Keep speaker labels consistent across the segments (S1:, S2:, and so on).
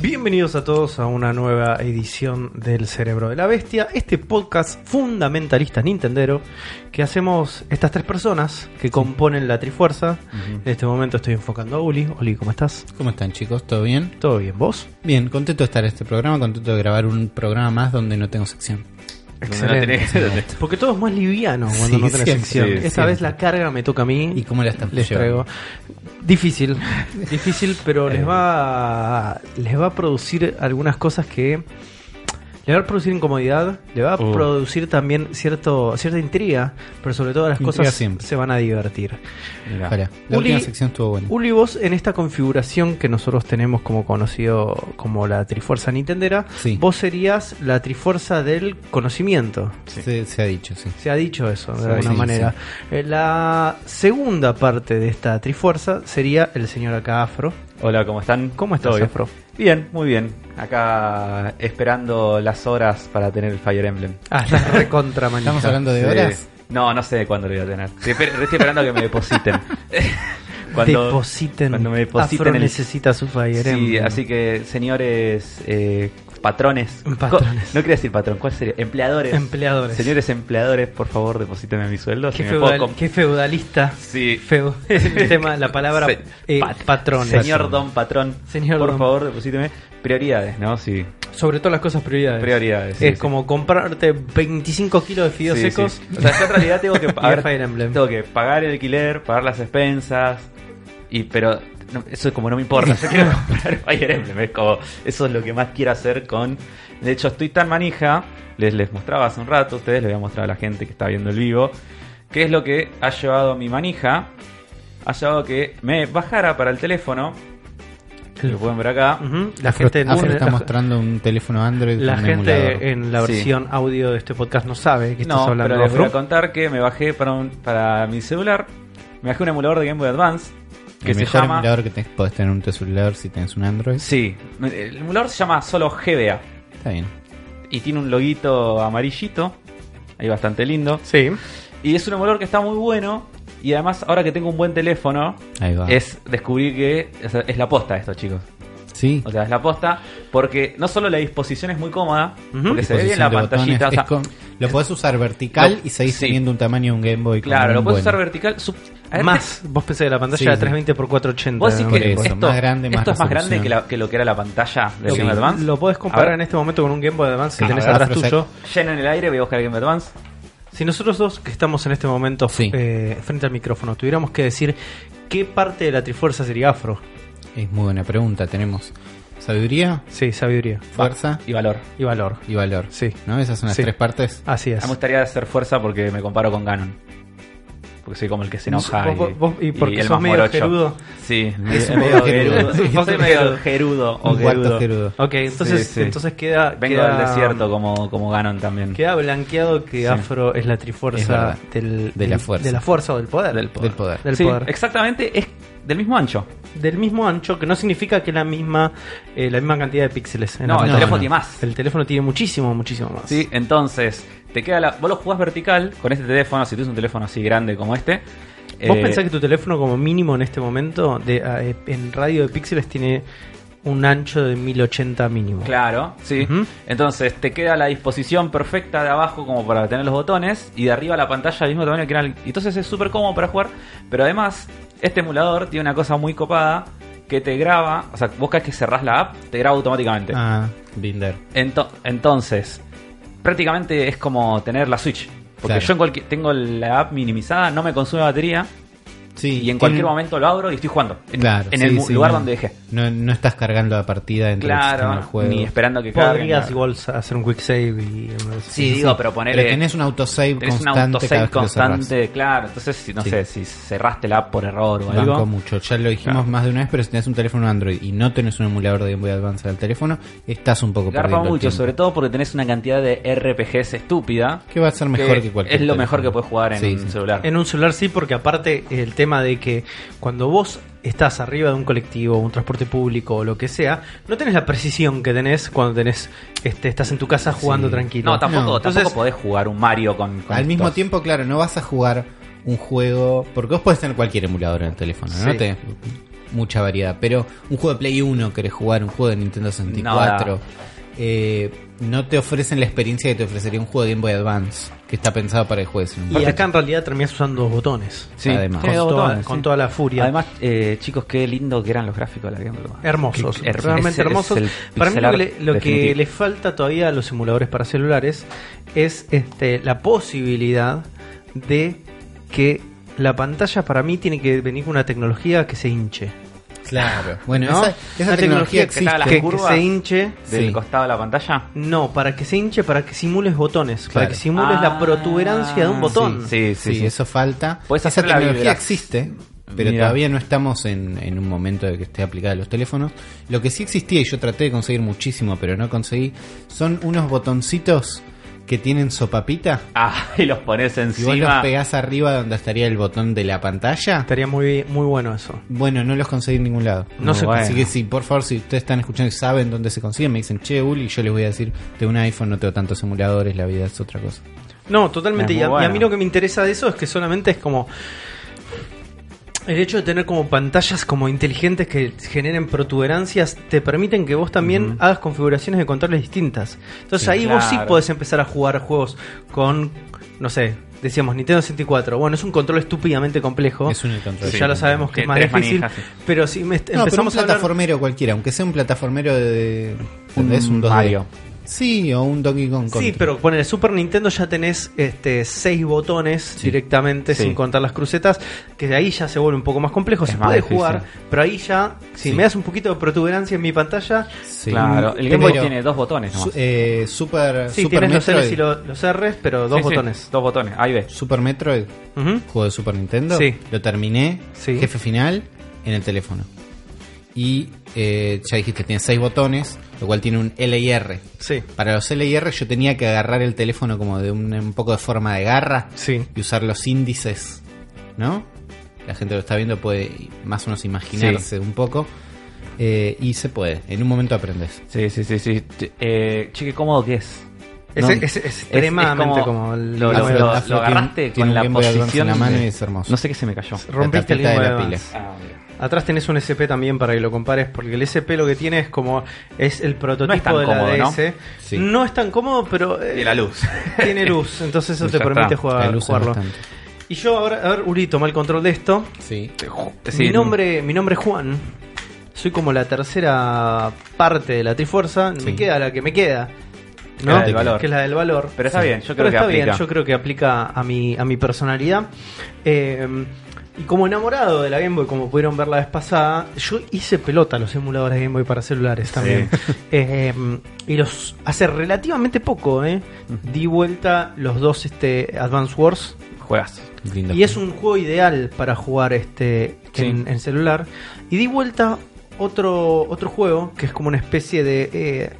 S1: Bienvenidos a todos a una nueva edición del Cerebro de la Bestia, este podcast fundamentalista Nintendero que hacemos estas tres personas que componen la Trifuerza.
S2: Ujú.
S1: En este momento estoy enfocando a Uli. Uli, ¿cómo estás?
S2: ¿Cómo están chicos? ¿Todo bien?
S1: ¿Todo bien? ¿Vos?
S2: Bien, contento de estar en este programa, contento de grabar un programa más donde no tengo sección.
S3: Donde no tenés- donde-
S1: Porque todo es más liviano cuando
S2: Sí,
S1: no tenés
S2: siempre,
S1: sección.
S3: sí,
S1: Esta
S2: siempre.
S1: vez la carga me toca a mí.
S2: ¿Y cómo la están
S1: les
S2: llevando?
S1: traigo. Difícil, difícil, pero
S2: Eh.
S1: les va a, les va a producir algunas cosas que le va a producir incomodidad, le va a
S2: Oh.
S3: Uh.
S1: producir también cierto cierta intriga, pero sobre todo las
S2: Intriga
S1: cosas
S2: siempre. Mm.
S1: se van a divertir.
S3: Mirá.
S2: Ojalá. La
S1: Uli-
S2: última sección estuvo buena.
S1: Uli, vos en esta configuración que nosotros tenemos como conocido como la Trifuerza Nintendera,
S2: Sí.
S1: vos serías la Trifuerza del conocimiento.
S2: Se, se ha dicho, sí.
S1: Se ha dicho eso, de
S2: Sí,
S1: alguna
S2: sí,
S1: manera. Eh, La segunda parte de esta trifuerza sería el señor acá afro.
S3: Hola, ¿cómo están?
S1: ¿Cómo estás,
S3: ¿Todo bien?
S1: Afro?
S3: Bien, muy bien. Acá esperando las horas para tener el Fire Emblem.
S1: Ah, estás recontra manija.
S2: Estamos hablando de
S3: Sí.
S2: horas.
S3: No, no sé cuándo lo voy a tener. Estoy, esper- estoy esperando que me depositen. Cuando-
S1: depositen.
S3: Cuando me depositen
S1: afro
S3: el...
S1: necesita su em, Fire
S3: Sí,
S1: Emblem.
S3: así que, señores, eh, patrones.
S1: Patrones.
S3: Co- No quería decir patrón, ¿cuál sería? Empleadores.
S1: Empleadores.
S3: Señores empleadores, por favor, deposítenme mi sueldo.
S1: Qué,
S3: si me puedo
S1: feudal-
S3: comp-
S1: qué feudalista.
S3: Sí.
S1: Feo. El tema, la palabra
S3: Se-
S1: eh,
S3: pat-
S1: patrones.
S3: Señor Don Patrón,
S1: Señor
S3: por
S1: Don.
S3: favor, deposíteme. Prioridades, ¿no? Sí.
S1: Sobre todas las cosas, prioridades.
S3: Prioridades, sí,
S1: es
S3: sí.
S1: como comprarte 25 kilos de fideos
S3: Sí,
S1: secos.
S3: sí. O sea, yo en realidad tengo que
S1: Y el
S3: pagar.
S1: Fire Emblem.
S3: Tengo que pagar el alquiler, pagar las expensas. Y pero no, eso como no me importa. Yo quiero comprar el Fire Emblem. Es como, eso es lo que más quiero hacer con. De hecho, estoy tan manija. Les, les mostraba hace un rato, ustedes les voy a mostrar a la gente que está viendo el vivo. ¿Qué es lo que ha llevado mi manija? Ha llevado que me bajara para el teléfono. que Lo pueden ver acá.
S1: Ujú. La
S2: Afro-
S1: gente,
S2: Afro está
S1: la-
S2: mostrando un teléfono Android.
S1: La
S2: con un emulador.
S1: gente en la
S3: Sí.
S1: versión audio de este podcast no sabe que estás
S3: No,
S1: hablando
S3: pero les voy a
S1: Afro.
S3: contar que me bajé para, un- para mi celular, me bajé un emulador de Game Boy Advance que
S2: el
S3: se
S2: mejor
S3: llama...
S2: emulador que tenés, podés tener un celular si tenés un Android.
S3: Sí, el emulador se llama solo GBA
S2: Está bien.
S3: y tiene un loguito amarillito, ahí bastante lindo.
S1: Sí.
S3: Y es un emulador que está muy bueno y además ahora que tengo un buen teléfono
S2: Ahí va.
S3: es descubrir que o sea, es la posta esto, chicos.
S2: sí.
S3: O sea, es la posta porque no solo la disposición es muy cómoda,
S1: Ujú.
S3: porque se ve
S2: Disposición
S3: bien la
S2: de botones.
S3: pantallita. o sea,
S2: Es con- lo podés usar vertical
S3: Lo-
S2: y seguís
S3: sí.
S2: teniendo un tamaño de un Game Boy.
S3: claro, lo
S2: puedes
S3: puedes usar vertical. sub- a ver,
S1: Más, vos pensé que la
S2: Sí,
S1: pantalla
S2: sí.
S1: era 320x480.
S3: Vos decís
S1: ¿no?
S2: Por
S3: que
S2: eso,
S3: esto,
S2: más grande, más
S3: esto es más grande
S2: resolución.
S3: que, la- que lo que era la pantalla de
S1: lo,
S3: Game Boy Advance.
S1: lo podés
S3: A
S1: comparar
S3: ver,
S1: en este momento con un Game Boy Advance que
S2: Sí,
S1: tenés
S2: a ver,
S1: atrás
S2: Afro,
S1: tuyo.
S3: Llena en el aire, voy a buscar Game Boy Advance.
S1: Si nosotros dos que estamos en este momento
S2: Sí.
S1: eh, frente al micrófono tuviéramos que decir qué parte de la Trifuerza sería Afro.
S2: Es muy buena pregunta. Tenemos sabiduría,
S1: Sí, sabiduría
S2: fuerza
S3: Y valor.
S1: y valor.
S2: y valor.
S1: Sí.
S2: ¿No? Esas son las
S1: Sí.
S2: tres partes.
S1: Así
S3: A
S1: es.
S3: mí me gustaría hacer fuerza porque me comparo con Ganon. Porque soy como el que se enoja.
S1: Vos-
S3: y,
S1: vos- y porque
S3: el
S1: sos
S3: más
S1: medio
S3: morocho.
S1: gerudo.
S3: Sí,
S2: Es un
S3: medio
S2: poco gerudo.
S3: gerudo.
S1: Un poco
S3: Soy medio
S1: gerudo.
S3: gerudo o
S2: Un cuarto
S3: gerudo.
S2: gerudo.
S1: Ok, entonces,
S3: Sí, sí.
S1: entonces queda.
S3: Vengo
S1: queda-
S3: del desierto como, como Ganon también.
S1: Queda blanqueado que Afro es la
S2: Es
S1: trifuerza
S2: verdad.
S1: del,
S2: De la fuerza.
S1: de la fuerza o del poder.
S3: Del poder.
S2: Del poder.
S1: Del,
S3: Sí,
S1: poder.
S3: exactamente, es del mismo ancho.
S1: Del mismo ancho, que no significa que la misma eh, la misma cantidad de píxeles. en la
S3: No, el
S1: pantalla.
S3: teléfono tiene más.
S1: El teléfono tiene muchísimo, muchísimo más.
S3: Sí, entonces, te queda la, vos lo jugás vertical con este teléfono, si tienes un teléfono así grande como este.
S1: ¿Vos
S3: eh,
S1: pensás que tu teléfono como mínimo en este momento de, eh, en radio de píxeles tiene un ancho de 1080 mínimo?
S3: Claro, sí.
S1: Ujú.
S3: Entonces te queda la disposición perfecta de abajo como para tener los botones y de arriba la pantalla del mismo tamaño que era el- Entonces es súper cómodo para jugar, pero además este emulador tiene una cosa muy copada que te graba, o sea, vos cada vez que cerrás la app, te graba automáticamente.
S2: Ah, Binder.
S3: Ento- entonces, prácticamente es como tener la Switch. Porque
S2: Claro.
S3: yo en cualquier, tengo la app minimizada, no me consume batería
S2: Sí,
S3: y en
S2: tiene-
S3: cualquier momento lo abro y estoy jugando. En,
S2: Claro,
S3: en
S2: sí,
S3: el mu-
S2: sí,
S3: lugar
S2: no-
S3: donde dejé.
S2: No, no estás cargando la partida entre el
S3: Claro,
S2: juego.
S3: ni esperando que cargue,
S1: Podrías
S3: nada.
S1: igual sa- hacer un quick save y...
S3: Sí, digo, pero ponerle.
S2: Pero tenés un autosave
S3: Tenés un
S2: constante. cada
S3: autosave
S2: vez que lo cerrás.
S3: constante, claro. Entonces, si- no
S2: Sí.
S3: sé, si cerraste la app por error o
S2: Banco
S3: algo.
S2: mucho. Ya lo dijimos
S3: Claro.
S2: más de una vez, pero si tenés un teléfono Android y no tenés un emulador de Game Boy Advance al teléfono, estás un poco
S3: Garpa
S2: perdiendo el
S3: mucho,
S2: tiempo.
S3: sobre todo porque tenés una cantidad de RPGs estúpida.
S2: Que va a ser mejor que, cualquier
S3: Es lo mejor que
S2: teléfono.
S3: puedes jugar en
S2: Sí,
S3: un
S2: sí.
S3: celular.
S1: En un celular sí, porque aparte el tema de que cuando vos estás arriba de un colectivo, un transporte público o lo que sea, no tenés la precisión que tenés cuando tenés este, estás en tu casa jugando
S2: Sí.
S1: tranquilo.
S3: No, tampoco,
S2: No.
S3: tampoco
S1: Entonces-
S3: podés jugar un Mario con. con
S2: Al
S3: estos.
S2: mismo tiempo, claro, no vas a jugar un juego. Porque vos podés tener cualquier emulador en el teléfono,
S1: Sí.
S2: ¿no? Te- mucha variedad. Pero un juego de Play 1 querés jugar, un juego de Nintendo 64.
S3: No.
S2: eh, no te ofrecen la experiencia que te ofrecería un juego de Game Boy Advance, que está pensado para el juez.
S1: Y acá en realidad terminás usando dos botones.
S3: Sí,
S2: Además.
S1: Con,
S3: tiene dos
S1: toda,
S3: botones,
S1: con
S3: sí.
S1: toda la furia.
S3: Además, eh, chicos, qué lindo que eran los gráficos de la Game Boy.
S1: hermosos,
S3: Qué- her-
S1: realmente
S3: ese es
S1: hermosos.
S3: el
S1: Para mí
S3: pixel
S1: lo que,
S3: art
S1: le, lo que
S3: definitivo.
S1: le falta todavía a los simuladores para celulares es este, la posibilidad de que la pantalla para mí tiene que venir con una tecnología que se hinche.
S2: Claro. Bueno,
S1: ¿No?
S2: esa, esa
S1: Una
S2: tecnología,
S3: tecnología que está a
S2: existe.
S3: la- Las
S1: Que, que
S3: curvas
S1: se hinche.
S3: del
S2: Sí.
S3: costado de la pantalla.
S1: No, para que se hinche, para que simules botones, para
S2: Claro.
S1: que simules la
S3: Ah,
S1: protuberancia de un botón.
S3: Sí, sí,
S2: Sí,
S3: sí.
S2: eso falta.
S3: Podés
S2: Esa
S3: hacer la
S2: tecnología
S3: vibra.
S2: existe, pero
S3: Mira.
S2: todavía no estamos en, en un momento de que esté aplicada a los teléfonos. Lo que sí existía, y yo traté de conseguir muchísimo, pero no conseguí, son unos botoncitos que tienen sopapita.
S3: Ah, y los
S2: Y
S3: pones
S2: vos los
S3: encima.
S2: pegás arriba donde estaría el botón de la pantalla.
S1: Estaría muy, muy bueno eso.
S2: Bueno, no los conseguí en ningún lado.
S1: No se
S2: Así
S3: consigue.
S2: que si, por favor, si ustedes están escuchando y saben dónde se consiguen, me dicen, che, Uli, y yo les voy a decir, de un iPhone no tengo tantos emuladores, la vida es otra cosa.
S1: No, totalmente. Y
S3: Es muy
S1: a, y a
S3: bueno.
S1: mí lo que me interesa de eso es que solamente es como. El hecho de tener como pantallas como inteligentes que generen protuberancias te permiten que vos también hagas configuraciones de controles distintas. Entonces
S3: Sí,
S1: ahí vos sí
S3: claro.
S1: podés empezar a jugar juegos con, no sé, decíamos Nintendo 64. Bueno, es un control estúpidamente complejo.
S2: Es un control.
S1: ya lo sabemos que es más
S3: Tres
S1: difícil.
S3: manijas, sí.
S1: Pero si me-
S2: No, pero un
S1: empezamos a hablar...
S2: plataformero cualquiera, aunque sea un plataformero de. ¿Entendés?
S3: Un
S2: Un 2D.
S3: Mario.
S2: Sí, o un Donkey Kong.
S1: Sí,
S2: Country.
S1: pero con el Super Nintendo ya tenés este seis botones directamente
S3: Sí.
S1: sin contar las crucetas, que de ahí ya se vuelve un poco más complejo,
S3: Es
S1: se
S3: más
S1: puede
S3: difícil.
S1: jugar, pero ahí ya, si
S2: Sí.
S1: me das un poquito de protuberancia en mi pantalla,
S2: Sí.
S3: Claro, el Game
S2: Pero,
S3: Boy tiene dos botones
S2: su-
S3: nomás.
S2: eh, Super,
S1: sí,
S2: Super
S1: tienes los
S2: Metroid.
S1: Ls y lo- los Rs, pero dos
S3: Sí, sí,
S1: botones.
S3: dos botones, ahí ves.
S2: Super Metroid,
S1: Ujú.
S2: juego de Super Nintendo.
S1: Sí.
S2: Lo terminé,
S1: Sí.
S2: jefe final, en el teléfono. Y eh, ya dijiste, tiene seis botones, lo cual tiene un L y R.
S1: Sí,
S2: Para los L y R yo tenía que agarrar el teléfono como de un, un poco de forma de garra.
S1: sí.
S2: y usar los índices, ¿no? La gente lo está viendo puede más o menos imaginarse un poco. eh, y se puede, en un momento aprendes.
S3: Sí, sí, sí, sí. Ch- Eh, che, qué cómodo que es.
S1: Es,
S2: No.
S1: es- es extremadamente
S3: es como-
S1: como, el-
S3: lo-
S1: la-
S3: lo-
S2: Afro-
S3: lo
S2: Afro
S3: agarraste
S2: tiene-
S3: con
S2: tiene un
S3: la
S2: Game Boy Advance
S3: posición
S2: en la mano
S3: de- Ah,
S2: y es hermoso.
S3: No sé qué se me cayó.
S1: rompiste el
S2: la
S1: Game
S2: tapita de
S1: Boy
S2: la
S1: Advance. Atrás tenés un SP también para que lo compares, porque el SP lo que tiene es como es el prototipo
S3: tan
S1: de la
S3: cómodo, ¿no?
S1: DS.
S2: Sí.
S1: No es tan cómodo, pero eh,
S3: luz.
S1: tiene luz, entonces eso te
S3: Ya
S1: permite
S3: está,
S2: La
S1: jugar,
S2: luz es
S1: jugarlo.
S2: bastante.
S1: Y yo ahora, a ver, Uri, toma el control de esto.
S2: Sí.
S1: mi, nombre, mi nombre es Juan. Soy como la tercera parte de la Trifuerza.
S2: Sí.
S1: Me queda la que me queda. ¿no?
S3: la del valor.
S1: Que es la del valor.
S3: Pero está bien, yo creo
S1: Pero
S3: que
S1: está
S3: aplica.
S1: bien, yo creo que aplica a mi, a mi personalidad. Eh, y como enamorado de la Game Boy, como pudieron ver la vez pasada, yo hice pelota los emuladores de Game Boy para celulares también. Eh, y los hace relativamente poco, ¿eh? Di vuelta los dos este, Advance Wars.
S3: Juegas.
S2: Lindo.
S1: Y es un juego ideal para jugar este
S3: Sí.
S1: en, en celular. Y di vuelta otro, otro juego que es como una especie de eh,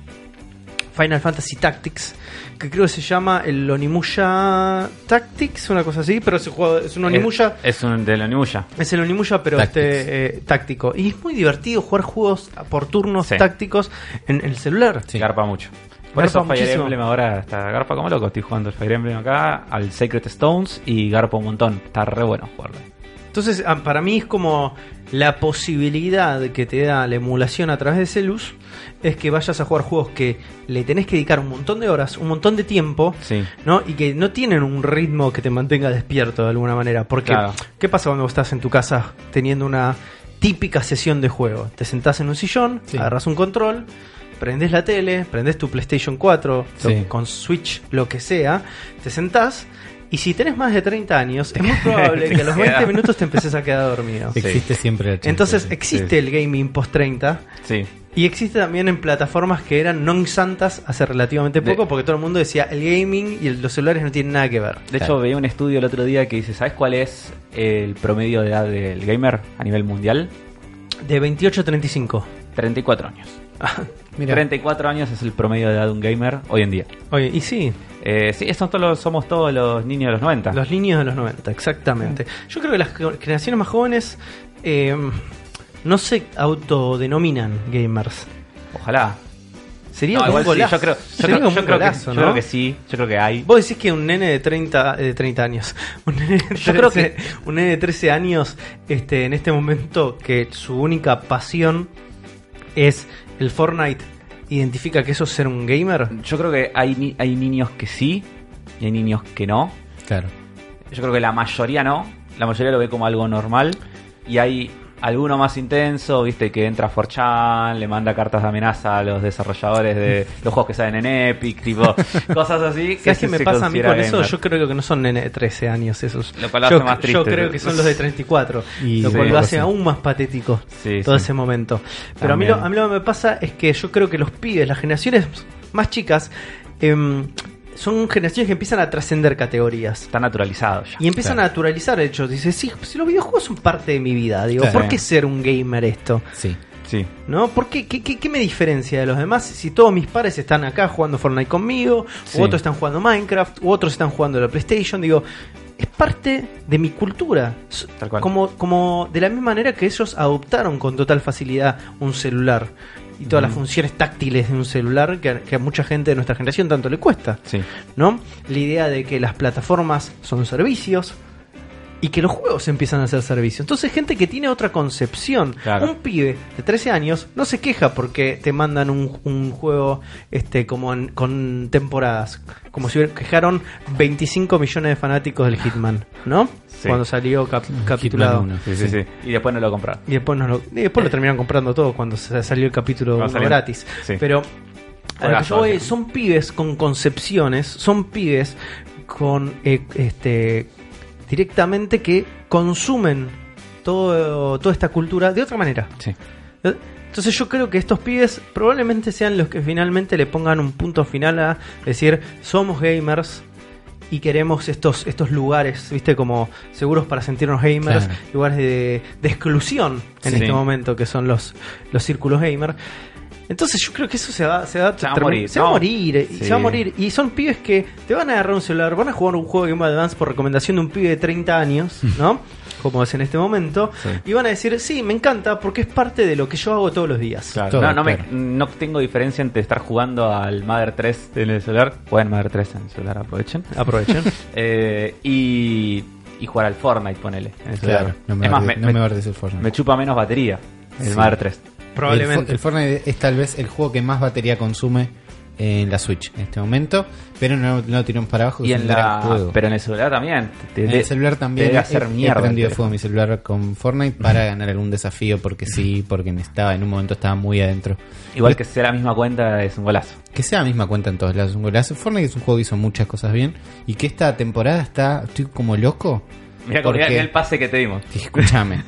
S1: Final Fantasy Tactics. Que creo que se llama el Onimusha Tactics, una cosa así. Pero es un, juego- es un
S3: Eh,
S1: Onimusha.
S3: Es, es un de la Onimusha.
S1: Es el Onimusha, pero
S2: Tactics.
S1: este eh, táctico. Y es muy divertido jugar juegos por turnos
S3: Sí.
S1: tácticos en el celular.
S2: Sí.
S3: Garpa mucho.
S1: Garpa
S3: Por eso Fire
S1: muchísimo.
S3: Emblem ahora está garpa como loco. Estoy jugando el Fire Emblem acá, al Sacred Stones y garpa un montón. Está re bueno jugarlo.
S1: Entonces, ah, para mí es como la posibilidad que te da la emulación a través de Celus es que vayas a jugar juegos que le tenés que dedicar un montón de horas, un montón de tiempo,
S3: Sí.
S1: ¿no? Y que no tienen un ritmo que te mantenga despierto de alguna manera. Porque,
S3: Claro.
S1: ¿qué pasa cuando estás en tu casa teniendo una típica sesión de juego? Te sentás en un sillón,
S2: Sí.
S1: agarras un control, prendés la tele, prendés tu PlayStation 4, lo-
S2: Sí.
S1: con Switch, lo que sea, te sentás. Y si tenés más de 30 años, es muy probable que a los 20 minutos te empieces a quedar dormido.
S2: Existe siempre la chance.
S1: Entonces
S2: Sí.
S1: existe el gaming post 30
S3: Sí.
S1: y existe también en plataformas que eran non santas hace relativamente
S3: De-
S1: poco porque todo el mundo decía el gaming y el- los celulares no tienen nada que ver.
S3: De hecho, veía un estudio el otro día que dice: ¿Sabes cuál es el promedio de edad del gamer a nivel mundial?
S1: De 28 a 35
S3: 34 años.
S2: Mira,
S3: 34 años es el promedio de edad de un gamer hoy en día.
S1: Oye, y sí,
S3: Eh, sí, estos todos los- somos todos los niños de los 90.
S1: los niños de los 90, exactamente.
S3: Mm.
S1: Yo creo que las ge- generaciones más jóvenes eh, no se autodenominan gamers.
S3: Ojalá.
S1: Sería
S3: No,
S1: un
S3: igual sí,
S1: golazo.
S3: yo creo, yo,
S1: Sería
S3: creo,
S1: un
S3: yo creo
S1: golazo, ¿no?
S3: que, yo creo que sí, yo creo que hay.
S1: Vos decís que un nene de 30, eh, 30 años, un nene de 13,
S3: Yo creo que-
S1: un nene de 13 años este, en este momento que su única pasión es el Fortnite, identifica que eso es ser un gamer.
S3: Yo creo que hay, ni- hay niños que sí y hay niños que no.
S2: Claro.
S3: Yo creo que la mayoría no. La mayoría lo ve como algo normal. Y hay alguno más intenso, viste, que entra a 4chan, le manda cartas de amenaza a los desarrolladores de los juegos que salen en Epic, tipo, cosas así.
S1: ¿Sabes qué
S3: sí
S1: me
S3: se
S1: pasa a mí
S3: considera
S1: con eso?
S3: gamer.
S1: Yo creo que no son nene de 13 años esos.
S3: Lo cual lo
S1: yo,
S3: hace más
S1: yo
S3: triste.
S1: creo que son los de 34,
S2: Y
S1: lo
S3: sí,
S1: cual lo
S3: algo
S1: hace
S2: así.
S1: aún más patético
S3: Sí,
S1: todo
S3: sí.
S1: ese momento. Pero a mí, lo,
S3: También.
S1: a mí lo que me pasa es que yo creo que los pibes, las generaciones más chicas, em, son generaciones que empiezan a trascender categorías.
S3: Está naturalizado ya.
S1: Y empiezan
S2: Claro.
S1: a naturalizar el hecho. Dice, sí, si los videojuegos son parte de mi vida, digo,
S2: Claro.
S1: ¿por qué ser un gamer esto?
S2: Sí.
S3: Sí.
S1: ¿No? ¿Por qué, qué, qué- qué me diferencia de los demás si todos mis pares están acá jugando Fortnite conmigo,
S2: Sí.
S1: u otros están jugando Minecraft, u otros están jugando la PlayStation? Digo, es parte de mi cultura. S-
S3: Tal cual.
S1: Como, como de la misma manera que ellos adoptaron con total facilidad un celular y todas
S3: Mm.
S1: las funciones táctiles de un celular que a- que a mucha gente de nuestra generación tanto le cuesta.
S3: Sí.
S1: ¿no? La idea de que las plataformas son servicios y que los juegos empiezan a ser servicios. Entonces, gente que tiene otra concepción,
S3: Claro.
S1: un pibe de 13 años no se queja porque te mandan un, un juego este como en- con temporadas, como si hubiera- quejaron 25 millones de fanáticos del Hitman, ¿no?
S3: Sí. Mm,
S1: Cuando salió cap- capitulado.
S2: uno.
S3: Sí, sí, sí. Y después no lo compras.
S1: Y después, nos lo, y después lo terminaron comprando todo cuando se- salió el capítulo
S3: Eh. Va
S1: uno
S3: saliendo.
S1: gratis.
S3: Sí.
S1: Pero a lo que yo
S3: Juegazo,
S1: voy,
S3: sí.
S1: son pibes con concepciones, son pibes con eh, este directamente que consumen todo, toda esta cultura de otra manera.
S3: Sí.
S1: Entonces yo creo que estos pibes probablemente sean los que finalmente le pongan un punto final a decir somos gamers y queremos estos, estos lugares, viste, como seguros para sentirnos gamers,
S2: Claro.
S1: lugares de, de exclusión en
S3: Sí.
S1: este momento que son los, los círculos gamer. Entonces yo creo que eso se va, se va,
S3: Se va a
S1: termi-
S3: morir,
S1: se va a
S3: ¿no?
S1: morir, eh, y
S3: Sí.
S1: se va a morir. Y son pibes que te van a agarrar un celular, van a jugar un juego de Game Boy Advance por recomendación de un pibe de 30 años,
S3: Mm.
S1: ¿no? Como es en este momento.
S2: Sí.
S1: Y van a decir, sí, me encanta porque es parte de lo que yo hago todos los días.
S2: Todo,
S3: no, no, me-
S2: claro.
S3: no tengo diferencia entre estar jugando al Mother 3 en el celular. Jueguen Mother 3 en el celular, aprovechen.
S1: Aprovechen.
S3: Eh, y, y jugar al Fortnite, ponele. en el celular.
S2: Claro. No me
S3: es más, me,
S2: bardes- no me
S3: me-
S2: bardes el Fortnite.
S3: me chupa menos batería el
S2: Sí.
S3: Mother 3.
S1: Probablemente.
S2: El, Fo- el Fortnite es tal vez el juego que más batería consume en la Switch en este momento, pero no, no lo tiramos para abajo. que
S3: Y
S2: es
S3: en
S2: un gran
S3: la,
S2: juego.
S3: pero en el celular también. Te-
S2: En
S3: te-
S2: el celular también
S3: Eh, te debe
S2: he,
S3: hacer
S2: he
S3: mierda.
S2: prendido
S3: el
S2: fuego mi celular con Fortnite para ganar algún desafío porque sí, porque estaba en un momento estaba muy adentro.
S3: teléfono. Igual que sea la misma cuenta es un golazo.
S2: Que sea la misma cuenta en todos lados, un golazo. Fortnite es un juego que hizo muchas cosas bien y que esta temporada está, estoy como loco.
S3: Mira cómo
S2: porque-
S3: mirá el pase que te dimos.
S2: Escúchame.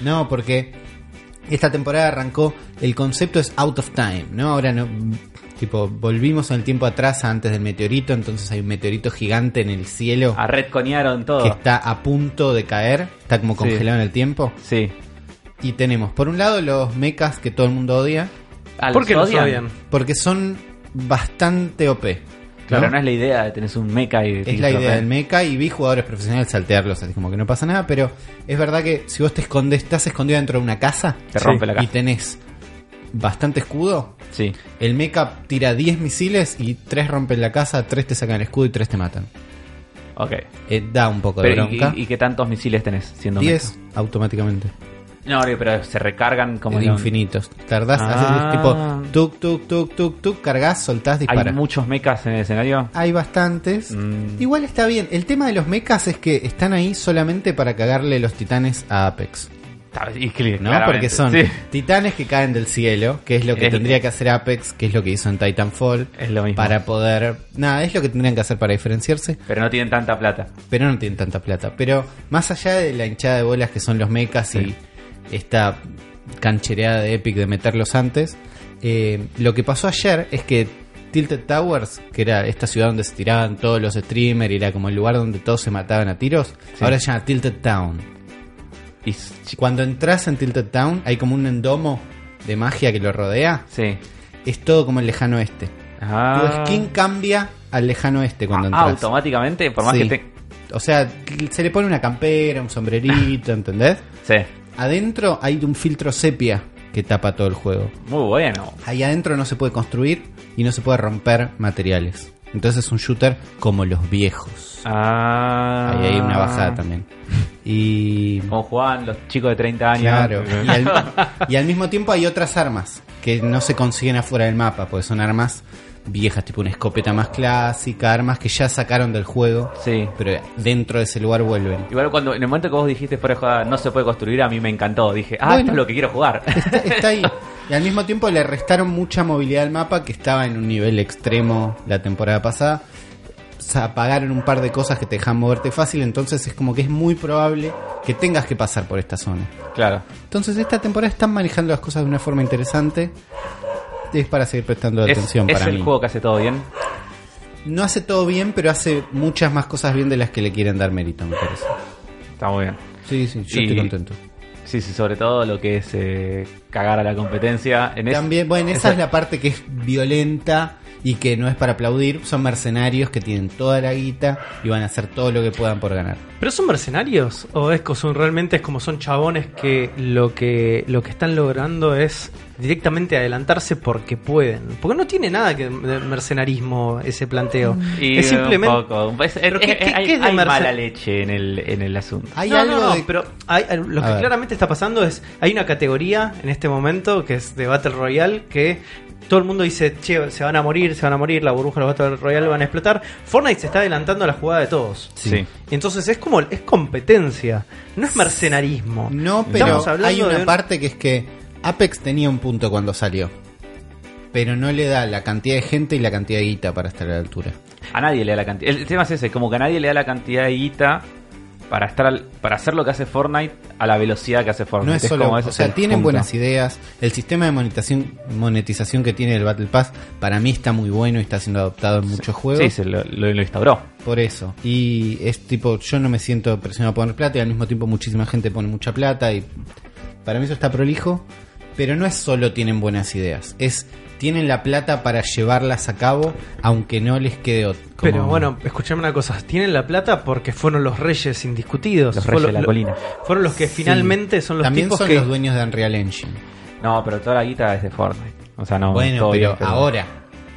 S2: No, porque esta temporada arrancó. El concepto es out of time, ¿no? Ahora no. Tipo, volvimos en el tiempo atrás antes del meteorito. Entonces hay un meteorito gigante en el cielo
S3: A red conearon
S2: que
S3: todo.
S2: está a punto de caer. Está como
S3: Ah. Sí.
S2: congelado en el tiempo.
S3: Sí.
S2: Y tenemos, por un lado, los mechas que todo el mundo odia.
S3: Ah,
S1: ¿Por qué los odian?
S2: Porque son bastante OP. ¿no?
S3: Claro, no es ¿eh? la idea de tener un mecha y...
S2: Es la idea del mecha y vi jugadores profesionales saltearlos, así como que no pasa nada, pero es verdad que si vos te escondes, estás escondido dentro de una casa,
S3: Te rompe la
S2: y
S3: casa.
S2: tenés bastante escudo,
S3: Sí.
S2: el mecha tira 10 misiles y 3 rompen la casa, 3 te sacan el escudo y 3 te matan.
S3: Ok.
S2: Eh, da un poco de
S3: Pero, ¿y,
S2: bronca.
S3: y- y qué tantos misiles tenés siendo
S2: 10 automáticamente.
S3: mecha? No, digo, pero se recargan como
S2: de
S3: en un-
S2: infinitos. Tardás,
S3: Ah.
S2: haces tipo tuk, tuk, tuk, tuk, tuk, cargas, soltás,
S3: ¿Hay
S2: disparas.
S3: muchos mechas en el escenario?
S2: Hay bastantes.
S3: Mm.
S2: Igual está bien. El tema de los mechas es que están ahí solamente para cagarle los titanes a Apex.
S3: Y clear,
S2: ¿no?
S3: claramente.
S2: Porque son
S3: Sí.
S2: titanes que caen del cielo, que es lo que
S3: Es-
S2: tendría que hacer Apex, que es lo que hizo en Titanfall.
S3: Es lo mismo.
S2: Para poder. Nada, es lo que tendrían que hacer para diferenciarse,
S3: Pero no tienen tanta plata.
S2: pero no tienen tanta plata. Pero más allá de la hinchada de bolas que son los mechas
S3: Sí.
S2: y esta canchereada de Epic de meterlos antes, eh, lo que pasó ayer es que Tilted Towers, que era esta ciudad donde se tiraban todos los streamers y era como el lugar donde todos se mataban a tiros,
S3: Sí.
S2: ahora se llama Tilted Town.
S3: Y s- chi-
S2: Cuando entras en Tilted Town hay como un endomo de magia que lo rodea.
S3: sí.
S2: Es todo como el lejano oeste.
S3: Ah.
S2: Tu skin cambia al lejano oeste cuando
S3: Ah,
S2: entras.
S3: automáticamente, por más
S2: Sí.
S3: que te...
S2: O sea, se le pone una campera, un sombrerito, ¿entendés?
S3: Sí.
S2: Adentro hay un filtro sepia que tapa todo el juego.
S3: Muy bueno.
S2: Ahí adentro no se puede construir y no se puede romper materiales. Entonces es un shooter como los viejos.
S3: Ah.
S2: Ahí hay una bajada también. Y
S3: Como jugaban los chicos de 30 años.
S2: Claro. Y al, y al mismo tiempo hay otras armas que no se consiguen afuera del mapa, porque son armas viejas, tipo una escopeta más clásica, armas que ya sacaron del juego,
S3: Sí.
S2: pero dentro de ese lugar vuelven.
S3: Igual cuando en el momento que vos dijiste fuera de jugada no se puede construir, a mí me encantó. Dije, ah,
S2: Bueno.
S3: esto es lo que quiero jugar.
S2: Está, está ahí. Y al mismo tiempo le restaron mucha movilidad al mapa que estaba en un nivel extremo la temporada pasada. Se apagaron un par de cosas que te dejan moverte fácil, entonces es como que es muy probable que tengas que pasar por esta zona.
S3: claro.
S2: Entonces esta temporada están manejando las cosas de una forma interesante. Es para seguir prestando
S3: Es,
S2: atención
S3: es
S2: para
S3: el
S2: mí.
S3: juego que hace todo bien.
S2: No hace todo bien, pero hace muchas más cosas bien de las que le quieren dar mérito, me parece.
S3: Está muy bien.
S2: Sí, sí, yo
S3: Y-
S2: estoy contento.
S3: Sí, sí, sobre todo lo que es eh, cagar a la competencia. En es-
S2: También, bueno, esa
S3: esa-
S2: es la parte que es violenta y que no es para aplaudir. Son mercenarios que tienen toda la guita y van a hacer todo lo que puedan por ganar.
S1: ¿Pero son mercenarios? ¿O es que son realmente es como son chabones que lo que lo que están logrando es directamente adelantarse porque pueden? Porque no tiene nada que de mercenarismo ese planteo.
S3: y
S1: es
S3: Un
S1: simplemente
S3: poco. Es- es-
S1: Pero ¿qué-
S3: es-
S1: qué-
S3: hay,
S1: qué es de
S3: hay
S1: mercen-
S3: mala leche en el, en el asunto.
S2: Hay
S1: no,
S2: algo
S1: no, no,
S2: de-
S1: pero hay- hay- lo
S2: A
S1: que
S2: ver.
S1: claramente está pasando es, hay una categoría en este momento que es de Battle Royale que todo el mundo dice, che, se van a morir, se van a morir, la burbuja de los Battle Royale van a explotar. Fortnite se está adelantando a la jugada de todos.
S2: Ah,
S3: Sí.
S1: Entonces es como, es competencia, no es mercenarismo.
S2: No, pero
S1: Estamos hablando
S2: hay una
S1: de un-
S2: parte que es que Apex tenía un punto cuando salió. Pero no le da la cantidad de gente y la cantidad de guita para estar a la altura.
S3: A nadie le da la cantidad. El tema es ese, como que a nadie le da la cantidad de guita para estar al- para hacer lo que hace Fortnite a la velocidad que hace Fortnite.
S2: No es solo,
S3: como ese
S2: o
S3: es
S2: sea,
S3: el
S2: tienen
S3: punto.
S2: buenas ideas. El sistema de monetización, monetización que tiene el Battle Pass para mí está muy bueno y está siendo adoptado en muchos
S3: Sí,
S2: juegos.
S3: se lo, lo- lo instauró.
S2: Por eso. Y es tipo, yo no me siento presionado a poner plata y al mismo tiempo muchísima gente pone mucha plata y para mí eso está prolijo. Pero no es solo tienen buenas ideas, es tienen la plata para llevarlas a cabo aunque no les quede ot- como-
S1: Pero bueno, escuchame una cosa, tienen la plata porque fueron los reyes indiscutidos.
S3: Los reyes
S1: fueron,
S3: de la
S1: lo-
S3: colina.
S1: Fueron los que
S2: Sí.
S1: finalmente son los
S2: También
S1: tipos
S2: son
S1: que...
S2: los dueños de Unreal Engine.
S3: No, pero toda la guita es de Fortnite. O sea, no.
S2: bueno,
S3: todo
S2: pero
S3: bien,
S2: ahora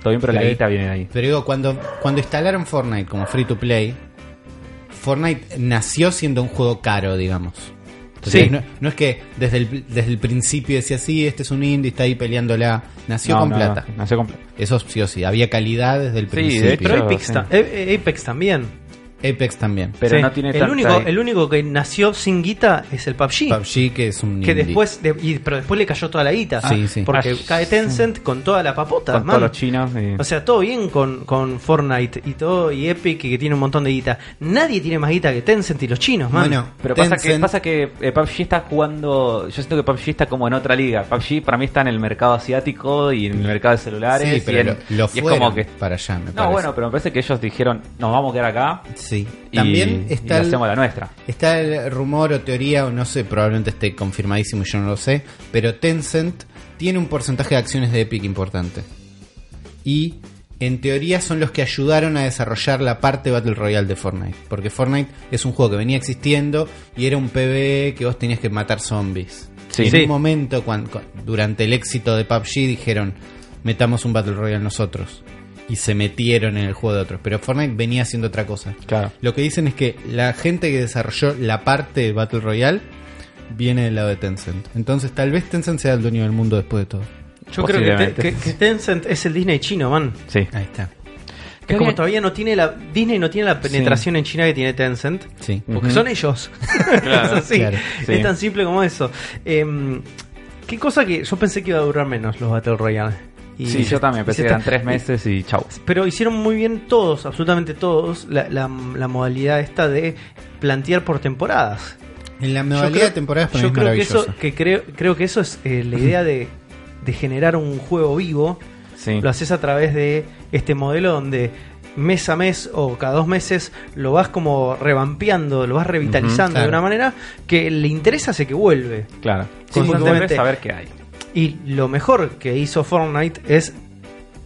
S3: Todo bien, pero, la
S2: Pero-
S3: guita viene de ahí.
S2: Pero digo, cuando, cuando instalaron Fortnite como free to play, Fortnite nació siendo un juego caro, digamos. Entonces,
S1: Sí.
S2: No, no es que desde el, desde el principio decía, sí, este es un indie, está ahí peleándola. Nació
S3: No,
S2: con
S3: no,
S2: plata.
S3: no, nació con plata.
S2: Eso sí o sí, había calidad desde el
S3: Sí,
S2: principio.
S3: de hecho-
S1: Pero Apex,
S3: Sí.
S1: ta- eh, eh, Apex también.
S2: Apex también.
S3: Pero
S1: Sí.
S3: no tiene
S1: el
S3: tanta-
S1: único El único que nació sin guita es el PUBG.
S2: PUBG, que es un
S1: Que
S2: indie.
S1: después, de- y- pero después le cayó toda la guita.
S2: Sí, sí.
S1: Porque
S3: Ah,
S1: cae Tencent con toda la papota,
S3: Con
S1: man.
S3: todos los chinos. y-
S1: O sea, todo bien con, con Fortnite y todo, y Epic, y que tiene un montón de guita. Nadie tiene más guita que Tencent y los chinos, man.
S2: Bueno,
S3: Pero pasa que,
S2: Tencent-
S3: pasa que eh, PUBG está jugando. Yo siento que PUBG está como en otra liga. PUBG para mí está en el mercado asiático y en el mercado de celulares.
S2: Sí,
S3: y
S2: pero
S3: en-
S2: lo, lo
S3: y es
S2: fueron
S3: como que.
S2: para allá, me
S3: No,
S2: parece.
S3: bueno, pero me parece que ellos dijeron, nos vamos a quedar acá.
S2: Sí.
S3: y-
S2: También
S3: y
S2: está el-
S3: hacemos la nuestra.
S2: Está el rumor o teoría, o no sé, probablemente esté confirmadísimo y yo no lo sé, pero Tencent tiene un porcentaje de acciones de Epic importante. Y en teoría son los que ayudaron a desarrollar la parte Battle Royale de Fortnite. Porque Fortnite es un juego que venía existiendo y era un PvE que vos tenías que matar zombies.
S3: Sí.
S2: en
S3: Sí.
S2: un momento, cuan- cu- durante el éxito de PUBG, dijeron, metamos un Battle Royale nosotros. Y se metieron en el juego de otros. Pero Fortnite venía haciendo otra cosa.
S3: Claro.
S2: Lo que dicen es que la gente que desarrolló la parte de Battle Royale viene del lado de Tencent. Entonces tal vez Tencent sea el dueño del mundo después de todo.
S1: Yo creo que,
S3: Posiblemente.
S1: te- que- que Tencent es el Disney chino, man.
S3: Sí.
S2: Ahí está.
S1: Que como todavía no tiene la Disney no tiene la penetración en China que tiene Tencent,
S2: Sí.
S1: porque
S3: Ujú.
S1: son ellos. es
S3: Claro,
S1: así.
S2: claro,
S3: sí.
S1: Es tan simple como eso. Em, qué cosa que yo pensé que iba a durar menos los Battle Royale. Y-
S3: Sí, yo también
S1: y se
S3: pensé que
S1: está-
S3: eran tres meses y chau.
S1: Pero hicieron muy bien todos, absolutamente todos, la, la- la modalidad esta de plantear por temporadas.
S2: En la
S1: Yo
S2: modalidad
S1: creo-
S2: de temporadas para mí
S1: yo
S2: es
S1: creo que
S2: maravilloso.
S1: eso, que creo, creo que eso es eh, la idea de, de generar un juego vivo.
S3: Sí.
S1: Lo haces a través de este modelo donde mes a mes o cada dos meses lo vas como revampeando, lo vas revitalizando
S2: claro.
S1: de una manera que le interesa hace que vuelve.
S3: Claro.
S1: Constantemente.
S3: Constantemente. saber qué hay.
S1: Y lo mejor que hizo Fortnite es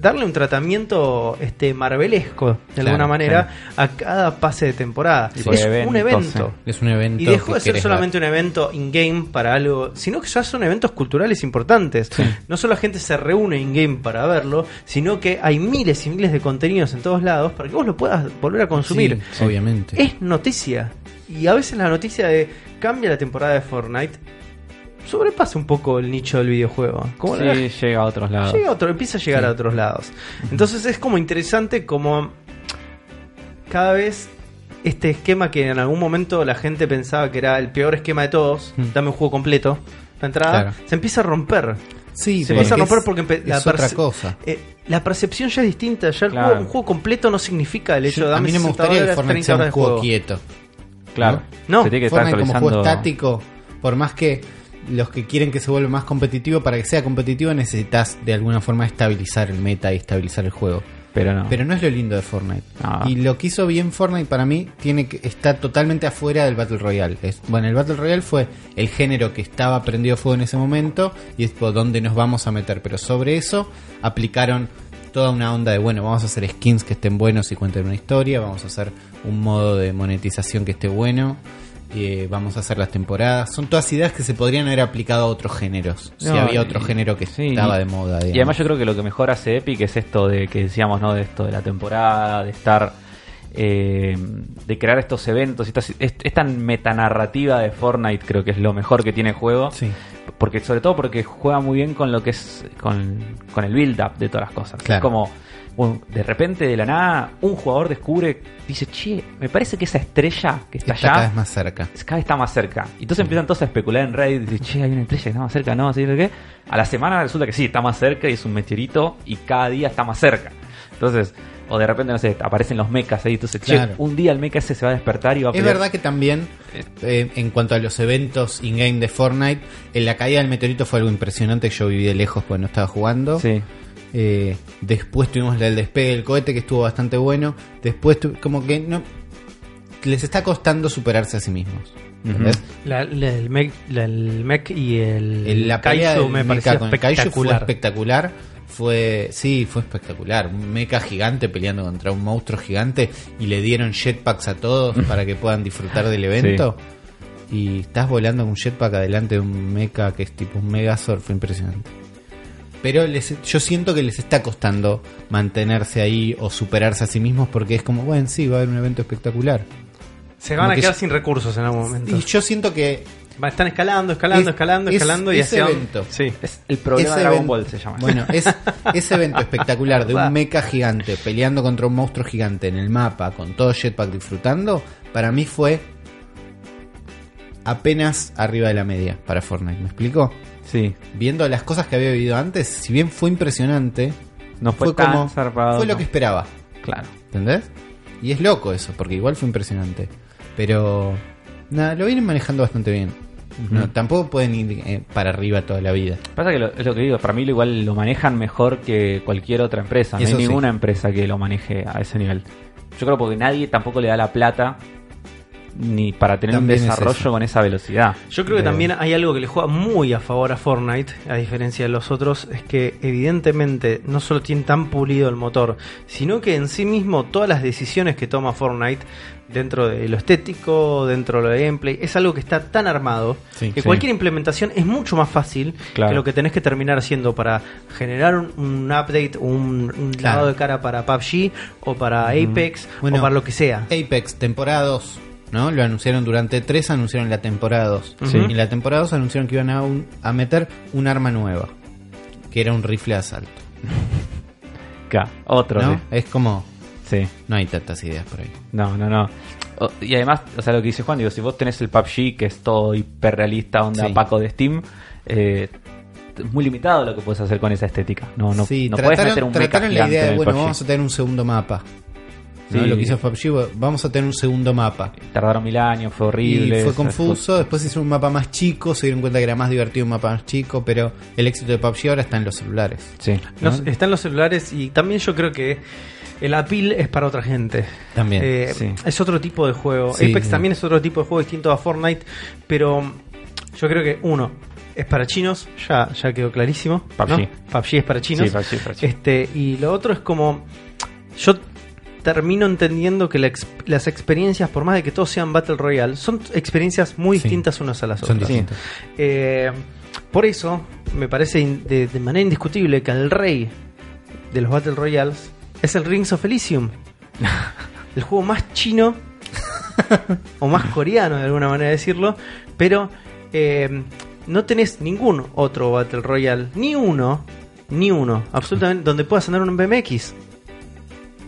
S1: darle un tratamiento este marvelesco, de
S2: Claro,
S1: alguna manera, a cada pase de temporada.
S3: Tipo
S1: es
S3: de
S1: un
S3: eventos,
S1: evento.
S2: Es un evento.
S1: Y dejó
S2: que
S1: de ser
S2: querés ver.
S1: solamente un evento in-game para algo, sino que ya son eventos culturales importantes. No solo la gente se reúne in-game para verlo, sino que hay miles y miles de contenidos en todos lados para que vos lo puedas volver a consumir.
S2: Sí, Obviamente.
S1: Es noticia. Y a veces la noticia de cambia la temporada de Fortnite sobrepasa un poco el nicho del videojuego. Como la
S3: Sí, llega a otros
S2: Ah.
S3: lados.
S1: Llega a otro, empieza a llegar a otros lados. Entonces es como interesante como cada vez este esquema que en algún momento la gente pensaba que era el peor esquema de todos,
S2: Mm.
S1: dame un juego completo, la entrada,
S2: Claro.
S1: se empieza a romper.
S2: Sí,
S1: se empieza a
S2: porque
S1: romper porque empe-
S2: es,
S1: la
S2: es otra
S1: perce-
S2: cosa.
S1: Eh, la percepción ya es distinta, ya el
S3: Claro.
S1: juego- un juego completo no significa el hecho
S2: Yo-
S1: de
S2: a
S1: dame
S2: mí no me
S1: 60
S2: gustaría que
S1: horas,
S2: Fortnite
S1: 30
S2: sea
S1: horas
S2: un
S1: de
S2: juego
S1: juego.
S2: quieto.
S3: Claro.
S1: No.
S3: Se tiene que estar
S2: Fortnite como juego
S3: actualizando-
S2: estático, por más que los que quieren que se vuelva más competitivo, para que sea competitivo necesitas de alguna forma estabilizar el meta y estabilizar el juego.
S3: Pero no.
S2: Pero no es lo lindo de Fortnite.
S3: Ah.
S2: Y lo que hizo bien Fortnite para mí tiene que está totalmente afuera del Battle Royale. Es- bueno, el Battle Royale fue el género que estaba prendido fuego en ese momento y es por donde nos vamos a meter. Pero sobre eso aplicaron toda una onda de, bueno, vamos a hacer skins que estén buenos y cuenten una historia, vamos a hacer un modo de monetización que esté bueno. eh, vamos a hacer las temporadas. Son todas ideas que se podrían haber aplicado a otros géneros. si
S3: No,
S2: había otro
S3: y-
S2: género que
S3: sí,
S2: estaba
S3: y-
S2: de moda.
S3: Y además yo creo que lo que mejor hace Epic es esto de que decíamos, ¿no? De esto de la temporada, de estar... eh, de crear estos eventos, estas, est- esta metanarrativa de Fortnite creo que es lo mejor que tiene el juego.
S2: Sí.
S3: Porque, sobre todo porque juega muy bien con lo que es. con, con el build up de todas las cosas.
S2: Claro.
S3: Es como. un- de repente, de la nada, un jugador descubre, dice, che, me parece que esa estrella que está,
S2: Está cada
S3: allá
S2: vez más cerca.
S3: cada vez está más cerca. Y entonces empiezan todos a especular en Reddit, dicen, che, hay una estrella que está más cerca, no, así lo que. A la semana resulta que sí, está más cerca y es un meteorito y cada día está más cerca. Entonces, o de repente, no sé, aparecen los mechas ahí, entonces, che,
S2: Claro.
S3: un día el mecha ese se va a despertar y va a
S2: Es
S3: pelear.
S2: verdad que también, eh, en cuanto a los eventos in-game de Fortnite, en la caída del meteorito fue algo impresionante. Yo viví de lejos porque no estaba jugando.
S3: Sí.
S2: Eh, después tuvimos el despegue del cohete que estuvo bastante bueno. Después, tu- como que no. Les está costando superarse a sí mismos. ¿entendés?
S1: La- la- el, mech, la- el mech y el,
S2: El- la pelea
S1: Kaiju
S2: del
S1: me
S2: mecha
S1: pareció
S2: con el Kaiju fue
S1: espectacular.
S2: espectacular. Fue, sí, fue espectacular. Un mecha gigante peleando contra un monstruo gigante y le dieron jetpacks a todos para que puedan disfrutar del evento. Y estás volando con un jetpack adelante de un mecha que es tipo un megazord, fue impresionante. Pero les- yo siento que les está costando mantenerse ahí o superarse a sí mismos porque es como, bueno, sí, va a haber un evento espectacular.
S1: Se van
S2: Como
S1: a
S2: que
S1: quedar
S2: ya-
S1: sin recursos en algún momento.
S2: Y yo siento que
S1: Va, Están escalando, escalando,
S2: Es-
S1: escalando,
S2: es-
S1: escalando y
S2: ese
S1: hacia
S2: evento.
S1: Sí.
S3: Es el problema de
S2: Ese
S3: Dragon
S2: evento-
S3: Ball, se llama.
S2: Bueno, es, ese evento espectacular de un mecha gigante peleando contra un monstruo gigante en el mapa con todo jetpack disfrutando, para mí fue apenas arriba de la media para Fortnite. ¿Me explico?
S3: Sí.
S2: Viendo las cosas que había vivido antes, si bien fue impresionante,
S3: No fue,
S2: fue,
S3: tan
S2: como
S3: zarpado.
S2: fue lo
S3: ¿no?
S2: que esperaba,
S3: Claro.
S2: ¿entendés? Y es loco eso, porque igual fue impresionante, pero nada, lo vienen manejando bastante bien. No, tampoco pueden ir eh, para arriba toda la vida.
S3: Pasa que lo- es lo que digo, para mí lo igual lo manejan mejor que cualquier otra empresa. No
S2: Eso
S3: hay
S2: sí.
S3: ninguna empresa que lo maneje a ese nivel. Yo creo porque nadie tampoco le da la plata ni para tener
S2: También
S3: un
S2: es
S3: desarrollo
S2: eso.
S3: con esa velocidad.
S1: Yo
S2: Eh.
S1: creo que también hay algo que le juega muy a favor a Fortnite, a diferencia de los otros, es que evidentemente no solo tiene tan pulido el motor, sino que en sí mismo todas las decisiones que toma Fortnite dentro de lo estético, dentro de lo de gameplay, es algo que está tan armado
S2: Sí,
S1: que
S2: sí.
S1: cualquier implementación es mucho más fácil
S3: Claro.
S1: que lo que tenés que terminar haciendo para generar un, un update, un, un
S2: Claro.
S1: lavado de cara para PUBG o para Apex
S2: Bueno,
S1: o para lo que sea.
S2: Apex, temporada 2. ¿No? Lo anunciaron durante 3, anunciaron la temporada 2.
S3: Sí.
S2: Y en la temporada 2 anunciaron que iban a, un- a meter un arma nueva. Que era un rifle de asalto.
S3: Ca- Otro.
S2: ¿no?
S3: sí.
S2: Es como.
S3: Sí.
S2: No hay tantas ideas por ahí.
S3: No, no, no. O- y además, o sea, lo que dice Juan, digo, si vos tenés el PUBG, que es todo hiperrealista, onda
S2: Sí.
S3: Paco de Steam, eh, es muy limitado lo que puedes hacer con esa estética. No, no,
S2: sí,
S3: no podés meter
S2: trataron,
S3: un mecha
S2: trataron la
S3: gigante
S2: idea
S3: en
S2: de,
S3: el
S2: bueno,
S3: PUBG.
S2: vamos a tener un segundo mapa. ¿no?
S3: Sí.
S2: Lo que hizo PUBG, bueno, vamos a tener un segundo mapa.
S3: Tardaron mil años, fue horrible.
S2: Y fue
S3: esas cosas.
S2: confuso, después hicieron un mapa más chico, se dieron cuenta que era más divertido un mapa más chico, pero el éxito de PUBG ahora está en los celulares.
S3: Sí.
S1: No sé, están los celulares y también yo creo que el appeal es para otra gente.
S2: También,
S1: Eh,
S3: sí.
S1: Es otro tipo de juego.
S2: Sí,
S1: Apex
S2: sí.
S1: también es otro tipo de juego distinto a Fortnite, pero yo creo que uno, es para chinos, ya, ya quedó clarísimo. ¿no?
S3: PUBG.
S1: PUBG es para chinos.
S3: Sí, para chicos, para chicos.
S1: Este, y lo otro es como. Yo termino entendiendo que la ex- las experiencias, por más de que todos sean Battle Royale, son experiencias muy
S2: Sí.
S1: distintas unas a las
S2: Son
S1: otras.
S2: distintos.
S1: Eh, por eso, me parece in- de, de manera indiscutible que el rey de los Battle Royales es el Rings of Elysium. el juego más chino o más coreano, de alguna manera decirlo, pero eh, no tenés ningún otro Battle Royale, ni uno, ni uno, absolutamente, donde puedas andar un BMX.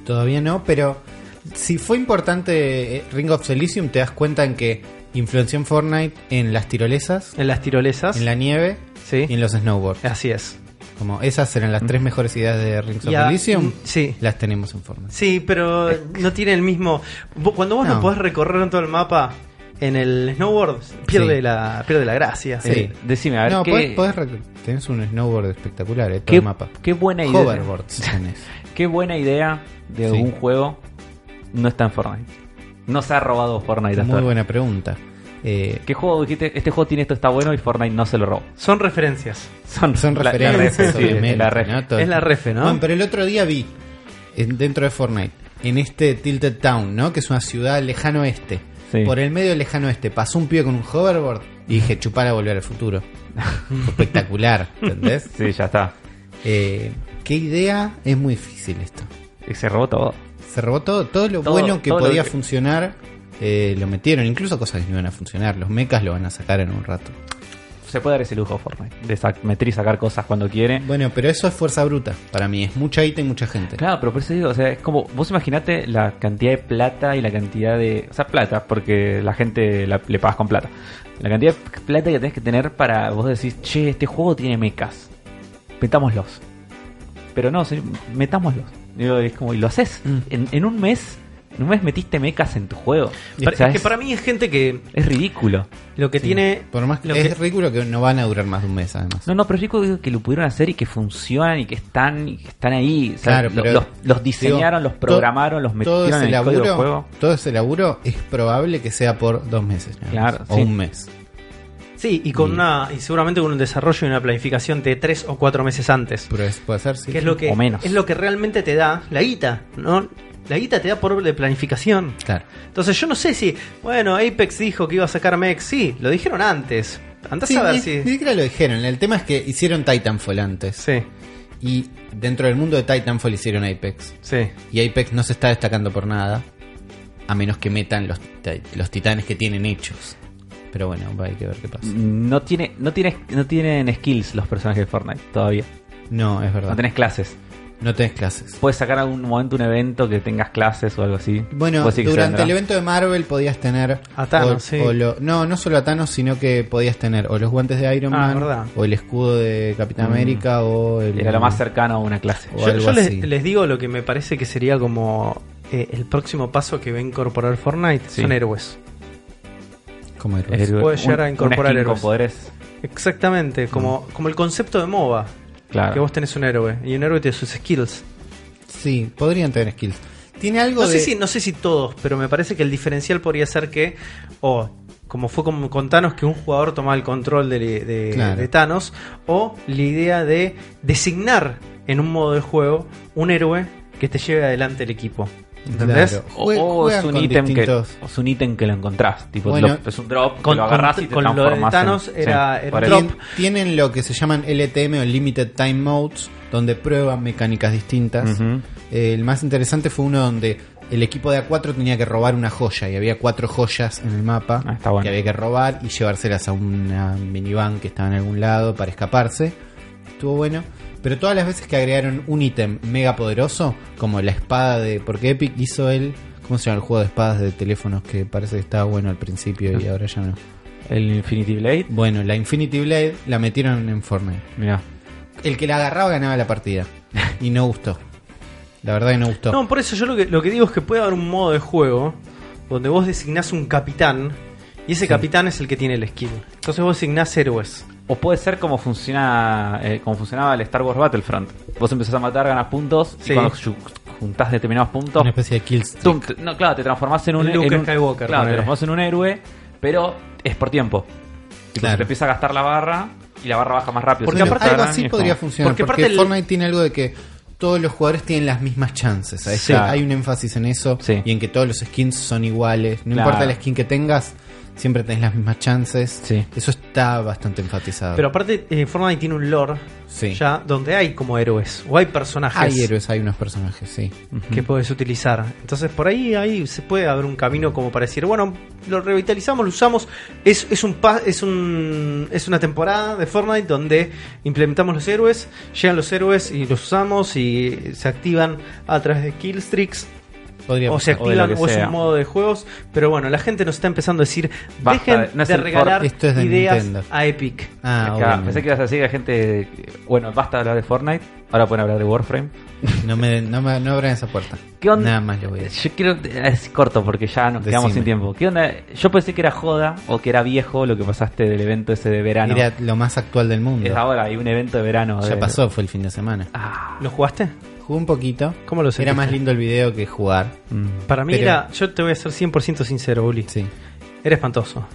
S2: Todavía no, pero si fue importante eh, Ring of Elysium, te das cuenta en que influenció en Fortnite, en las tirolesas,
S1: En las tirolesas.
S2: en la nieve
S1: Sí.
S2: y en los snowboards.
S1: Así es.
S2: Como esas eran las tres mejores ideas de Ring of
S1: Y a-
S2: Elysium,
S1: Sí.
S2: las tenemos en Fortnite.
S1: Sí, pero no tiene el mismo. vo- Cuando vos no,
S2: No.
S1: podés recorrer todo el mapa en el snowboard, pierde,
S2: Sí.
S1: la, pierde la gracia.
S2: Sí.
S3: Eh, decime, a ver,
S2: no,
S3: ¿qué,
S2: podés, podés re- tenés un snowboard espectacular, eh, todo
S3: qué-
S2: el mapa.
S3: qué buena idea.
S2: Hoverboards tenés.
S3: Qué buena idea de
S2: Sí.
S3: un juego no está en Fortnite. No se ha robado Fortnite hasta
S2: Muy
S3: ahora.
S2: buena pregunta. Eh,
S3: ¿Qué juego dijiste? Este juego tiene esto, está bueno y Fortnite no se lo robó.
S1: Son referencias.
S3: Son,
S2: son
S3: la- la
S2: referencias,
S3: ref, sí,
S2: obviamente,
S3: la ref.
S2: ¿no? Todo-
S1: Es la refe, ¿no?
S2: Bueno, pero el otro día vi en- dentro de Fortnite, en este Tilted Town, ¿no? Que es una ciudad lejano oeste.
S3: Sí.
S2: Por el medio del lejano oeste pasó un pibe con un hoverboard y dije, chupala volver al futuro. Fue Espectacular, ¿entendés?
S3: Sí, ya está.
S2: Eh, ¿Qué idea? Es muy difícil esto.
S3: Y se robó todo.
S2: Se robó todo, todo lo
S3: Todo-
S2: bueno que
S3: todo lo
S2: podía
S3: que-
S2: funcionar, eh, lo metieron, incluso cosas que no iban a funcionar. Los mechas lo van a sacar en un rato.
S3: Se puede dar ese lujo Fortnite. De sac- meter y sacar cosas cuando quiere.
S2: Bueno, pero eso es fuerza bruta para mí, es mucha guita y mucha gente.
S3: Claro, pero por eso digo, o sea, es como, vos imaginate la cantidad de plata y la cantidad de... O sea, plata, porque la gente la- le pagas con plata. La cantidad de plata que tenés que tener para vos decís, che, este juego tiene mechas. Metámoslos. Pero no, se- metámoslos. Digo, es como, y lo haces.
S2: Mm.
S3: En, en un mes, en un mes metiste mechas en tu juego.
S1: Pero
S3: O sea,
S1: es que
S3: es,
S1: para mí es gente que
S3: es ridículo.
S1: lo que
S2: Sí.
S1: tiene.
S2: Por más que
S1: lo
S2: es
S1: que-
S2: ridículo que no van a durar más de un mes, además.
S3: No, no, pero es ridículo digo, que lo pudieron hacer y que funcionan y que están, y que están ahí. O sea,
S2: Claro,
S3: lo-
S2: pero-
S3: los, los diseñaron,
S2: digo,
S3: los programaron, los
S2: todo
S3: metieron en
S2: ese
S3: el código de juego.
S2: laburo, todo ese laburo es probable que sea por dos meses nada más,
S3: Claro,
S2: o
S3: sí.
S2: un mes.
S1: Sí, y con
S2: Y-
S1: una. Y seguramente con un desarrollo y una planificación de tres o cuatro meses antes.
S2: Pero es- puede ser, sí.
S1: que es lo que
S3: o menos.
S1: es lo que realmente te da la guita, ¿no? La guita te da por de planificación.
S2: Claro.
S1: Entonces yo no sé si, bueno, Apex dijo que iba a sacar Mex, sí, lo dijeron antes. Andás
S2: Sí,
S1: a ver
S2: ni,
S1: si.
S2: ni siquiera lo dijeron. El tema es que hicieron Titanfall antes.
S1: Sí,
S2: Y dentro del mundo de Titanfall hicieron Apex.
S1: sí.
S2: Y Apex no se está destacando por nada. A menos que metan los, ti- los titanes que tienen hechos. Pero bueno, va, hay que ver qué
S3: Mm.
S2: pasa.
S3: No tiene, no tiene, no tienen skills los personajes de Fortnite todavía.
S2: No, es verdad.
S3: No tenés clases.
S2: clases.
S3: Puedes sacar algún momento un evento que tengas clases o algo así.
S2: Bueno,
S3: Puedes decir que se
S2: durante el
S3: vendrá.
S2: evento de Marvel podías tener.
S1: A Thanos,
S2: o-
S1: sí.
S2: o lo- no, no solo a Thanos, sino que podías tener o los guantes de Iron
S1: Ah,
S2: Man,
S1: verdad.
S2: o el escudo de Capitán
S3: Mm.
S2: América, o el.
S3: Era lo más cercano a una clase.
S2: O
S1: Yo,
S2: algo
S1: yo
S2: así.
S1: les, les digo lo que me parece que sería como eh, el próximo paso que va a incorporar Fortnite
S3: Sí.
S1: son héroes.
S2: Como héroes.
S3: El-
S1: Puede llegar a
S3: un-
S1: incorporar
S3: una skin
S1: héroes.
S3: con poderes.
S1: Exactamente,
S2: Mm.
S1: como, como el concepto de MOBA,
S3: Claro.
S1: que vos tenés un héroe y un héroe tiene sus skills.
S2: Sí, podrían tener skills. Tiene algo
S1: No
S2: de.
S1: sé, si, no sé si todos, pero me parece que el diferencial podría ser que, o como fue como con Thanos, que un jugador toma el control de, de-
S2: Claro.
S1: de Thanos, o la idea de designar en un modo de juego un héroe que te lleve adelante el equipo. ¿Entendés?
S2: Claro.
S3: O,
S2: Jue-
S3: o Oh, es
S2: juegan
S3: un
S2: con
S3: ítem
S2: distintos-
S3: que, o es un ítem que lo encontrás. Tipo,
S2: Bueno,
S3: lo- es un drop, que
S1: con-
S3: lo agarrás y te
S1: con lo de
S3: transformás en-
S1: Thanos era- era
S3: por
S1: un
S3: eso.
S1: drop.
S2: Tien- tienen lo que se llaman LTM o Limited Time Modes, donde prueban mecánicas distintas.
S3: Ujú.
S2: Eh, el más interesante fue uno donde el equipo de A4 tenía que robar una joya y había cuatro joyas en el mapa
S3: Ah, está bueno.
S2: que había que robar y llevárselas a una minivan que estaba en algún lado para escaparse. Estuvo bueno. Pero todas las veces que agregaron un ítem mega poderoso, como la espada de. Porque Epic hizo el. ¿Cómo se llama el juego de espadas de teléfonos que parece que estaba bueno al principio
S3: Ah.
S2: y ahora ya no?
S3: El Infinity Blade.
S2: Bueno, la Infinity Blade la metieron en Fortnite.
S3: Mira.
S2: El que la agarraba ganaba la partida. Y no gustó. La verdad que no gustó.
S1: No, por eso yo lo que, lo que digo es que puede haber un modo de juego donde vos designás un capitán y ese capitán es el que tiene el skill. Entonces vos designás héroes.
S3: O puede ser como funciona eh, como funcionaba el Star Wars Battlefront. Vos empezás a matar, ganas puntos
S1: Sí.
S3: y cuando ju- juntás determinados puntos,
S2: Una especie de kills.
S3: tum, te- no, claro, te transformás en un,
S1: Luke
S3: en un-
S1: Skywalker,
S3: Claro, te
S1: ponele.
S3: transformás en un héroe, pero es por tiempo. Tipo,
S2: Claro.
S3: se te empieza a gastar la barra y la barra baja más rápido.
S2: Porque
S3: Se te
S2: aparte algo
S3: disparan y
S2: así
S3: es como-
S2: podría funcionar.
S1: Porque
S2: Porque,
S1: aparte el-
S2: Fortnite tiene algo de que todos los jugadores tienen las mismas chances. ¿sabes?
S3: Sí.
S2: Hay un énfasis en eso
S3: Sí.
S2: y en que todos los skins son iguales. No
S3: Claro.
S2: importa la skin que tengas, siempre tenés las mismas chances.
S3: Sí.
S2: Eso está bastante enfatizado.
S1: Pero aparte, eh, Fortnite tiene un lore
S2: Sí.
S1: ya donde hay como héroes o hay personajes
S2: hay héroes, Mm. hay unos personajes, sí.
S1: que puedes utilizar. Entonces por ahí ahí se puede haber un camino como para decir, bueno, lo revitalizamos, lo usamos. Es, es un pa- es un es una temporada de Fortnite donde implementamos los héroes, llegan los héroes y los usamos y se activan a través de killstreaks
S2: Podría
S1: o se
S2: pasar.
S3: o de lo
S1: activan
S3: que
S1: o es
S3: sea.
S1: un modo de juegos, pero bueno, la gente nos está empezando a decir,
S3: Basta,
S1: dejen
S3: no es
S1: de
S3: el
S1: regalar
S2: Fort- esto es de
S1: ideas
S2: Nintendo".
S1: a Epic.
S2: Ah,
S3: Acá,
S2: obviamente.
S3: pensé que ibas a decir a gente, bueno, basta de hablar de Fortnite, ahora pueden hablar de Warframe.
S2: No, me, no, me- no abran esa puerta.
S3: ¿Qué onda?
S2: Nada más lo voy a decir.
S3: Yo quiero, es corto porque ya nos quedamos
S2: Decime.
S3: sin tiempo. ¿Qué onda? Yo pensé que era joda o que era viejo lo que pasaste del evento ese de verano.
S2: Mira, lo más actual del mundo.
S3: es ahora, eh. hay un evento de verano.
S2: Ya
S3: de-
S2: pasó, fue el fin de semana.
S3: Ah,
S1: ¿Lo jugaste?
S2: Jugué un poquito.
S1: ¿Cómo lo
S2: Era
S1: sentiste?
S2: más lindo el video que jugar.
S3: mm.
S1: Para mí
S2: Pero-
S1: era, yo te voy a ser 100% sincero, Uli.
S2: Sí.
S1: Era espantoso.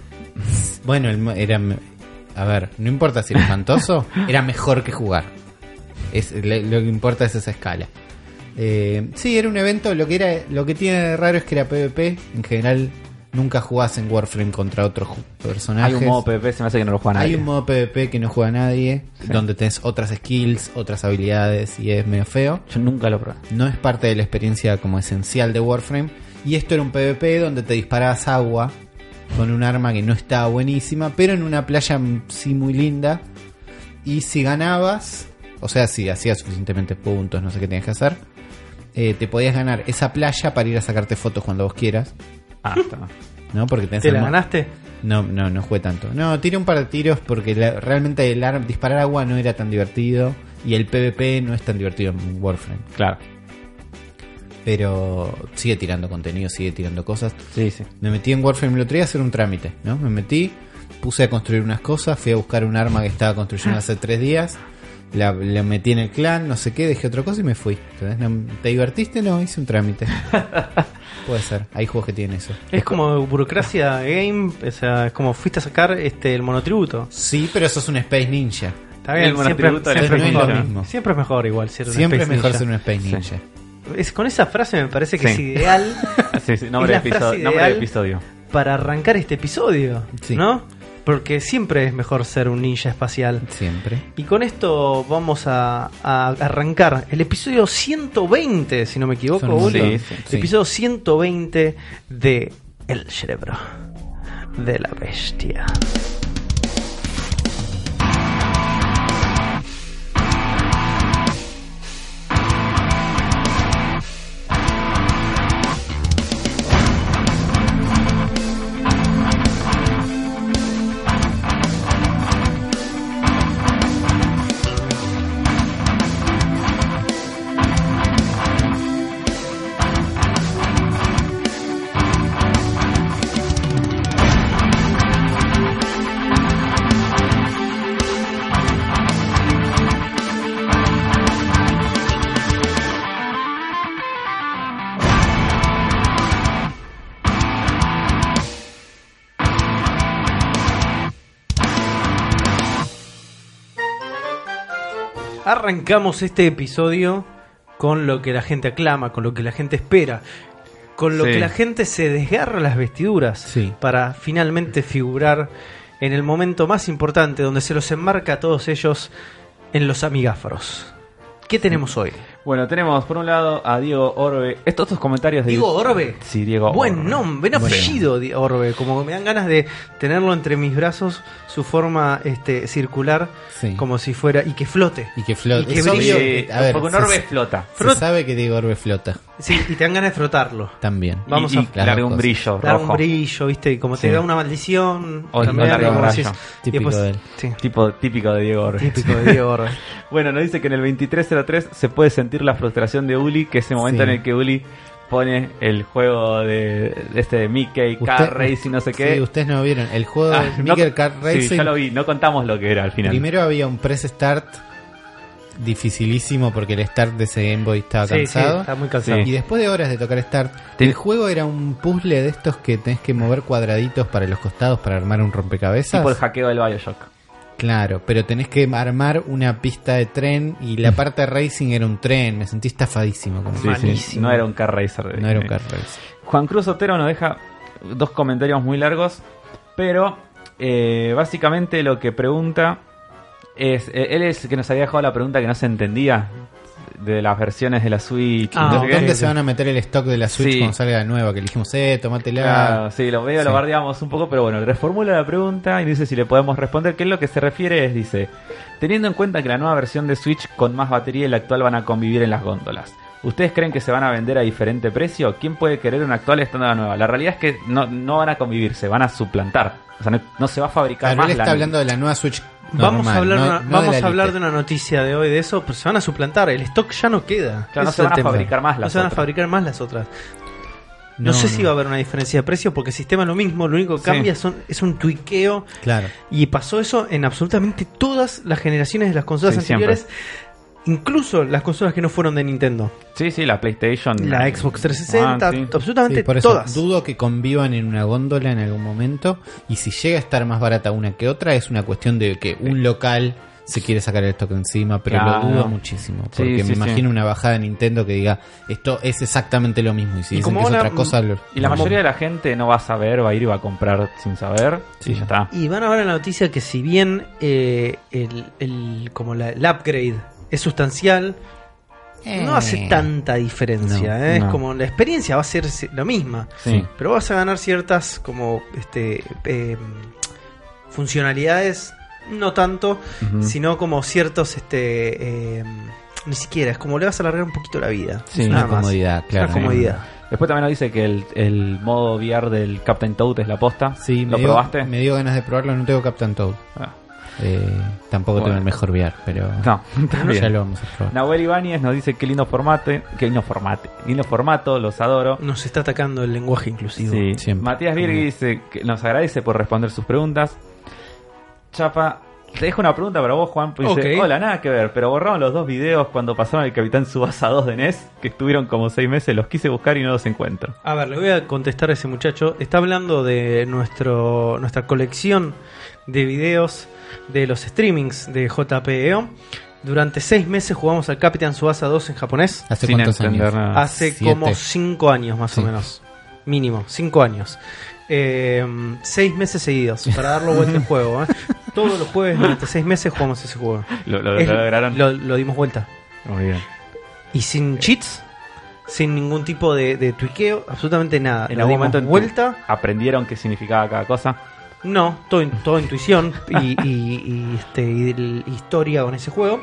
S2: Bueno, el mo- era. A ver, no importa si era espantoso, era mejor que jugar. Es, le- lo que importa es esa escala. Eh, sí, era un evento. Lo que, era, lo que tiene de raro es que era PvP. En general, nunca jugás en Warframe contra otros ju- personajes.
S3: Hay un modo PvP, se me hace que no lo juegan
S2: Hay
S3: nadie.
S2: un modo PvP que no juega nadie, donde tenés otras skills, otras habilidades y es medio feo.
S3: Yo nunca lo probé.
S2: No es parte de la experiencia como esencial de Warframe. Y esto era un PvP donde te disparabas agua con un arma que no estaba buenísima, pero en una playa mm, sí muy linda. Y si ganabas, o sea, si hacías suficientemente puntos, no sé qué tenías que hacer, eh, te podías ganar esa playa para ir a sacarte fotos cuando vos quieras,
S3: Ah, está.
S2: ¿no? Porque tenés
S1: ¿Te la
S2: el mo-
S1: ganaste?
S2: no, no, no jugué tanto. No, tiré un par de tiros porque la- realmente el ar- disparar agua no era tan divertido y el PvP no es tan divertido en Warframe.
S3: Claro.
S2: Pero sigue tirando contenido, sigue tirando cosas.
S3: Sí, sí.
S2: Me metí en Warframe el otro día a hacer un trámite, ¿no? Me metí, puse a construir unas cosas, fui a buscar un arma que estaba construyendo hace tres días, la, la metí en el clan, no sé qué, dejé otra cosa y me fui. Entonces, no- ¿Te divertiste? No, hice un trámite. Puede ser, hay juegos que tienen eso.
S1: Es como burocracia game, o sea, es como fuiste a sacar este el monotributo.
S2: Sí, pero sos un Space Ninja.
S1: Está bien,
S3: El
S1: siempre,
S3: monotributo este del
S1: siempre es
S2: Space
S1: mejor.
S2: Ninja. Mismo.
S1: Siempre es mejor igual ser un
S2: Siempre es
S1: Space
S2: mejor
S1: Ninja.
S2: ser un Space
S3: Sí.
S2: Ninja.
S1: Es- con esa frase me parece que es
S3: Sí.
S1: ideal
S3: Sí, sí,
S1: Y
S3: nombre, de
S1: la frase
S3: episodio, nombre de
S1: ideal-
S3: episodio.
S1: para arrancar este episodio,
S2: Sí.
S1: ¿no? Porque siempre es mejor ser un ninja espacial.
S2: Siempre.
S1: Y con esto vamos a, a arrancar el episodio 120, si no me equivoco,
S2: Son un
S1: Uli.
S2: montón.
S3: Sí, sí,
S1: El Episodio 120 de El Cerebro de la Bestia. Arrancamos este episodio con lo que la gente aclama, con lo que la gente espera, con lo
S3: Sí.
S1: que la gente se desgarra las vestiduras
S2: Sí.
S1: para finalmente figurar en el momento más importante donde se los enmarca a todos ellos en los amigáforos. ¿Qué tenemos hoy?
S2: Mm.
S3: Bueno, tenemos por un lado a Diego Orbe. Estos, estos comentarios de
S1: Diego Orbe.
S3: Sí, Diego
S1: Buen
S3: Orbe.
S1: nombre, buen
S2: Bueno.
S1: apellido, Di- Orbe. Como me dan ganas de tenerlo entre mis brazos, su forma este, circular,
S2: Sí.
S1: como si fuera. y que flote.
S2: Y que flota.
S1: Y que
S2: es
S3: Sí,
S1: brille.
S2: obvio que- a ver,
S3: porque un
S2: se-
S3: Orbe
S2: se,
S3: flota.
S1: Frota.
S2: sabe que Diego Orbe flota
S1: Sí, y te dan ganas de frotarlo.
S2: también.
S1: Vamos
S3: y,
S1: a-
S3: y
S2: Las
S3: larga
S2: dos
S3: un
S2: cosas.
S3: brillo
S1: Dar
S3: rojo.
S1: un brillo, ¿viste? Y como
S3: Sí.
S1: te da una maldición.
S3: O-
S1: también,
S3: o larga
S1: como
S3: un
S1: decís-
S3: rayo.
S1: y
S2: Típico de él.
S1: Sí,
S3: Tipo típico de Diego Orbe.
S1: típico de Diego Orbe.
S3: Bueno, nos dice que en el 2303 se puede sentir la frustración de Uli, que es el momento
S2: Sí.
S3: en el que Uli pone el juego de, de este de Mickey, Car Racing, no sé qué.
S2: Sí, ustedes no vieron. El juego
S3: Ah,
S2: de
S3: no-
S2: Miguel Kart Racing.
S3: Sí, ya lo vi, no contamos lo que era al final.
S2: Primero había un press start dificilísimo porque el start de ese Game Boy estaba
S1: Sí, sí,
S2: cansado.
S1: está muy cansado.
S2: Y después de horas de tocar start,
S3: Te-
S2: el juego era un puzzle de estos que tenés que mover cuadraditos para los costados para armar un rompecabezas.
S3: Tipo el hackeo del Bioshock.
S2: Claro, pero tenés que armar una pista de tren y la parte de racing era un tren. Me sentí estafadísimo. Como
S1: Sí, sí. Malísimo.
S3: No era un car racer. de
S2: No era un
S3: Disney.
S2: car racing.
S3: Juan Cruz Otero nos deja dos comentarios muy largos, pero eh, básicamente lo que pregunta es, eh, él es el que nos había dejado la pregunta que no se entendía de las versiones de la Switch. y
S1: Ah,
S3: no sé
S1: ok.
S3: qué.
S2: ¿Dónde se van a meter el stock de la Switch
S3: Sí.
S2: cuando salga la nueva? Que le dijimos, eh, tomátela.
S3: Claro, sí, lo medio lo
S2: Sí.
S3: bardeamos un poco, pero bueno, reformula la pregunta y dice si le podemos responder. Que es lo que se refiere es, dice, teniendo en cuenta que la nueva versión de Switch con más batería y la actual van a convivir en las góndolas. ¿Ustedes creen que se van a vender a diferente precio? ¿Quién puede querer una actual estando la nueva? La realidad es que no, no van a convivir, se van a suplantar. O sea, no, no se va a fabricar
S2: Claro,
S3: más
S2: él está
S3: la-
S2: hablando de la nueva Switch.
S1: vamos
S2: normal,
S1: a hablar,
S2: no-
S1: una-
S2: no
S1: vamos
S2: de
S1: a
S2: la
S1: hablar
S2: Lite.
S1: de una noticia de hoy de eso, pero se van a suplantar. El stock ya no queda.
S3: Claro, no
S1: Ese
S3: se
S1: es
S3: van a
S1: el tema.
S3: fabricar más
S1: No
S3: las
S1: se van a
S3: otras.
S1: fabricar más las otras. No, sé si va a haber una diferencia de precio porque el sistema es lo mismo, lo único que
S3: Sí.
S1: cambia son, es un tuiqueo
S2: Claro.
S1: y pasó eso en absolutamente todas las generaciones de las consolas
S3: Sí, siempre.
S1: anteriores, incluso las consolas que no fueron de Nintendo,
S3: Sí, sí, la PlayStation.
S1: la Xbox 360,
S3: Mm. Ah, sí.
S1: absolutamente
S2: Sí, por eso
S1: todas.
S2: dudo que convivan en una góndola en algún momento. Y si llega a estar más barata una que otra, es una cuestión de que un local se quiere sacar el stock encima, pero
S3: Claro.
S2: lo dudo muchísimo.
S3: Sí,
S2: Porque me
S3: sí, sí.
S2: imagino una bajada de Nintendo que diga, esto es exactamente lo mismo. Y si
S1: Y
S2: dicen
S1: como
S2: que es
S1: ahora-
S2: otra cosa, lo-
S3: Y la
S2: no.
S3: mayoría de la gente no va a saber, va a ir y va a comprar sin saber.
S2: Sí.
S3: Y ya está.
S1: Y van a ver en la noticia que si bien eh, el, el- como la- el upgrade es sustancial,
S2: Eh.
S1: no hace tanta diferencia.
S2: No,
S1: eh.
S3: no.
S1: Es como la experiencia va a ser si- la misma.
S3: Sí.
S1: Pero vas a ganar ciertas como este eh, funcionalidades, no tanto,
S2: Mm.
S3: Ujú.
S1: sino como ciertos este eh, ni siquiera, es como le vas a alargar un poquito la vida.
S3: Sí,
S2: Es
S1: nada
S2: una
S1: más.
S2: comodidad,
S1: Es una
S2: claro.
S1: comodidad.
S3: Después también nos dice que el, el modo VR del Captain Toad es la posta.
S2: Sí,
S3: ¿Lo
S2: me dio-
S3: probaste?
S2: me dio ganas de probarlo, no tengo Captain Toad.
S3: Ah,
S2: Eh, tampoco
S3: Bueno.
S2: tengo el mejor VR, pero
S3: No, también.
S2: ya lo vamos a probar.
S3: Nahuel Ibáñez nos dice qué lindo formate, qué lindo formate, lindo formato, los adoro.
S1: Nos está atacando el lenguaje inclusivo.
S3: Sí.
S2: siempre. Mm.
S3: Matías Virgui dice que nos agradece por responder sus preguntas. Chapa, te dejo una pregunta para vos, Juan. Pues dice,
S1: Ok.
S3: hola, nada que ver, pero borraron los dos videos cuando pasaron el Capitán Subasa 2 de NES, que estuvieron como seis meses, los quise buscar y no los encuentro.
S1: A ver, le voy a contestar a ese muchacho. Está hablando de nuestro, nuestra colección de videos de los streamings de JPEO. Durante seis meses jugamos al Capitán Subasa 2 en japonés.
S2: ¿Hace
S3: Sin
S2: cuántos
S3: entender
S2: años?
S3: nada.
S1: Hace
S2: Ah, siete.
S1: como cinco años más
S2: Sí.
S1: o menos. Mínimo, cinco años. Eh, seis meses seguidos para darlo vuelta al juego. ¿eh? Todos los jueves durante seis meses jugamos ese juego.
S3: Lo, lo-
S1: Es-
S3: lo lograron. Eh.
S1: lo- lo dimos vuelta.
S3: Muy bien.
S1: Y sin cheats, sin ningún tipo de, de tuiqueo, absolutamente nada.
S3: En
S1: Lo
S3: algún
S1: dimos
S3: momento en tu-
S1: vuelta.
S3: Aprendieron qué significaba cada cosa.
S1: No, todo, in- todo intuición y, y- y, este, y el- historia con ese juego.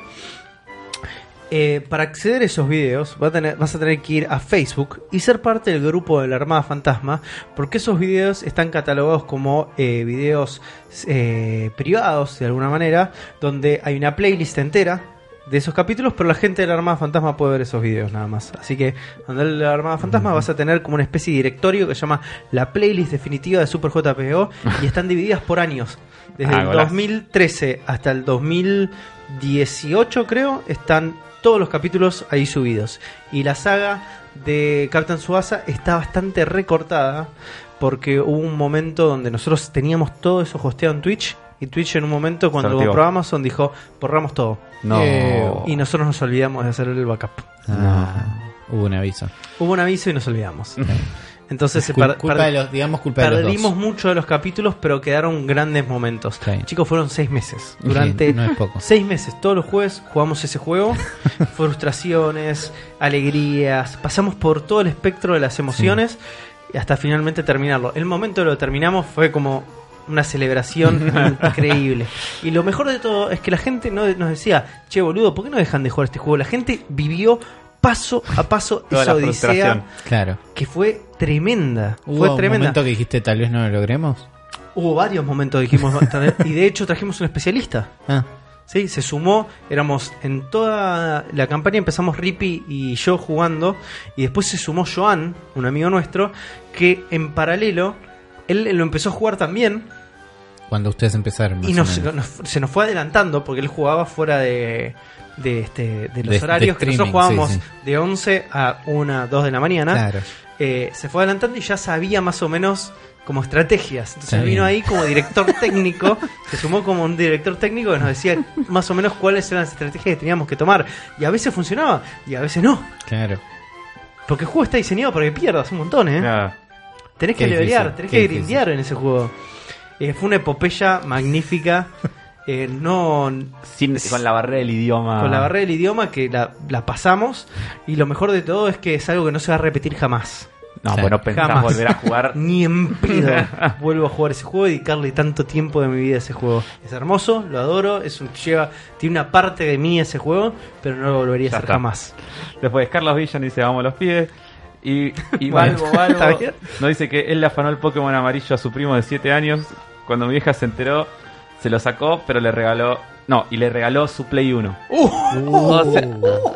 S1: Eh, para acceder a esos videos va a tener- vas a tener que ir a Facebook y ser parte del grupo de la Armada Fantasma porque esos videos están catalogados como eh, videos eh, privados de alguna manera donde hay una playlist entera de esos capítulos pero la gente de la Armada Fantasma puede ver esos videos nada más así que andar la Armada Fantasma vas a tener como una especie de directorio que se llama la playlist definitiva de Super JPO y están divididas por años. Desde
S3: Ah,
S1: el
S3: golazo.
S1: 2013 hasta el 2018 creo están todos los capítulos ahí subidos. Y la saga de Captain Suasa está bastante recortada porque hubo un momento donde nosotros teníamos todo eso hosteado en Twitch y Twitch en un momento cuando
S3: Sorteó.
S1: compró Amazon dijo borramos todo.
S3: No.
S2: Eh,
S1: Y nosotros nos olvidamos de hacer el backup.
S2: Ah, hubo un aviso.
S1: Hubo un aviso y nos olvidamos. Entonces se
S2: Cul-
S1: per-
S2: culpa
S1: per-
S2: de los, digamos culpa de los
S1: Perdimos
S2: dos.
S1: mucho de los capítulos, pero quedaron grandes momentos.
S2: Sí.
S1: Chicos, fueron seis meses.
S2: Sí,
S1: Durante
S2: no es poco.
S1: seis meses, todos los jueves jugamos ese juego. frustraciones, alegrías. Pasamos por todo el espectro de las emociones y hasta finalmente terminarlo. El momento de lo que terminamos fue como una celebración increíble. Y lo mejor de todo es que la gente no nos decía, che boludo, ¿por qué no dejan de jugar este juego? La gente vivió paso a paso
S3: Toda
S1: esa
S3: la frustración.
S1: odisea
S2: Claro.
S1: que fue tremenda.
S2: Hubo
S1: fue
S2: un
S1: tremenda.
S2: momento que dijiste tal vez no lo logremos.
S1: Hubo varios momentos que dijimos, "Vamos a traer", y de hecho trajimos un especialista.
S2: Ah,
S1: ¿sí? Se sumó, éramos en toda la campaña, empezamos Rippy y yo jugando, y después se sumó Joan, un amigo nuestro, que en paralelo, él lo empezó a jugar también,
S2: cuando ustedes empezaron. más
S1: y
S2: o
S1: nos-
S2: menos.
S1: nos- se nos fue adelantando, porque él jugaba fuera de, de, este, de los
S2: De- de
S1: horarios que nosotros
S2: streaming, sí,
S1: jugábamos
S2: sí.
S1: de 11 a 1, 2 de la mañana.
S2: Claro.
S1: eh, se fue adelantando y ya sabía más o menos como estrategias. Entonces
S2: Está bien.
S1: vino ahí como director técnico, se sumó como un director técnico que nos decía más o menos cuáles eran las estrategias que teníamos que tomar. Y a veces funcionaba y a veces no.
S2: Claro.
S1: Porque el juego está diseñado para que pierdas un montón, ¿eh?
S3: Nada.
S1: Tenés que
S2: Qué difícil,
S1: levelear, tenés
S2: qué
S1: que
S2: difícil.
S1: grindear en ese juego. Eh, fue una epopeya magnífica. Eh, no
S3: Sin- con la barrera del idioma.
S2: Ah.
S1: con la barrera del idioma que la, la pasamos. Y lo mejor de todo es que es algo que no se va a repetir jamás.
S3: No,
S2: Claro.
S3: bueno, pensás
S1: Jamás.
S3: volver a jugar.
S1: Ni en pedo vuelvo a jugar ese juego y dedicarle tanto tiempo de mi vida a ese juego. Es hermoso, lo adoro, es un lleva, tiene una parte de mí ese juego, pero no lo volvería
S3: Ya
S1: a hacer
S3: está.
S1: jamás.
S3: Después Carlos Villan dice, vamos los pies. Y, y
S1: Bueno,
S3: Balbo, Balbo
S1: ¿está bien?
S3: nos dice que él le afanó el Pokémon amarillo a su primo de 7 años. Cuando mi vieja se enteró, se lo sacó, pero le regaló... No, y le regaló su Play 1.
S2: Uh,
S3: O sea-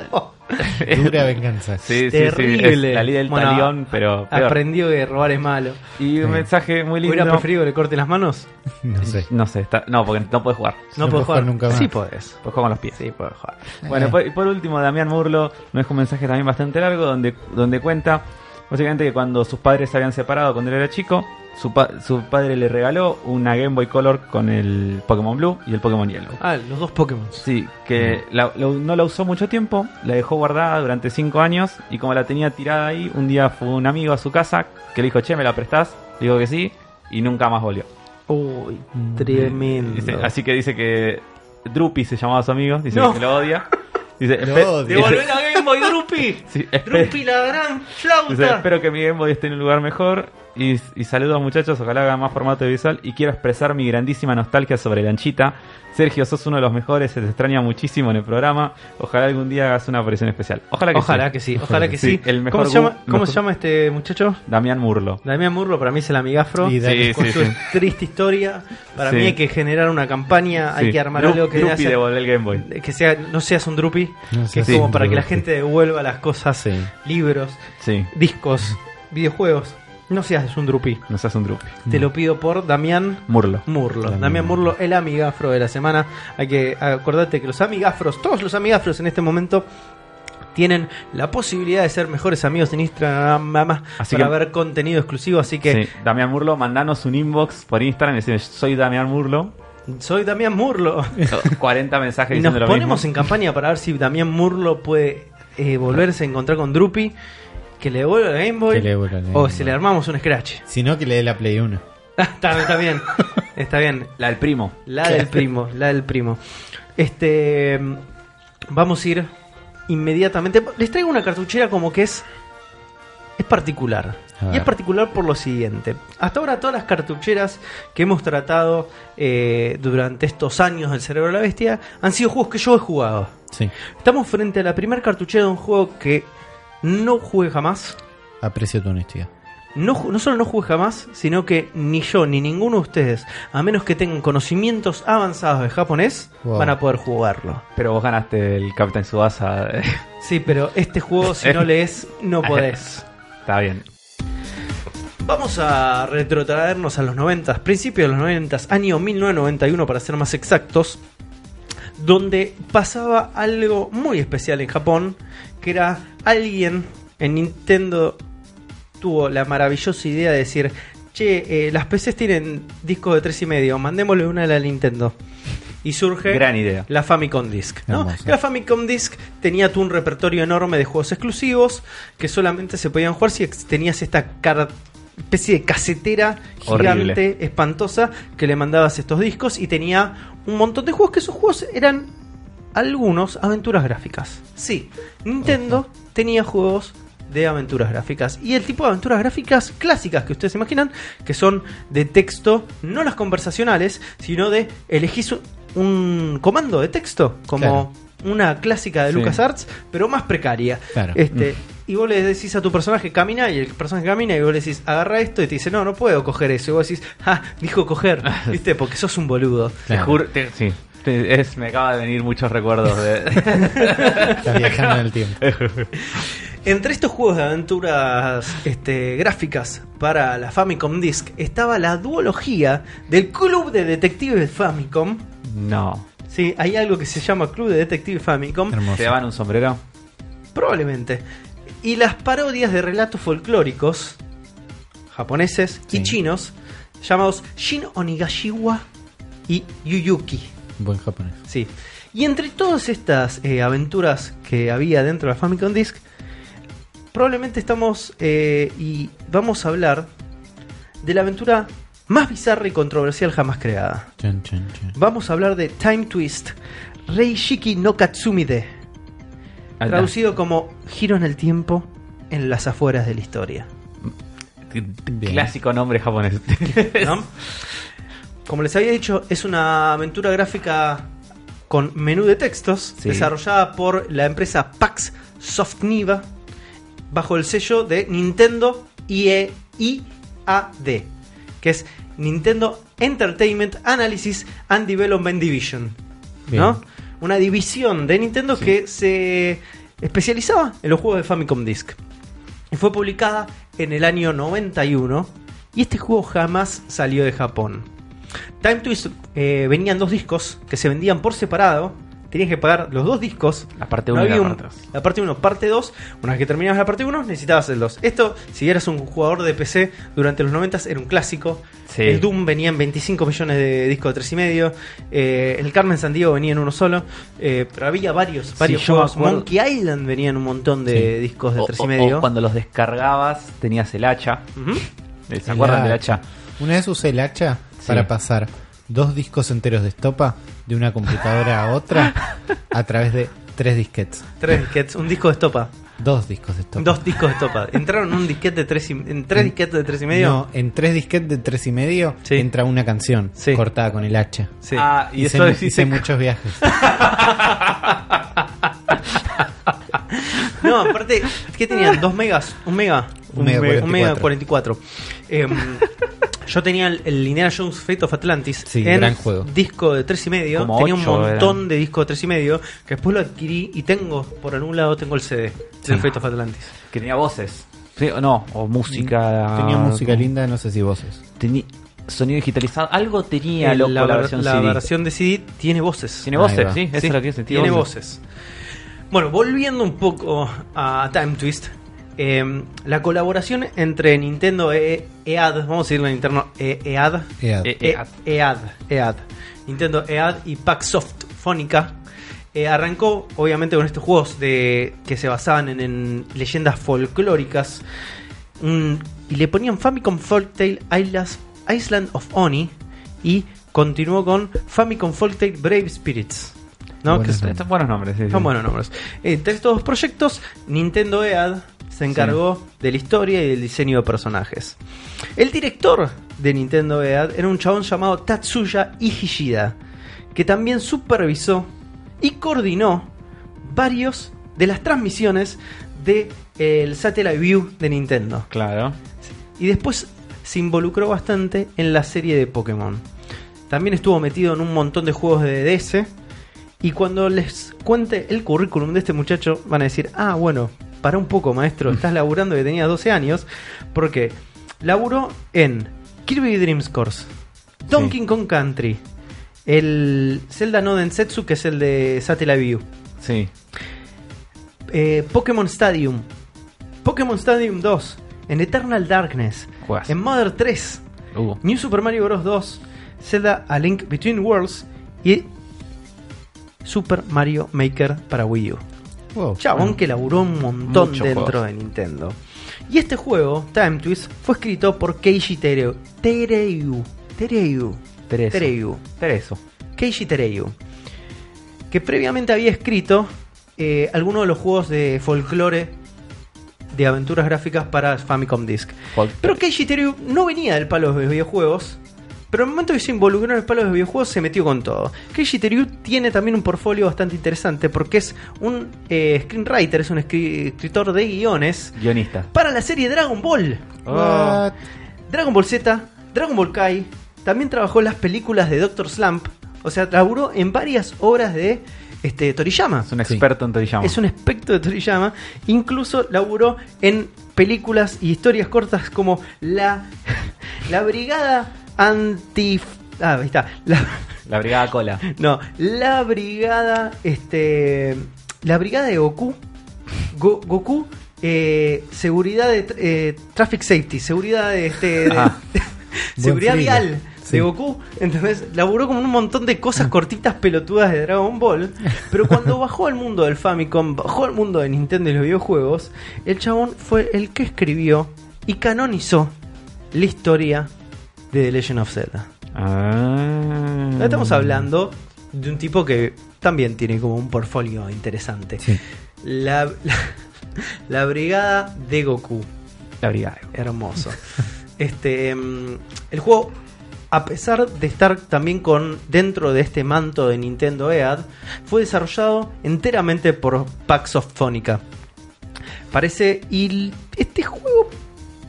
S2: dura venganza.
S3: Sí, sí, sí.
S1: Terrible.
S3: es la ley del
S1: Bueno,
S3: talión, pero peor.
S1: Aprendió que robar es malo.
S3: Y un
S2: Sí.
S3: mensaje muy lindo.
S1: ¿Hubiera preferido que le corte las manos?
S2: No sé.
S3: No sé, está- no, porque no puedes jugar.
S1: No,
S2: No
S1: puedo jugar.
S2: puedo jugar
S3: Ah.
S2: nunca más.
S1: Sí podés.
S3: Puedes jugar con Pues los pies. Eh.
S1: Sí podés jugar.
S3: Bueno, por- y por último, Damián Murlo nos dejó un mensaje también bastante largo donde, donde cuenta básicamente que cuando sus padres se habían separado cuando él era chico, su, pa- su padre le regaló una Game Boy Color con el Pokémon Blue y el Pokémon Yellow.
S1: Ah, los dos Pokémon.
S3: Sí, que la- la- no la usó mucho tiempo, la dejó guardada durante 5 años y como la tenía tirada ahí, un día fue un amigo a su casa que le dijo, che, ¿me la prestás? Le digo que sí y nunca más volvió.
S1: Uy,
S2: Mm.
S1: tremendo.
S3: Dice- así que dice que Drupi se llamaba su amigo, dice
S1: No.
S3: que lo odia. Dice,
S2: Lo
S3: "Espe-
S2: odia.
S3: dice-
S1: Devolvé la Game Boy, Drupi.
S3: sí, espe-
S1: Drupi, la gran
S3: Dice,
S1: flauta.
S3: espero que mi Game Boy esté en un lugar mejor. Y, y saludos muchachos, ojalá hagan más formato visual. Y quiero expresar mi grandísima nostalgia sobre Lanchita. Sergio, sos uno de los mejores, se te extraña muchísimo en el programa. Ojalá algún día hagas una aparición especial. Ojalá que
S1: Ojalá
S3: sí.
S1: que sí, ojalá que
S3: Sí,
S1: sí.
S3: el mejor
S1: ¿Cómo, se llama,
S3: gu-
S1: cómo
S3: mejor-
S1: se llama este muchacho?
S3: Damián Murlo.
S1: Damián Murlo, para mí es el amigafro.
S2: Y Dani
S3: Sí,
S1: con
S3: sí,
S1: su
S3: sí.
S1: triste historia, para
S3: Sí.
S1: mí hay que generar una campaña, hay
S3: Sí.
S1: que armar
S3: Drup-
S1: algo que,
S3: Drupi
S1: hace-
S3: devolver el Game Boy.
S1: que sea, no seas un drupi,
S2: No
S1: que es
S2: seas
S1: como
S2: un
S1: para que la
S2: drupi.
S1: gente devuelva las cosas,
S2: Sí.
S1: libros,
S3: Sí,
S1: discos, videojuegos. No seas un drupi.
S3: no seas un Drupi.
S1: Te lo pido por Damián
S3: Murlo.
S1: Murlo.
S2: Damián
S1: Damián Murlo, el amigafro de la semana. Hay que acordarte que los amigafros, todos los amigafros en este momento tienen la posibilidad de ser mejores amigos en Instagram mamá,
S3: Así
S1: para
S3: que-
S1: ver contenido exclusivo. Así que
S3: Sí, Damián Murlo, mandanos un inbox por Instagram y decime, soy Damián Murlo.
S1: soy Damián Murlo.
S3: 40 mensajes
S1: Y nos
S3: diciendo lo
S1: ponemos
S3: mismo.
S1: en campaña para ver si Damián Murlo puede eh, volverse a encontrar con Drupi, que le devuelva la Game Boy
S2: Que le devuelva la Game
S1: o
S2: Boy.
S1: si le armamos un scratch.
S2: Si no, que le dé la Play 1.
S1: está, está bien, está bien.
S3: La del primo.
S1: La del primo, la del primo. Este. mm, Vamos a ir inmediatamente. Les traigo una cartuchera como que es. Es particular.
S2: A
S1: Y es
S2: ver.
S1: particular por lo siguiente. Hasta ahora todas las cartucheras que hemos tratado eh, durante estos años del Cerebro de la Bestia han sido juegos que yo he jugado.
S2: Sí.
S1: Estamos frente a la primera cartuchera de un juego que no jugué jamás.
S2: Aprecio tu honestidad.
S1: No, ju- no solo no jugué jamás, sino que ni yo ni ninguno de ustedes, a menos que tengan conocimientos avanzados de japonés,
S2: Wow.
S1: van a poder jugarlo.
S3: Pero vos ganaste el eh, Captain Subasa.
S1: Sí, pero este juego, si no lees, no podés.
S3: Está bien.
S1: Vamos a retrotraernos a los 90, principios de los 90, año 1991 para ser más exactos, donde pasaba algo muy especial en Japón, que era alguien en Nintendo tuvo la maravillosa idea de decir, che, eh, las PCs tienen discos de tres y medio, mandémosle una a la Nintendo. Y surge
S3: Gran idea.
S1: la Famicom Disc. ¿no?
S2: Hermoso.
S1: La Famicom Disc tenía tú un repertorio enorme de juegos exclusivos que solamente se podían jugar si ex- tenías esta car- especie de casetera
S3: Horrible.
S1: gigante, espantosa, que le mandabas estos discos y tenía un montón de juegos que esos juegos eran algunos aventuras gráficas. Sí, Nintendo tenía juegos de aventuras gráficas y el tipo de aventuras gráficas clásicas que ustedes se imaginan que son de texto no las conversacionales sino de elegís un- un comando de texto como una clásica de
S3: Sí.
S1: LucasArts pero más precaria
S2: Claro.
S1: este y vos le decís a tu personaje camina y el personaje camina y vos le decís agarra esto y te dice no no puedo coger eso y vos decís ah dijo coger viste porque sos un boludo
S3: Te
S2: Claro.
S3: juro, te- sí. Te- es, me acaba de venir muchos recuerdos de.
S2: Está viajando en el tiempo.
S1: Entre estos juegos de aventuras este, gráficas para la Famicom Disc estaba la duología del Club de Detectives Famicom.
S3: no.
S1: Sí, hay algo que se llama Club de Detectives Famicom.
S2: Hermoso.
S3: ¿Te daban un sombrero?
S1: Probablemente. y las parodias de relatos folclóricos japoneses y
S2: Sí.
S1: chinos llamados Shin Onigashiwa y Yuyuki.
S2: Buen japonés.
S1: Sí. Y entre todas estas eh, aventuras que había dentro de la Famicom Disc, probablemente estamos eh, y vamos a hablar de la aventura más bizarra y controversial jamás creada.
S2: Chan, chan, chan.
S1: Vamos a hablar de Time Twist, Reishiki no Katsumide,
S3: Alta.
S1: traducido como Giro en el tiempo en las afueras de la historia.
S2: Bien.
S3: Clásico nombre japonés.
S1: ¿no? Como les había dicho, es una aventura gráfica con menú de textos
S3: Sí.
S1: desarrollada por la empresa Pax Softniva bajo el sello de Nintendo E IE IAD, que es Nintendo Entertainment Analysis and Development Division. ¿no?
S2: Bien.
S1: Una división de Nintendo que se especializaba en los juegos de Famicom Disc. Y fue publicada en el año 91. Y este juego jamás salió de Japón. Time Twist eh, venían dos discos que se vendían por separado. Tenías que pagar los dos discos.
S3: La parte
S1: No
S3: uno y
S1: había
S3: la
S1: un-
S3: parte dos.
S1: la parte 1, parte 2. Una vez que terminabas la parte 1, necesitabas el 2. Esto, si eras un jugador de PC durante los 90 era un clásico.
S3: Sí.
S1: El Doom venía en 25 millones de discos de 3,5. Eh, el Carmen Sandiego venía en uno solo. Eh, pero había varios, varios
S3: yo me
S1: juegos.
S3: acuerdo-
S1: Monkey Island venía en un montón de
S2: Sí.
S1: discos de
S3: O-
S1: 3,5.
S3: o- o cuando los descargabas tenías el hacha.
S1: Ujú.
S3: ¿Se
S2: El
S3: acuerdan del hacha?
S2: Una vez usé el hacha
S3: Sí.
S2: para pasar dos discos enteros de estopa de una computadora a otra a través de tres disquetes.
S1: Tres disquetes, un disco de estopa.
S2: Dos discos de estopa.
S1: Dos discos de estopa. Entraron en un disquete de tres y- en tres disquetes de tres y medio.
S2: No, eh, en tres disquetes de tres y medio
S1: Sí.
S2: entra una canción
S1: Sí.
S2: cortada con el hacha.
S1: Sí.
S3: Ah, y
S2: hice,
S3: eso
S2: mu-
S3: hiciste
S2: hice
S3: con-
S2: muchos viajes.
S1: No, aparte, ¿qué tenían? ¿Dos megas? ¿Un mega?
S2: Un mega
S1: me-
S2: 44.
S1: un mega 44. Em, yo tenía el, el Indiana Jones Fate of Atlantis
S2: Sí, gran juego.
S1: disco de tres y medio.
S3: Como
S1: tenía
S3: ocho
S1: un montón
S3: eran.
S1: de discos de tres y medio que después lo adquirí y tengo, por algún lado, tengo el CD
S2: Sí.
S1: del Fate of Atlantis.
S3: Que tenía voces. Sí, o no, o música.
S2: Tenía música linda, no sé si voces.
S3: Tenía sonido digitalizado. Algo tenía
S1: El-
S3: loco la,
S1: ver-
S3: versión
S1: la
S3: CD.
S1: versión de CD tiene voces.
S3: Tiene
S2: Ahí
S3: voces,
S2: va.
S3: sí, eso
S1: Sí,
S3: es lo que es.
S1: Tiene voces. Bueno, volviendo un poco a Time Twist. eh, la colaboración entre Nintendo e EAD, vamos a decirlo en interno, e- EAD,
S2: Ea.
S3: Eh,
S1: E-
S3: EAD.
S1: EAD, EAD. Nintendo EAD y Packsoft Fónica. eh, arrancó obviamente con estos juegos de, que se basaban en, en leyendas folclóricas. mm, y le ponían Famicom Folktale Islas- Island of Oni. Y continuó con Famicom Folktale Brave Spirits. ¿no?
S2: Buenos
S1: Que es-
S2: nombres.
S3: Estos buenos nombres, sí, sí.
S1: son buenos nombres. Entre estos dos proyectos, Nintendo EAD se encargó de la historia y del diseño de personajes. El director de Nintendo EAD era un chabón llamado Tatsuya Ihishida, que también supervisó y coordinó varios de las transmisiones de eh, el Satellite View de Nintendo.
S3: Claro.
S1: Y después se involucró bastante en la serie de Pokémon. También estuvo metido en un montón de juegos de DS. Y cuando les cuente el currículum de este muchacho, van a decir, ah, bueno, para un poco, maestro, estás laburando que tenías 12 años. Porque laburó en Kirby Dream Course, Donkey Kong Country, el Zelda no Densetsu, que es el de Satellite View,
S3: Sí.
S1: eh, Pokémon Stadium, Pokémon Stadium 2, en Eternal Darkness,
S3: Juegas.
S1: en Mother 3,
S3: Uh,
S1: New Super Mario Bros. 2, Zelda A Link Between Worlds y Super Mario Maker para Wii U.
S2: Wow.
S1: Chabón que laburó un montón
S3: Muchos
S1: dentro
S3: juegos.
S1: de Nintendo. Y este juego, Time Twist, fue escrito por Keiji Tereu. Tereu. Tereu.
S3: Tereso.
S1: Tereu.
S3: Tereso.
S1: Keiji Tereyu, que previamente había escrito eh, algunos de los juegos de folclore de aventuras gráficas para Famicom Disc.
S3: Folk-
S1: Pero Keiji Tereyu no venía del palo de los videojuegos, pero en el momento que se involucró en el palo de los videojuegos se metió con todo. Keiji Tereyu tiene también un portfolio bastante interesante porque es un eh, screenwriter, es un escri- escritor de guiones
S3: Guionista.
S1: para la serie Dragon Ball.
S2: What?
S1: Dragon Ball Z, Dragon Ball Kai, también trabajó en las películas de Doctor Slump, o sea, laburó en varias obras de este, Toriyama.
S3: Es un
S2: Sí.
S3: experto en Toriyama.
S1: Es un aspecto de Toriyama, incluso laburó en películas y historias cortas como la, la Brigada Anti... Ah, ahí está. La,
S3: La Brigada Cola.
S1: no, la Brigada... Este, la Brigada de Goku. Go- Goku eh, seguridad de tr- eh, traffic safety, seguridad de este de-
S3: Ah.
S1: seguridad
S2: frío.
S1: vial
S2: Sí.
S1: de Goku, ¿entendés? Laburó como un montón de cosas cortitas pelotudas de Dragon Ball, pero cuando bajó al mundo del Famicom, bajó al mundo de Nintendo y los videojuegos, el chabón fue el que escribió y canonizó la historia de The Legend of Zelda.
S3: Ah.
S1: Ahora Estamos hablando de un tipo que también tiene como un portfolio interesante.
S2: Sí.
S1: La, la, la brigada de Goku.
S3: La brigada.
S1: Hermoso. Este, mm, el juego, a pesar de estar también con dentro de este manto de Nintendo EAD, fue desarrollado enteramente por Paxofonica. Parece y este juego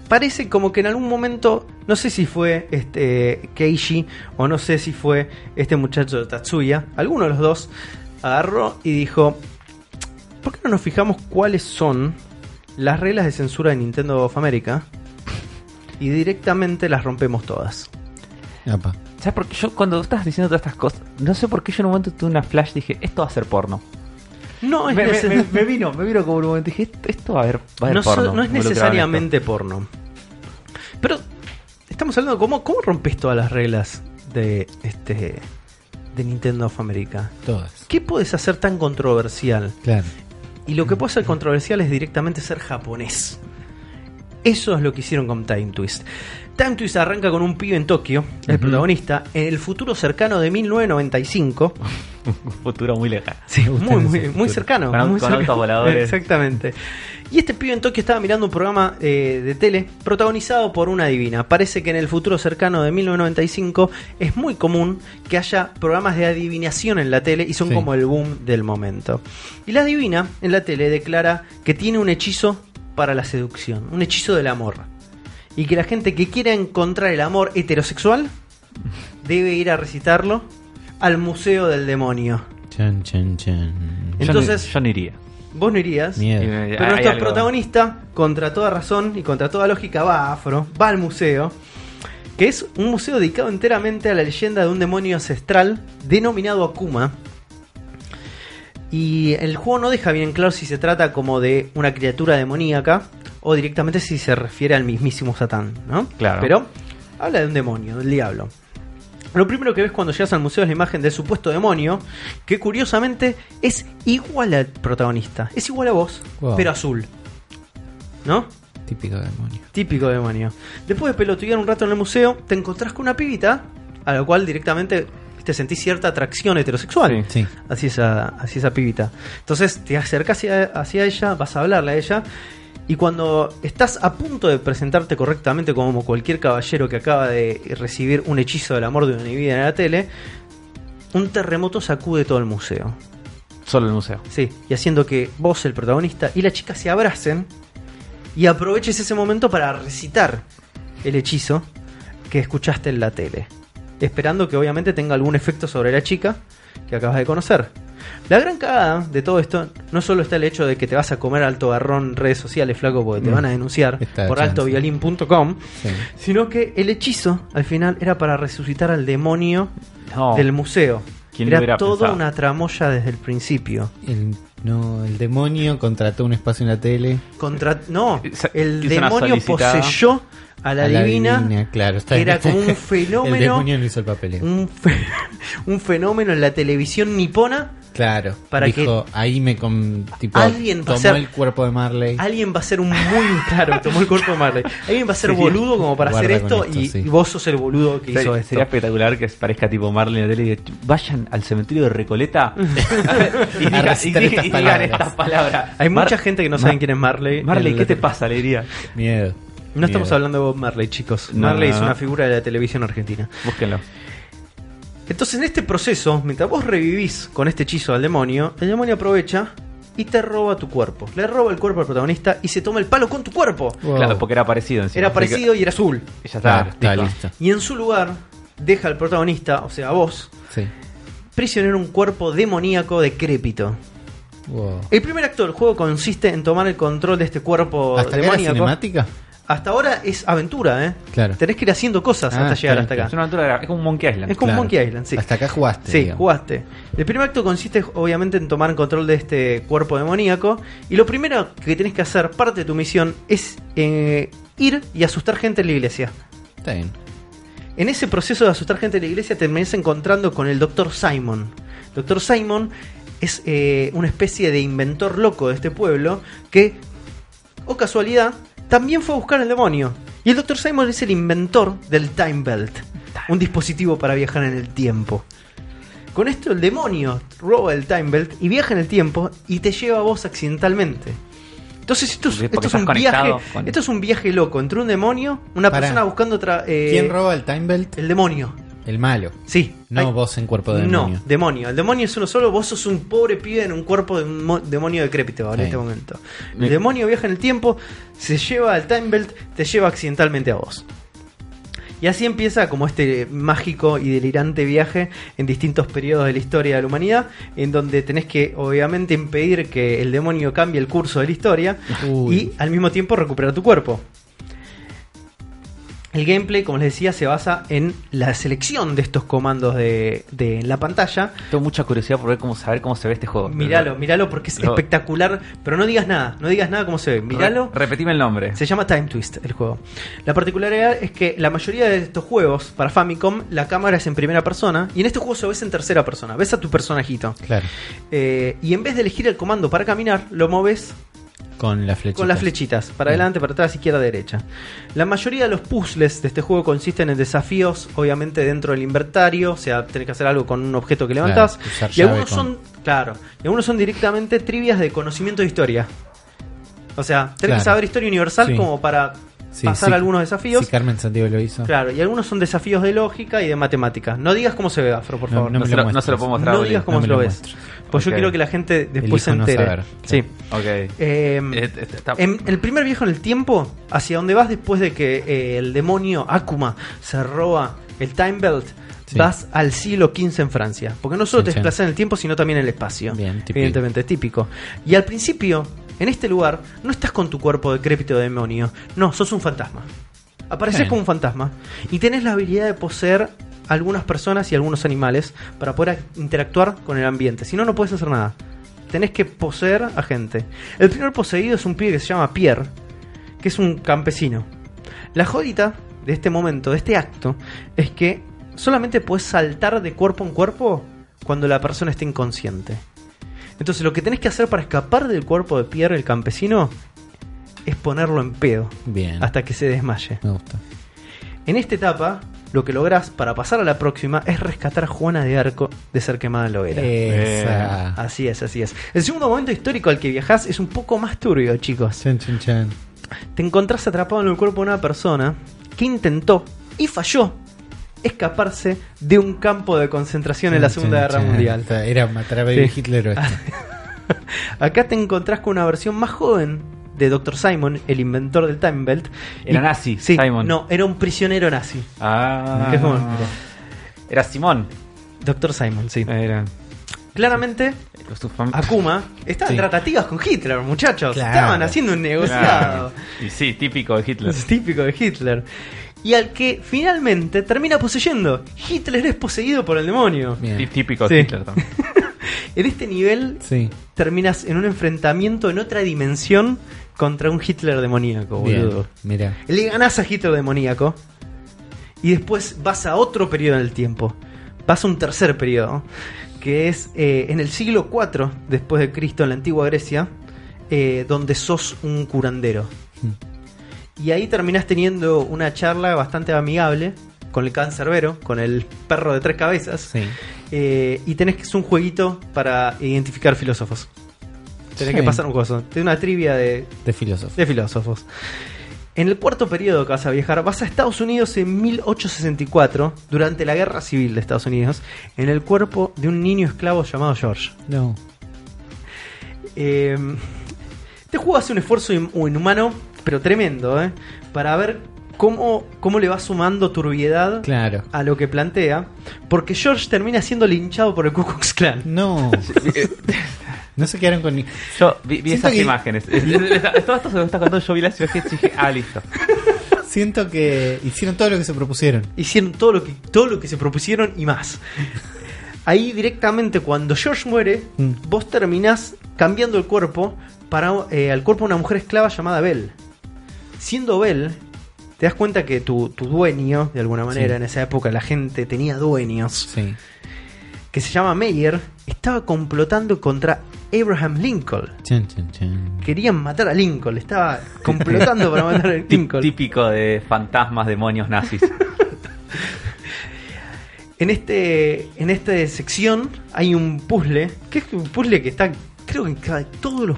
S1: parece como que en algún momento no sé si fue este Keishi o no sé si fue este muchacho de Tatsuya, alguno de los dos agarró y dijo, ¿por qué no nos fijamos cuáles son las reglas de censura de Nintendo of America y directamente las rompemos todas.
S2: Apa.
S3: ¿Sabes por qué? Yo cuando estás diciendo todas estas cosas, no sé por qué yo en un momento tuve una flash dije, esto va a ser porno.
S1: No es,
S3: Me, me-
S1: neces-
S3: me- me vino, me vino como un momento dije, esto, esto va a haber, va a haber
S1: no so-
S3: porno.
S1: no es
S3: involucrado en esto.
S1: necesariamente porno. Pero estamos hablando de cómo, cómo rompes todas las reglas de este de Nintendo of America.
S2: Todas.
S1: ¿Qué puedes hacer tan controversial?
S2: Claro.
S1: Y lo que puede ser controversial es directamente ser japonés. Eso es lo que hicieron con Time Twist. Time Twist arranca con un pibe en Tokio, el protagonista, en el futuro cercano de 1995.
S3: Un futuro muy lejano.
S1: Sí,
S2: Me gustan
S1: muy,
S2: esos
S1: muy, muy
S2: futuros.
S1: cercano.
S3: Con au-
S1: muy
S3: con
S1: cercano.
S3: autos voladores.
S1: Exactamente. Y este pibe en Tokio estaba mirando un programa eh, de tele protagonizado por una divina. Parece que en el futuro cercano de 1995 es muy común que haya programas de adivinación en la tele y son
S2: Sí.
S1: como el boom del momento. Y la divina en la tele declara que tiene un hechizo para la seducción, un hechizo del amor. Y que la gente que quiera encontrar el amor heterosexual debe ir a recitarlo al Museo del Demonio.
S2: Chan, chan, chan.
S3: Yo no-
S1: Entonces-
S3: yo no iría.
S1: Vos no irías.
S3: Y
S2: Miedo.
S3: me-
S1: Pero
S3: hay
S1: nuestro
S3: algo.
S1: protagonista, contra toda razón y contra toda lógica, va a Afro, va al museo, que es un museo dedicado enteramente a la leyenda de un demonio ancestral denominado Akuma. Y el juego no deja bien claro si se trata como de una criatura demoníaca o directamente si se refiere al mismísimo Satán, ¿no?
S3: Claro.
S1: Pero habla de un demonio, del diablo. Lo primero que ves cuando llegas al museo es la imagen del supuesto demonio, que curiosamente es igual al protagonista. Es igual a vos,
S2: Wow.
S1: pero azul. ¿No?
S2: Típico demonio.
S1: Típico demonio. Después de pelotudear un rato en el museo, te encontrás con una pibita, a la cual directamente te sentís cierta atracción heterosexual.
S2: Sí.
S1: Así esa, así esa pibita. Entonces te acercas hacia, hacia ella, vas a hablarle a ella. Y cuando estás a punto de presentarte correctamente como cualquier caballero que acaba de recibir un hechizo del amor de una vida en la tele, un terremoto sacude todo el museo.
S3: Solo el museo.
S1: Sí, y haciendo que vos, el protagonista, y la chica se abracen y aproveches ese momento para recitar el hechizo que escuchaste en la tele. Esperando que obviamente tenga algún efecto sobre la chica que acabas de conocer. La gran cagada de todo esto no solo está el hecho de que te vas a comer alto garrón en redes sociales, flaco, porque te
S2: Mm.
S1: van a denunciar
S2: Está
S1: por
S2: chance.
S1: altoviolín.com,
S2: Sí.
S1: sino que el hechizo al final era para resucitar al demonio
S3: No.
S1: del museo.
S3: Oh. ¿Quién lo
S1: Era
S3: hubiera
S1: toda
S3: pensado?
S1: una tramoya desde el principio.
S2: El, no, el demonio contrató un espacio en la tele.
S1: Contra... No,
S3: Esa-
S1: el
S3: hizo una
S1: demonio
S3: solicitada.
S1: poseyó a la,
S2: A la
S1: divina,
S2: divina, claro, está
S1: que
S2: bien.
S1: era como un
S2: El
S1: fenómeno,
S2: demonio no hizo el papel.
S1: un, fe- un fenómeno en la televisión nipona.
S2: Claro.
S1: Para
S2: Dijo, ahí me con, tipo,
S1: Alguien va a
S2: tomó
S1: ser-
S2: el cuerpo de Marley.
S1: Alguien va a ser un muy claro, tomó el cuerpo de Marley. Alguien va a ser
S3: Sí.
S1: boludo como para
S2: Guarda
S1: hacer esto,
S2: con esto,
S1: y,
S2: sí.
S1: y vos sos el boludo que hizo
S3: Sería,
S1: esto.
S3: sería espectacular que parezca tipo Marley en la tele y diga, vayan al cementerio de Recoleta y, diga-
S2: recitar
S3: y diga-
S2: estas
S3: y digan
S2: palabras".
S3: estas palabras.
S1: Hay
S3: Mar-
S1: mucha gente que no saben quién es Marley.
S3: Marley,
S1: El-
S3: ¿qué te pasa? Le diría.
S2: Miedo.
S1: No estamos
S2: Miedo.
S1: hablando de Bob Marley, chicos.
S3: No,
S1: Marley
S3: no,
S1: es
S3: no.
S1: una figura de la televisión argentina.
S3: Búsquenlo.
S1: Entonces, en este proceso, mientras vos revivís con este hechizo al demonio, el demonio aprovecha y te roba tu cuerpo. Le roba el cuerpo al protagonista y se toma el palo con tu cuerpo.
S2: Wow.
S3: Claro, porque era parecido encima.
S1: Era
S3: así que-
S1: parecido y era azul.
S3: y ya está.
S2: Claro, está
S3: listo.
S2: Ah, listo.
S1: Y en su lugar, deja al protagonista, o sea, a vos,
S2: Sí.
S1: prisionero en un cuerpo demoníaco decrépito.
S2: Wow.
S1: El primer acto del juego consiste en tomar el control de este cuerpo
S2: ¿Hasta acá la
S1: demoníaco.
S2: cinemática?
S1: Hasta ahora es aventura, ¿eh?
S2: Claro.
S1: Tenés que ir haciendo cosas
S2: Ah,
S1: hasta llegar
S2: claro,
S1: hasta
S3: Es
S1: acá.
S3: una aventura, es como un Monkey Island.
S1: Es como Monkey Island, sí.
S2: Hasta acá jugaste.
S1: Sí,
S2: digamos.
S1: jugaste. El primer acto consiste obviamente en tomar control de este cuerpo demoníaco. Y lo primero que tenés que hacer, parte de tu misión, es eh, ir y asustar gente en la iglesia.
S2: Está bien.
S1: En ese proceso de asustar gente en la iglesia te terminás encontrando con el Dr. Simon. Dr. Simon es eh, una especie de inventor loco de este pueblo que, o casualidad, también fue a buscar el demonio. Y el Dr. Simon es el inventor del Time Belt, un dispositivo para viajar en el tiempo. Con esto el demonio roba el Time Belt y viaja en el tiempo y te lleva a vos accidentalmente. Entonces esto es,
S3: Porque
S1: esto es
S3: estás
S1: un viaje,
S3: conectado con-
S1: esto es un viaje loco entre un demonio, una
S2: Pará.
S1: persona buscando otra... eh,
S2: ¿Quién roba el time belt?
S1: el demonio.
S2: El malo.
S1: Sí.
S2: No
S1: Hay-
S2: vos en cuerpo de demonio.
S1: No, demonio. El demonio es uno solo. Vos sos un pobre pibe en un cuerpo de un mo- demonio decrépito ahora en
S2: Sí.
S1: este momento. El
S3: Me-
S1: demonio viaja en el tiempo, se lleva al time belt, te lleva accidentalmente a vos. Y así empieza como este mágico y delirante viaje en distintos periodos de la historia de la humanidad, en donde tenés que obviamente impedir que el demonio cambie el curso de la historia
S2: Uy.
S1: y al mismo tiempo recuperar tu cuerpo. El gameplay, como les decía, se basa en la selección de estos comandos de, de la pantalla.
S3: Tengo mucha curiosidad por ver cómo saber cómo se ve este juego.
S1: Míralo, míralo porque es
S3: Lo-
S1: espectacular, pero no digas nada, no digas nada cómo se ve. Míralo.
S3: Re- repetime el nombre.
S1: Se llama Time Twist el juego. La particularidad es que la mayoría de estos juegos para Famicom la cámara es en primera persona y en este juego se ves en tercera persona, ves a tu personajito.
S2: Claro.
S1: Eh, y en vez de elegir el comando para caminar, lo moves
S2: Con la flecha.
S1: con las flechitas, para adelante, para atrás, izquierda, derecha. La mayoría de los puzzles de este juego consisten en desafíos, obviamente dentro del inventario, o sea, tenés que hacer algo con un objeto que levantás.
S2: Claro, usar
S1: y
S2: llave
S1: algunos
S2: con-
S1: son, claro, y algunos son directamente trivias de conocimiento de historia. O sea, tenés
S2: Claro.
S1: que saber historia universal
S2: Sí.
S1: como para pasar algunos desafíos.
S2: Sí, Carmen Santiago lo hizo.
S1: Claro, y algunos son desafíos de lógica y de matemática. No digas cómo se ve, Afro, por
S2: No,
S1: favor.
S2: no
S3: no,
S2: me
S3: se
S2: lo
S3: lo, no se lo puedo mostrar.
S1: No
S3: Oli.
S1: digas cómo
S2: no me
S1: se lo
S2: lo
S1: ves.
S2: muestro.
S1: Pues yo
S3: Ok.
S1: quiero que la gente después se
S2: Elijo no
S1: entere.
S2: saber.
S1: Sí.
S3: Ok.
S1: Em,
S3: Eh, eh, está-
S1: en el primer viejo en el tiempo, hacia dónde vas después de que eh, el demonio Akuma se roba el Time Belt,
S2: Sí.
S1: vas al siglo XV en Francia. Porque no solo te
S2: Sí, sí.
S1: desplazas en el tiempo, sino también en el espacio.
S2: Bien, típico.
S1: Evidentemente, típico. Y al principio, en este lugar, no estás con tu cuerpo decrépito de demonio. No, sos un fantasma. Apareces
S2: Bien.
S1: como un fantasma. Y tenés la habilidad de poseer algunas personas y algunos animales para poder a- interactuar con el ambiente. Si no, no puedes hacer nada. Tenés que poseer a gente. El primer poseído es un pibe que se llama Pierre, que es un campesino. La jodita de este momento, de este acto, es que solamente puedes saltar de cuerpo en cuerpo cuando la persona esté inconsciente. Entonces lo que tenés que hacer para escapar del cuerpo de Pierre, el campesino, es ponerlo en pedo
S2: Bien.
S1: hasta que se desmaye.
S2: Me gusta.
S1: En esta etapa, lo que lográs para pasar a la próxima es rescatar a Juana de Arco de ser quemada en la hoguera.
S3: Eh.
S2: Esa.
S1: Así es, así es. El segundo momento histórico al que viajás es un poco más turbio, chicos.
S2: Chan, chan, chan.
S1: Te encontrás atrapado en el cuerpo de una persona que intentó y falló escaparse de un campo de concentración en la
S2: Chan,
S1: Segunda
S2: chan,
S1: Guerra
S2: chan.
S1: Mundial.
S2: Está- Era matar a Baby
S1: Sí.
S2: Hitler o esto.
S1: Acá te encontrás con una versión más joven de Dr. Simon, el inventor del Time Belt.
S3: Era
S1: Y-
S3: nazi,
S1: sí,
S3: Simon.
S1: No, era un prisionero nazi.
S3: Ah.
S1: ¿Qué fue?
S3: Era Simón. Eh,
S1: Dr. Simon, sí.
S3: Era.
S1: Claramente,
S3: Su fam-
S1: Akuma estaba en
S2: Sí.
S1: tratativas con Hitler, muchachos.
S2: Claro.
S1: Estaban haciendo un negociado.
S3: Claro. Y sí, típico de Hitler.
S1: Es típico de Hitler. Y al que finalmente termina poseyendo. Hitler es poseído por el demonio.
S3: Tí-
S2: Bien.
S3: Típico de
S1: Sí.
S3: Hitler también.
S1: En este nivel
S2: Sí.
S1: terminas en un enfrentamiento en otra dimensión contra un Hitler demoníaco, boludo.
S2: Bien. Mira.
S1: Le ganás a Hitler demoníaco. Y después vas a otro periodo en el tiempo. Vas a un tercer periodo. Que es eh, en el siglo IV después de Cristo, en la antigua Grecia. eh, donde sos un curandero.
S2: Hmm.
S1: Y ahí terminás teniendo una charla bastante amigable con el cancerbero, con el perro de tres cabezas.
S2: Sí.
S1: Eh, y tenés que es un jueguito para identificar filósofos. Tenés
S2: Sí.
S1: que pasar un coso. Tenés una trivia de
S2: De filósofo.
S1: de filósofos. En el cuarto periodo que vas a viajar, vas a Estados Unidos en 1864, durante la Guerra Civil de Estados Unidos, en el cuerpo de un niño esclavo llamado George.
S2: No.
S1: Eh, este juego hace un esfuerzo in- inhumano, pero tremendo, ¿eh? para ver cómo, cómo le va sumando turbiedad
S2: Claro.
S1: a lo que plantea, porque George termina siendo linchado por el Ku Klux Klan.
S2: No. no se quedaron con ni.
S3: Yo vi, vi
S2: Siento
S3: esas
S2: que-
S3: imágenes. Todo esto se lo estás contando, yo vi las imágenes y dije, ah, listo.
S2: Siento que hicieron todo lo que se propusieron.
S1: Hicieron todo lo que, todo lo que se propusieron y más. Ahí directamente cuando George muere,
S2: Mm.
S1: vos terminás cambiando el cuerpo para eh, al cuerpo de una mujer esclava llamada Bell. Siendo Bell, te das cuenta que tu, tu dueño, de alguna manera,
S2: Sí.
S1: en esa época la gente tenía dueños,
S2: Sí.
S1: que se llama Meyer, estaba complotando contra Abraham Lincoln.
S2: Chan, chan, chan.
S1: Querían matar a Lincoln, estaba complotando para matar a Lincoln.
S3: Típico de fantasmas, demonios nazis.
S1: En este en esta sección hay un puzzle, que es un puzzle que está creo que en cada- todos los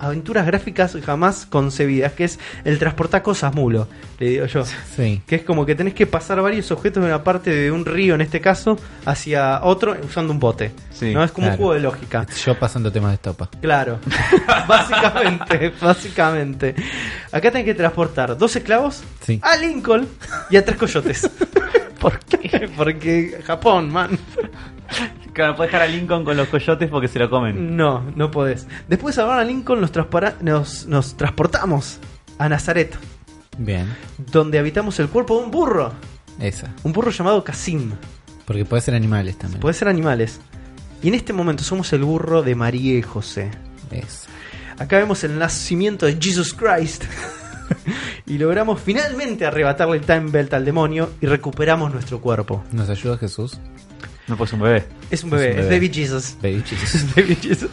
S1: aventuras gráficas jamás concebidas, que es el transportar cosas mulo, le digo yo.
S2: Sí.
S1: Que es como que tenés que pasar varios objetos de una parte de un río en este caso hacia otro usando un bote.
S3: Sí,
S1: no es como
S2: claro.
S1: un juego de lógica.
S2: Yo pasando temas de estopa.
S1: Claro, básicamente, básicamente. Acá tenés que transportar dos esclavos,
S2: Sí.
S1: a Lincoln y a tres coyotes. ¿Por qué? Porque Japón, man.
S3: Claro, puedes dejar a Lincoln con los coyotes porque se lo comen.
S1: No, no podés. Después de salvar a Lincoln, nos, traspara- nos, nos transportamos a Nazaret,
S2: Bien.
S1: donde habitamos el cuerpo de un burro.
S2: Esa.
S1: Un burro llamado Kasim.
S2: Porque puede ser animales también.
S1: Puede ser animales. Y en este momento somos el burro de María y José.
S2: Esa.
S1: Acá vemos el nacimiento de Jesus Christ. y logramos finalmente arrebatarle el time belt al demonio y recuperamos nuestro cuerpo.
S2: ¿Nos ayuda Jesús?
S3: No pues un bebé.
S1: Es un bebé,
S2: Es
S1: es,
S2: un bebé.
S1: Baby Jesus.
S2: Baby Jesus.
S1: Baby Jesus.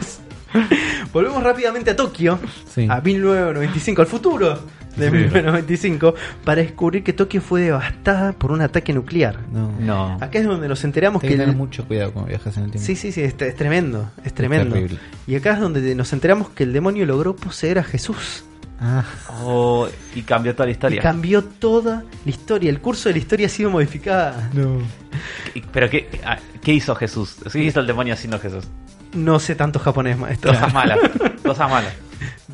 S1: Volvemos rápidamente a Tokio,
S2: Sí.
S1: a 1995, al futuro de
S3: Sí.
S1: 1995, para descubrir que Tokio fue devastada por un ataque nuclear.
S2: No.
S3: No.
S1: Acá es donde nos enteramos
S2: Hay que
S1: que...
S2: tener
S1: el-
S2: mucho cuidado cuando viajas en el tiempo.
S1: Sí, sí, sí, es, es tremendo, es tremendo.
S2: terrible.
S1: y acá es donde nos enteramos que el demonio logró poseer a Jesús.
S2: Ah.
S3: Oh, y cambió toda la
S1: Y
S3: historia.
S1: cambió toda la historia, el curso de la historia ha sido modificada.
S2: No.
S3: Y- Pero ¿qué, ah, qué hizo Jesús? ¿Qué hizo el demonio haciendo Jesús?
S1: No sé tanto japonés, maestro.
S3: Cosas malas. Cosas malas.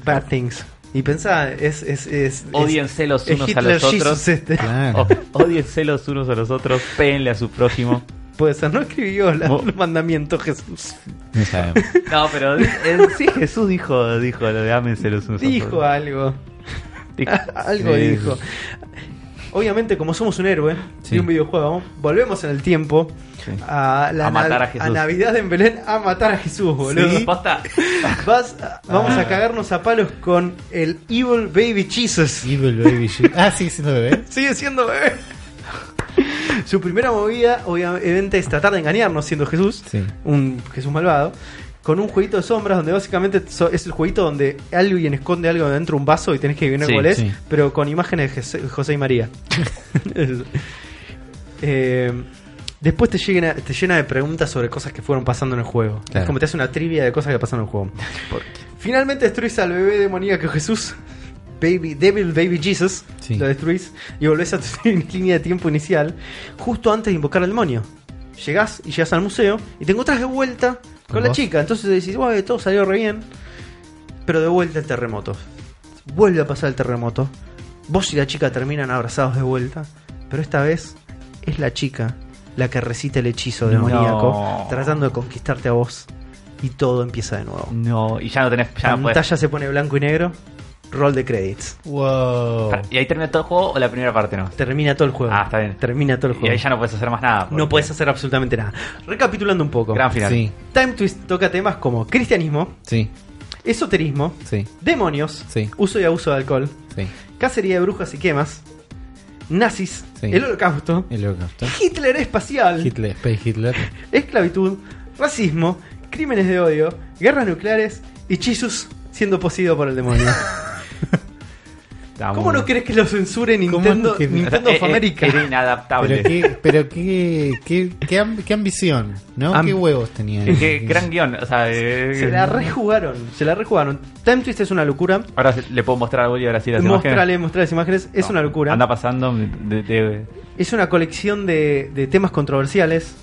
S1: Bad things. Y pensá, es... es, es
S3: Odiense los
S1: es
S3: unos a
S1: Hitler
S3: los otros.
S1: Jesus este.
S3: Oh.
S2: Claro.
S3: Odiense los unos a los otros. Péenle a su prójimo.
S1: Puede ser, Pues, no escribió la-
S3: Mo-
S1: los mandamientos Jesús.
S2: No sabemos.
S3: No, pero en sí Jesús dijo, dijo lo de ámense los unos
S1: Dijo
S3: a los
S1: algo.
S3: otros. Dijo.
S1: algo
S2: Sí.
S1: dijo. Obviamente, como somos un héroe
S2: Sí.
S1: de un videojuego, volvemos en el tiempo
S3: Sí.
S1: a, la
S3: A matar
S1: nav-
S3: a Jesús.
S1: Navidad en Belén a matar a Jesús, boludo.
S2: Sí.
S3: Posta.
S1: Vas- vamos
S3: Ah.
S1: a cagarnos a palos con el Evil Baby Jesus.
S2: Evil Baby Jesus. Ah, sí, siendo bebé.
S1: Sigue siendo bebé. Su primera movida, obviamente, es tratar de engañarnos siendo Jesús,
S2: Sí.
S1: un Jesús malvado, con un jueguito de sombras donde básicamente so- es el jueguito donde alguien esconde algo dentro de un vaso y tenés que adivinar
S3: Sí,
S1: cuál es,
S2: sí.
S1: pero con imágenes de Jese- José y María. Eso. Eh, después te, llena, te llena de preguntas sobre cosas que fueron pasando en el juego.
S2: Claro.
S1: Es como te hace una trivia de cosas que pasaron en el juego. Finalmente destruís al bebé demoníaco Jesús. Baby, Devil Baby Jesus.
S2: Sí.
S1: Lo destruís y volvés a tu línea de tiempo inicial. Justo antes de invocar al demonio. Llegás y llegas al museo y te encontrás de vuelta con,
S2: ¿Con
S1: la
S2: vos?
S1: chica. Entonces decís, "Ué, todo salió re bien. Pero de vuelta el terremoto. Vuelve a pasar el terremoto. Vos y la chica terminan abrazados de vuelta. Pero esta vez es la chica la que recita el hechizo demoníaco. Tratando de conquistarte a vos. Y todo empieza de nuevo.
S3: No, y ya no tenés. Ya no podés.
S1: Pantalla se pone blanco y negro. Roll de credits.
S2: Wow.
S3: ¿Y ahí termina todo el juego o la primera parte no?
S1: Termina todo el juego.
S3: Ah, está bien.
S1: Termina todo el
S3: Y
S1: juego.
S3: ahí ya no puedes hacer más nada.
S1: No puedes hacer absolutamente nada. Recapitulando un poco.
S3: Gran final.
S2: Sí,
S1: Time Twist toca temas como cristianismo,
S2: sí,
S1: esoterismo,
S2: sí,
S1: demonios,
S2: Sí.
S1: uso y abuso de alcohol,
S2: sí.
S1: cacería de brujas y quemas, nazis,
S2: Sí.
S1: el holocausto,
S2: El holocausto.
S1: Hitler espacial,
S2: Hitler, Space Hitler.
S1: esclavitud, racismo, crímenes de odio, guerras nucleares y Jesus siendo poseído por el demonio.
S3: Está muy
S1: ¿Cómo no
S3: bien.
S1: querés que lo censure
S2: ¿Cómo
S1: Nintendo,
S2: no querés?
S1: Nintendo
S3: Eh,
S1: of
S3: eh,
S1: America?
S3: Era inadaptable.
S2: Pero qué, pero qué, qué, qué, am- qué ambición, ¿no?
S1: Am-
S2: qué huevos tenía.
S3: Qué- qué gran guión. O sea, eh,
S1: Se la rejugaron, se la rejugaron. Time Twist es una locura.
S3: Ahora se- le puedo mostrar a Bolívar ahora sí las
S1: Mostrale, mostrale las imágenes. Es
S3: No,
S1: una locura.
S3: Anda pasando. de- de-
S1: Es una colección de, de temas controversiales.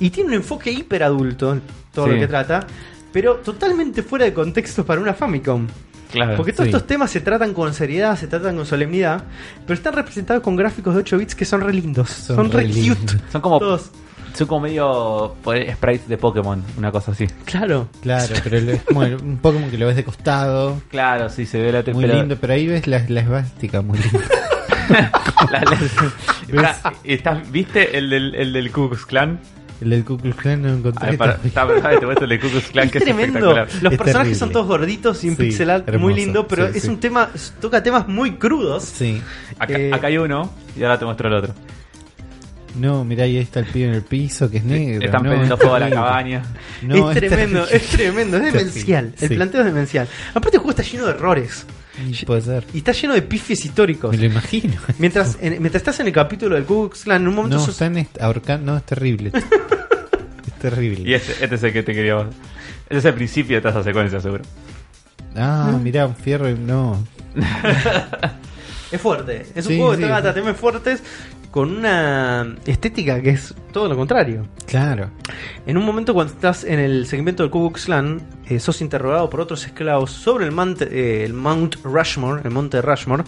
S1: Y tiene un enfoque hiper adulto en todo
S3: Sí.
S1: lo que trata. Pero totalmente fuera de contexto para una Famicom.
S3: claro.
S1: Porque todos
S2: sí.
S1: estos temas se tratan con seriedad, se tratan con solemnidad. Pero están representados con gráficos de 8 bits que son re lindos. Son, re, cute.
S2: lindos.
S3: son como.
S1: Todos.
S3: Son como medio pues, sprites de Pokémon, una cosa así.
S1: Claro.
S2: Claro, pero lo- es como el- un Pokémon que lo ves de costado.
S3: Claro, sí, se ve la
S2: Muy
S3: pero-
S2: lindo, pero ahí ves la, la esvástica muy linda.
S3: La- la- Pará, ¿estás- ¿Viste el del, el del Ku Klux Klan?
S2: El del Ku Klux Klan no
S3: Ah,
S2: encontré.
S3: para- está pará, te muestro el del Ku Klux Klan, que es
S1: tremendo. Los
S3: espectacular.
S1: personajes
S2: Es terrible.
S1: son todos gorditos y un
S2: Sí,
S1: pixel art muy
S2: hermoso.
S1: lindo, pero
S2: Sí,
S1: es
S2: sí.
S1: un tema, toca temas muy crudos.
S2: Sí.
S3: Acá,
S1: Eh,
S3: acá hay uno y ahora te muestro el otro.
S2: No, mirá, ahí está el pibe en el piso que es negro.
S3: Están
S2: no,
S3: prendiendo
S2: es
S3: fuego a la
S2: terrible.
S3: cabaña.
S2: No,
S1: es, tremendo,
S2: terrible.
S1: es tremendo, es demencial.
S2: Sí.
S1: El planteo es demencial. Aparte, el juego está lleno de errores
S2: Puede ser.
S1: y está lleno de pifies históricos.
S2: Me lo imagino.
S1: Mientras, en- mientras estás en el capítulo del Ku Klux Klan, en un momento
S2: No,
S1: sos-
S2: están est- ahorcando. No, es terrible. es terrible.
S3: Y este, este es el que te quería mostrar. Este es el principio de toda esa secuencia, seguro.
S2: Ah, mirá, un fierro. y- No.
S1: es fuerte. Es un
S2: Sí,
S1: juego que
S2: sí,
S1: trata
S2: sí.
S1: temas fuertes con una estética que es todo lo contrario.
S2: Claro.
S1: En un momento cuando estás en el segmento del Ku Klux Klan, eh, sos interrogado por otros esclavos sobre el, mante- eh, el Mount Rushmore, el Monte Rushmore,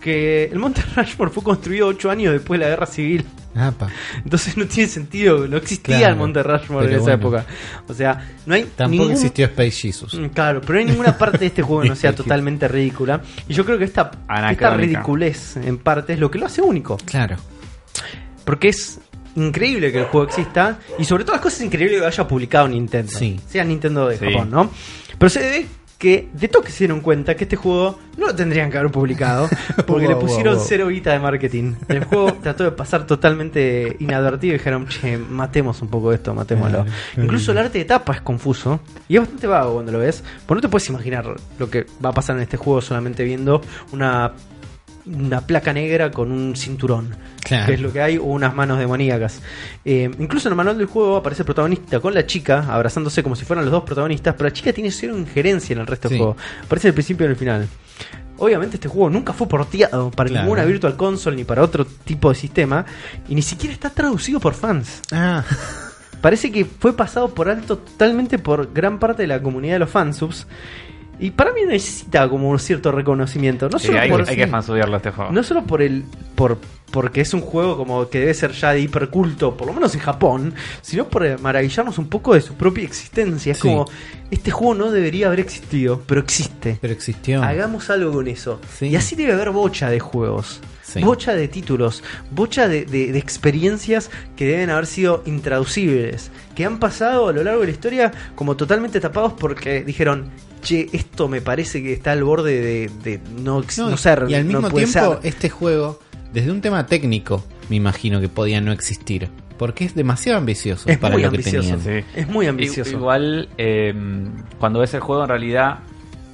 S1: que el Monte Rushmore fue construido ocho años después de la Guerra Civil.
S2: Apa.
S1: Entonces no tiene sentido, no existía
S2: Claro,
S1: el Monte Rushmore en
S2: pero
S1: esa
S2: bueno.
S1: época. O sea, no hay
S2: Tampoco
S1: ningún-
S2: existió Space Jesus.
S1: Mm, Claro, pero no hay ninguna parte de este juego que no sea totalmente ridícula. Y yo creo que esta, que esta
S3: Anacrónica.
S1: ridiculez en parte es lo que lo hace único.
S2: Claro.
S1: Porque es increíble que el juego exista. Y sobre todas las cosas es increíble que lo haya publicado Nintendo.
S2: Sí.
S1: Sea Nintendo de
S3: Sí.
S1: Japón, ¿no? Pero se ve que de toque se dieron cuenta que este juego no lo tendrían que haber publicado. Porque
S2: Wow,
S1: le
S2: wow,
S1: pusieron
S2: wow.
S1: cero guita de marketing. El juego trató de pasar totalmente inadvertido y dijeron, che, matemos un poco esto, matémoslo.
S2: Claro, claro.
S1: Incluso el arte de tapa es confuso. Y es bastante vago cuando lo ves. Porque no te puedes imaginar lo que va a pasar en este juego solamente viendo una... Una placa negra con un cinturón
S2: Claro.
S1: que es lo que hay, o unas manos demoníacas. Eh, incluso en el manual del juego aparece el protagonista con la chica, abrazándose como si fueran los dos protagonistas, pero la chica tiene cero injerencia en el resto
S2: Sí.
S1: del juego. Aparece al principio y al final. Obviamente este juego nunca fue porteado para
S2: Claro.
S1: ninguna Virtual Console ni para otro tipo de sistema, y ni siquiera está traducido por fans.
S2: Ah,
S1: Parece que fue pasado por alto totalmente por gran parte de la comunidad de los fansubs. Y para mí necesita como un cierto reconocimiento. No
S3: Sí,
S1: solo
S3: hay,
S1: por,
S3: hay que fansubiarlo a este juego.
S1: no solo por el. por porque es un juego como que debe ser ya de hiperculto, por lo menos en Japón, sino por eh, maravillarnos un poco de su propia existencia. Es
S2: Sí.
S1: como, este juego no debería haber existido, pero existe.
S2: pero existió.
S1: Hagamos algo con eso.
S2: Sí.
S1: Y así debe haber bocha de juegos,
S2: Sí.
S1: bocha de títulos, bocha de, de- de experiencias que deben haber sido intraducibles, que han pasado a lo largo de la historia como totalmente tapados porque dijeron, che, esto me parece que está al borde de, de no, ex-
S2: No,
S1: no ser.
S2: y al mismo
S1: no puede
S2: tiempo,
S1: ser".
S2: este juego, desde un tema técnico, me imagino que podía no existir. Porque es demasiado ambicioso
S1: Es
S2: para
S1: muy
S2: lo que
S1: ambicioso,
S2: tenían.
S3: Sí.
S1: es muy
S3: I-
S1: ambicioso.
S3: Igual, eh, cuando ves el juego, en realidad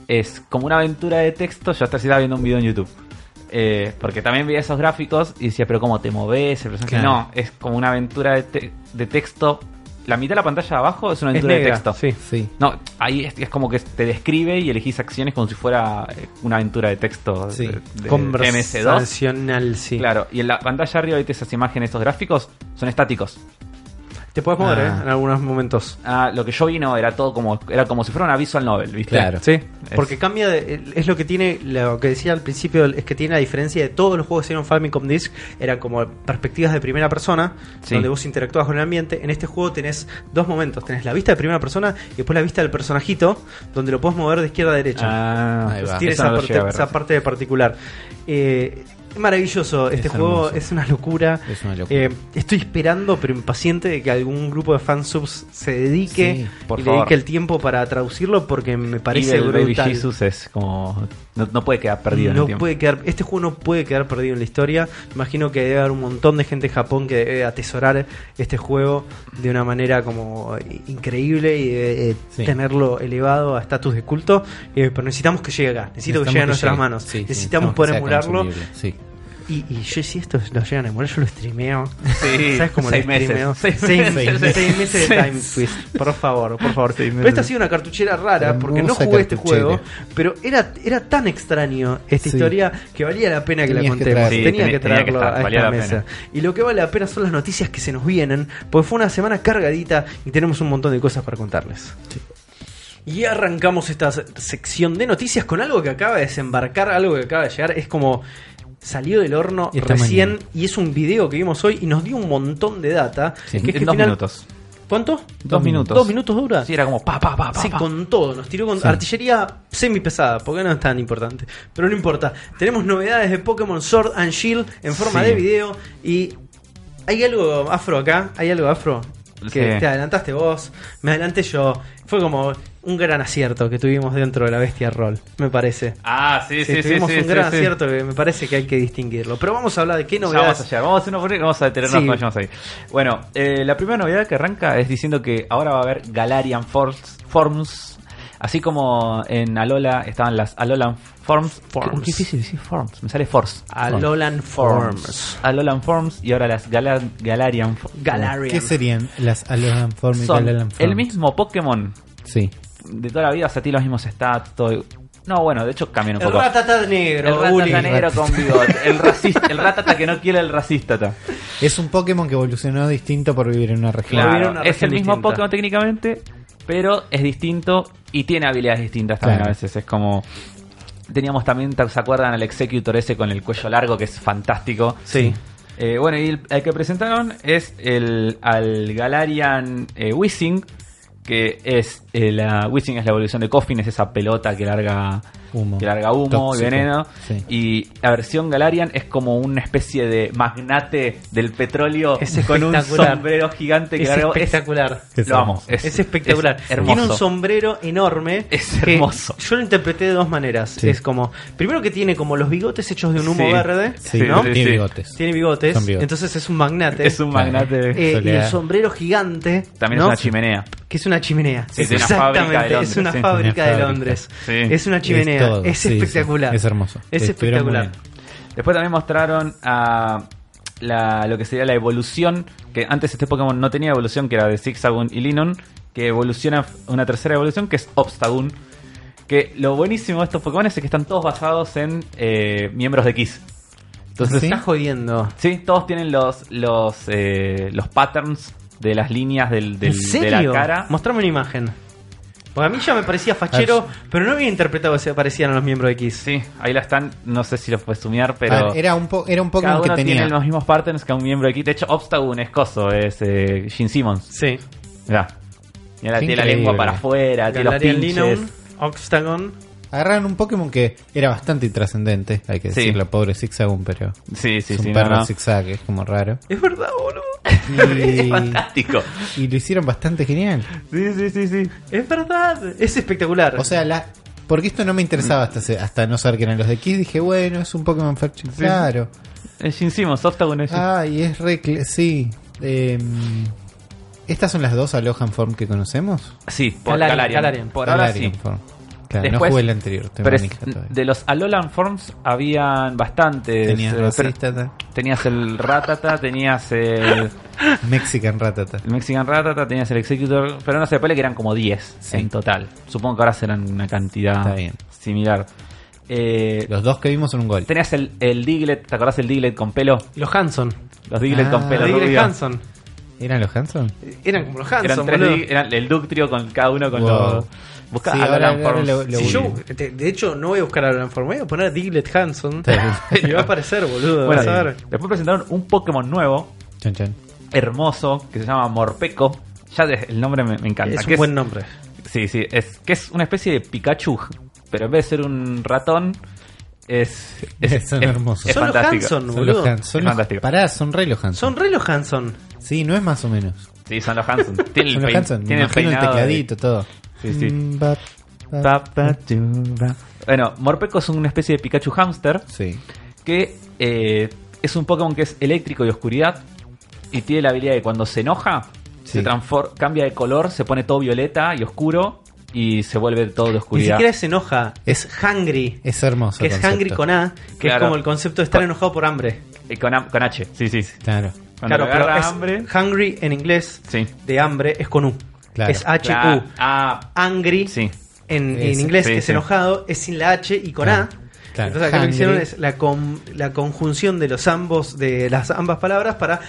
S3: es como una aventura de texto. Yo hasta estaba viendo un video en YouTube. Eh, porque también veía esos gráficos y decía, pero ¿cómo te moves? El personaje?
S2: Claro.
S3: No, es como una aventura de, te- de texto. La mitad de la pantalla de abajo es una aventura de
S1: negra,
S3: texto.
S1: sí.
S2: Sí.
S3: No, ahí es, es como que te describe y elegís acciones como si fuera eh, una aventura de texto
S2: Sí.
S3: de, de MS2.
S1: Conversacional, sí.
S3: Claro, y en la pantalla arriba, viste esas imágenes, estos gráficos, son estáticos.
S1: Te puedes mover,
S2: Ah.
S1: ¿eh? En algunos momentos.
S3: Ah, lo que yo vi no era todo como era como si fuera una visual novel, ¿viste?
S2: Claro.
S1: Sí, porque cambia de, es lo que tiene, lo que decía al principio, es que tiene la diferencia de todos los juegos que hicieron Famicom Disc, eran como perspectivas de primera persona,
S3: Sí.
S1: donde vos interactuabas con el ambiente. En este juego tenés dos momentos, tenés la vista de primera persona y después la vista del personajito, donde lo podés mover de izquierda a derecha.
S3: Ah,
S2: Ahí
S1: Entonces
S2: va.
S1: pues tiene
S3: Eso
S1: esa,
S3: no lo
S1: parte,
S3: llegué a ver.
S1: esa parte de particular. Eh, maravilloso, este
S2: Es
S1: juego
S2: hermoso.
S1: es una locura.
S2: Es una locura.
S1: Eh, estoy esperando, pero impaciente, de que algún grupo de fansubs se dedique
S2: Sí,
S3: por
S1: y
S3: favor.
S1: dedique el tiempo para traducirlo porque me
S3: Parece
S1: parece
S3: Baby
S1: brutal.
S3: Jesus es como no, no puede quedar perdido en
S1: no
S3: el tiempo.
S1: puede quedar, este juego no puede quedar perdido en la historia. Imagino que debe haber un montón de gente en Japón que debe atesorar este juego de una manera como eh, increíble y debe, eh,
S2: Sí.
S1: tenerlo elevado a estatus de culto. Eh, pero necesitamos que llegue acá, necesito que llegue a nuestras manos.
S2: Sí, sí,
S1: necesitamos
S2: que
S1: poder
S2: sea
S1: emularlo.
S2: consumible, Sí.
S1: Y, y yo, si esto lo llegan a emular, yo lo streameo.
S3: Sí,
S1: ¿Sabes cómo
S3: seis
S1: lo streameo?
S3: meses. Seis
S1: Seis
S3: meses.
S1: meses. Seis meses de
S3: Seis.
S1: Time Twist. Por favor, por favor. Pero
S2: meses.
S1: esta ha sido una cartuchera rara
S2: Hermosa
S1: porque no jugué este
S2: cartuchera.
S1: juego. Pero era, era tan extraño esta
S2: Sí.
S1: historia que valía la pena que la
S2: Tenías que
S1: contemos.
S2: traer.
S3: Sí,
S1: tenía
S3: tenía-
S1: que
S3: tenía que
S1: traerlo
S3: estar,
S1: a
S3: valía
S1: esta
S3: la
S1: mesa.
S3: pena.
S1: Y lo que vale la pena son las noticias que se nos vienen. Porque fue una semana cargadita y tenemos un montón de cosas para contarles. Y arrancamos esta se- sección de noticias con algo que acaba de desembarcar, algo que acaba de llegar. Es como salió del horno
S2: Esta
S1: recién
S2: mañana.
S1: y es un video que vimos hoy y nos dio un montón de data.
S2: Sí.
S1: que es que
S3: en dos
S1: final-
S3: minutos.
S1: ¿Cuánto?
S3: Dos minutos.
S1: ¿Dos minutos dura?
S3: Sí, era como pa, pa, pa, pa,
S1: Sí,
S3: pa.
S1: con todo, nos tiró con artillería semi pesada, porque no es tan importante. Pero no importa. Tenemos novedades de Pokémon Sword and Shield en forma
S3: Sí.
S1: de video. Y hay algo afro acá, hay algo afro. Que
S3: Sí.
S1: te adelantaste vos, me adelanté yo. Fue como un gran acierto que tuvimos dentro de la bestia roll, me parece.
S3: Ah, sí,
S1: Sí,
S3: sí, sí.
S1: tuvimos
S3: sí,
S1: un
S3: sí,
S1: gran
S3: sí.
S1: acierto que me parece que hay que distinguirlo. Pero vamos a hablar de qué
S3: Ya vamos a
S1: novedades.
S3: llegar, vamos a hacer una porque vamos a detenernos
S1: Sí.
S3: cuando lleguemos ahí. Bueno, eh, la primera novedad que arranca es diciendo que ahora va a haber Galarian Forms, Forms así como en Alola estaban las Alolan Forms.
S1: Forms.
S3: Qué difícil decir Forms, me sale Force.
S1: Alolan Forms.
S3: Alolan Forms y ahora las Gala- Galarian Forms.
S1: Galarian.
S2: ¿Qué serían las Alolan Form y
S3: Son
S2: Alolan Form?
S3: el mismo Pokémon
S2: Sí.
S3: de toda la vida, o sea, tiene los mismos stats, todo. No, bueno, de hecho cambian un
S1: El
S3: poco.
S1: ratata negro,
S3: el ratata
S1: Uli.
S3: negro con bigote, el, racista, el ratata que no quiere el racista.
S2: Es un Pokémon que evolucionó distinto por vivir en una región.
S1: Claro.
S3: Claro,
S1: una
S3: es
S1: región
S3: el mismo
S1: distinta.
S3: Pokémon técnicamente, pero es distinto y tiene habilidades distintas también
S2: Claro.
S3: a veces. Es como. Teníamos también, ¿se acuerdan al Executor ese con el cuello largo que es fantástico?
S1: Sí.
S3: Eh, bueno, y el, el que presentaron es el al Galarian eh, Wishing, que es eh, la Wishing es la evolución de Coffin, es esa pelota que larga
S2: Humo.
S3: que larga humo
S2: Tóxico.
S3: y veneno.
S2: Sí.
S3: Y la versión Galarian es como una especie de magnate del petróleo
S1: Es
S3: con un
S1: espectacular.
S3: sombrero gigante que
S1: Es
S3: larga. Es-
S1: espectacular.
S2: Es
S3: lo amo.
S2: hermoso.
S1: Es, espectacular.
S3: es hermoso.
S1: Tiene un sombrero enorme.
S3: Es
S1: que
S3: hermoso.
S1: Yo lo interpreté de dos maneras.
S2: Sí.
S1: Es como, primero que tiene como los bigotes hechos de un humo
S3: Sí.
S1: verde.
S2: Sí,
S1: ¿no?
S3: sí,
S2: tiene
S3: sí.
S2: bigotes.
S1: Tiene bigotes,
S2: Son bigotes.
S1: Entonces es un magnate.
S3: Es un magnate.
S1: Eh, y el
S2: Soledad.
S1: sombrero gigante.
S3: También
S1: ¿no?
S3: es una chimenea.
S1: Que es una chimenea.
S3: Sí, de una
S1: Exactamente.
S3: fábrica de Londres,
S1: es una
S3: sí.
S1: fábrica
S2: Una
S1: de
S2: fábrica.
S1: Londres.
S3: Sí.
S1: Es una chimenea.
S2: Es
S1: Es,
S2: todo, sí, sí.
S1: espectacular.
S2: Es hermoso.
S1: Es
S2: Estuvieron muy
S1: espectacular.
S3: Después también mostraron a la, lo que sería la evolución, que antes este Pokémon no tenía evolución, que era de Zigzagoon y Linon, que evoluciona una tercera evolución, que es Obstagoon. Que lo buenísimo de estos Pokémon es que están todos basados en eh, miembros de Kiss.
S1: Entonces
S2: ¿Sí?
S1: está jodiendo.
S3: Sí, todos tienen los los, eh, los patterns de las líneas del, del-
S1: ¿En
S3: de
S1: serio?
S3: la cara.
S1: Mostrame una imagen. Porque a mí ya me parecía fachero, pero no había interpretado que se parecían a los miembros de Kiss.
S3: Sí, ahí la están, no sé si los puedes sumear, pero...
S2: Ah, era, un po- era un
S3: Cada
S2: Pokémon
S3: uno
S2: que tenía.
S3: tiene los mismos patterns que un miembro de Kiss. De hecho, Obstagoon es coso, es eh, Gene Simmons.
S1: Sí.
S3: Mirá. Mirá,
S2: Qué
S3: tiene la
S2: increíble.
S3: lengua para afuera, tiene los
S1: Galarian
S3: pinches.
S1: Linon, Oxtagon.
S2: Agarraron un Pokémon que era bastante intrascendente, hay que
S3: Sí.
S2: decirlo, pobre Zigzagoon, pero
S3: Sí, sí,
S2: es un
S3: sí. no,
S2: perro
S3: no.
S2: zigzag, es como raro.
S1: Es verdad, boludo.
S2: Y,
S3: Fantástico.
S2: y lo hicieron bastante genial.
S3: Sí, sí, sí, sí.
S1: Es verdad. Es espectacular.
S2: O sea, la porque esto no me interesaba hasta, se- hasta no saber que eran los de Kiss, dije, bueno, es un Pokémon Fetching, claro.
S3: Es Gene Simmons, Obstagoon es
S2: Ah, y es re... cl- Sí. Em, ¿Estas son las dos Alohan Form que conocemos?
S3: Sí, por
S1: Galarian,
S3: Galarian.
S1: Galarian.
S3: Por ahora
S2: Galarian
S3: sí.
S2: Form. Claro,
S3: Después-
S2: no jugué el anterior, te
S3: Pero es-
S2: manija todavía.
S3: de los Alolan Forms habían bastantes.
S2: Tenías
S3: eh, pero-
S2: Racista, ta-
S3: tenías el Ratata, tenías el
S2: Mexican Ratata.
S3: Mexican Ratata, tenías el Executor, pero no sé, pele que eran como 10
S2: Sí.
S3: en total. Supongo que ahora serán una cantidad
S2: Está bien.
S3: similar. Eh,
S2: Los dos que vimos son un gol.
S3: Tenías el, el Diglett, ¿te acordás el Diglett con pelo?
S1: los Hanson.
S3: Los Diglett
S2: Ah,
S3: con pelo
S1: los Diglett
S3: rubio.
S1: Hanson.
S2: ¿Eran los Hanson?
S1: Eran como los Hanson,
S3: Eran tres
S1: boludo.
S3: Dig- eran el Ductrio con cada uno con
S2: Wow.
S3: los... Buscá
S2: Sí,
S3: a
S2: ahora-
S3: Alan
S2: ahora
S3: Forms.
S2: lo- lo
S1: Si
S2: Sí.
S1: yo, de, de hecho, no voy a buscar a la Form, voy a poner Diglett Hanson.
S2: Está bien.
S1: y va a aparecer, boludo.
S3: Bueno,
S1: vas a ver.
S3: después presentaron un Pokémon nuevo,
S2: Chan, chan.
S3: hermoso, que se llama Morpeco. Ya de- el nombre me, me encanta.
S1: Es
S3: que
S1: un buen nombre.
S3: Sí, sí, es que es una especie de Pikachu, pero en vez de ser un ratón, es... es
S2: Son
S3: es-
S2: hermosos.
S3: Es
S1: Son los
S3: fantástico.
S1: Hanson,
S2: Son
S1: boludo.
S2: los Hanson. Son
S3: Es
S2: los-
S3: fantástico.
S2: Pará, son re los Hanson.
S1: Son re los Hanson.
S2: Sí, no es más o menos.
S3: Sí, son los Hanson. Tienen
S2: Son
S3: el,
S2: los
S3: pein-
S2: Hanson. Me
S3: tienen el
S2: imagino el
S3: peinado de-
S2: tecladito, todo.
S3: Sí, sí.
S2: Mm, ba- ba-
S3: Pa, pa, tu, ba. Bueno, Morpeco es una especie de Pikachu hamster
S2: Sí.
S3: que eh, es un Pokémon que es eléctrico y oscuridad y tiene la habilidad de cuando se enoja,
S2: Sí.
S3: se transfor- cambia de color, se pone todo violeta y oscuro y se vuelve todo de
S1: Ni
S3: oscuridad.
S1: siquiera se enoja. Es hungry.
S2: Es hermoso.
S1: que es
S2: concepto.
S1: hungry con A. Que es
S3: Claro.
S1: como el concepto de estar enojado por hambre.
S3: Eh, con, am- con H, sí, sí. sí.
S2: Claro.
S3: Cuando
S1: claro,
S3: agarra
S1: pero es
S3: hambre,
S1: hungry en inglés
S3: Sí.
S1: de hambre es con U.
S2: Claro.
S1: Es H U.
S3: la- ah,
S1: Angry
S3: sí.
S1: en, en
S2: Es-
S1: inglés
S3: sí,
S1: que es
S3: sí.
S1: enojado es sin la H y con
S2: Claro,
S1: A.
S2: claro.
S1: Entonces acá lo que
S2: Hungry.
S1: hicieron es la, con- la conjunción de los ambos de las ambas palabras para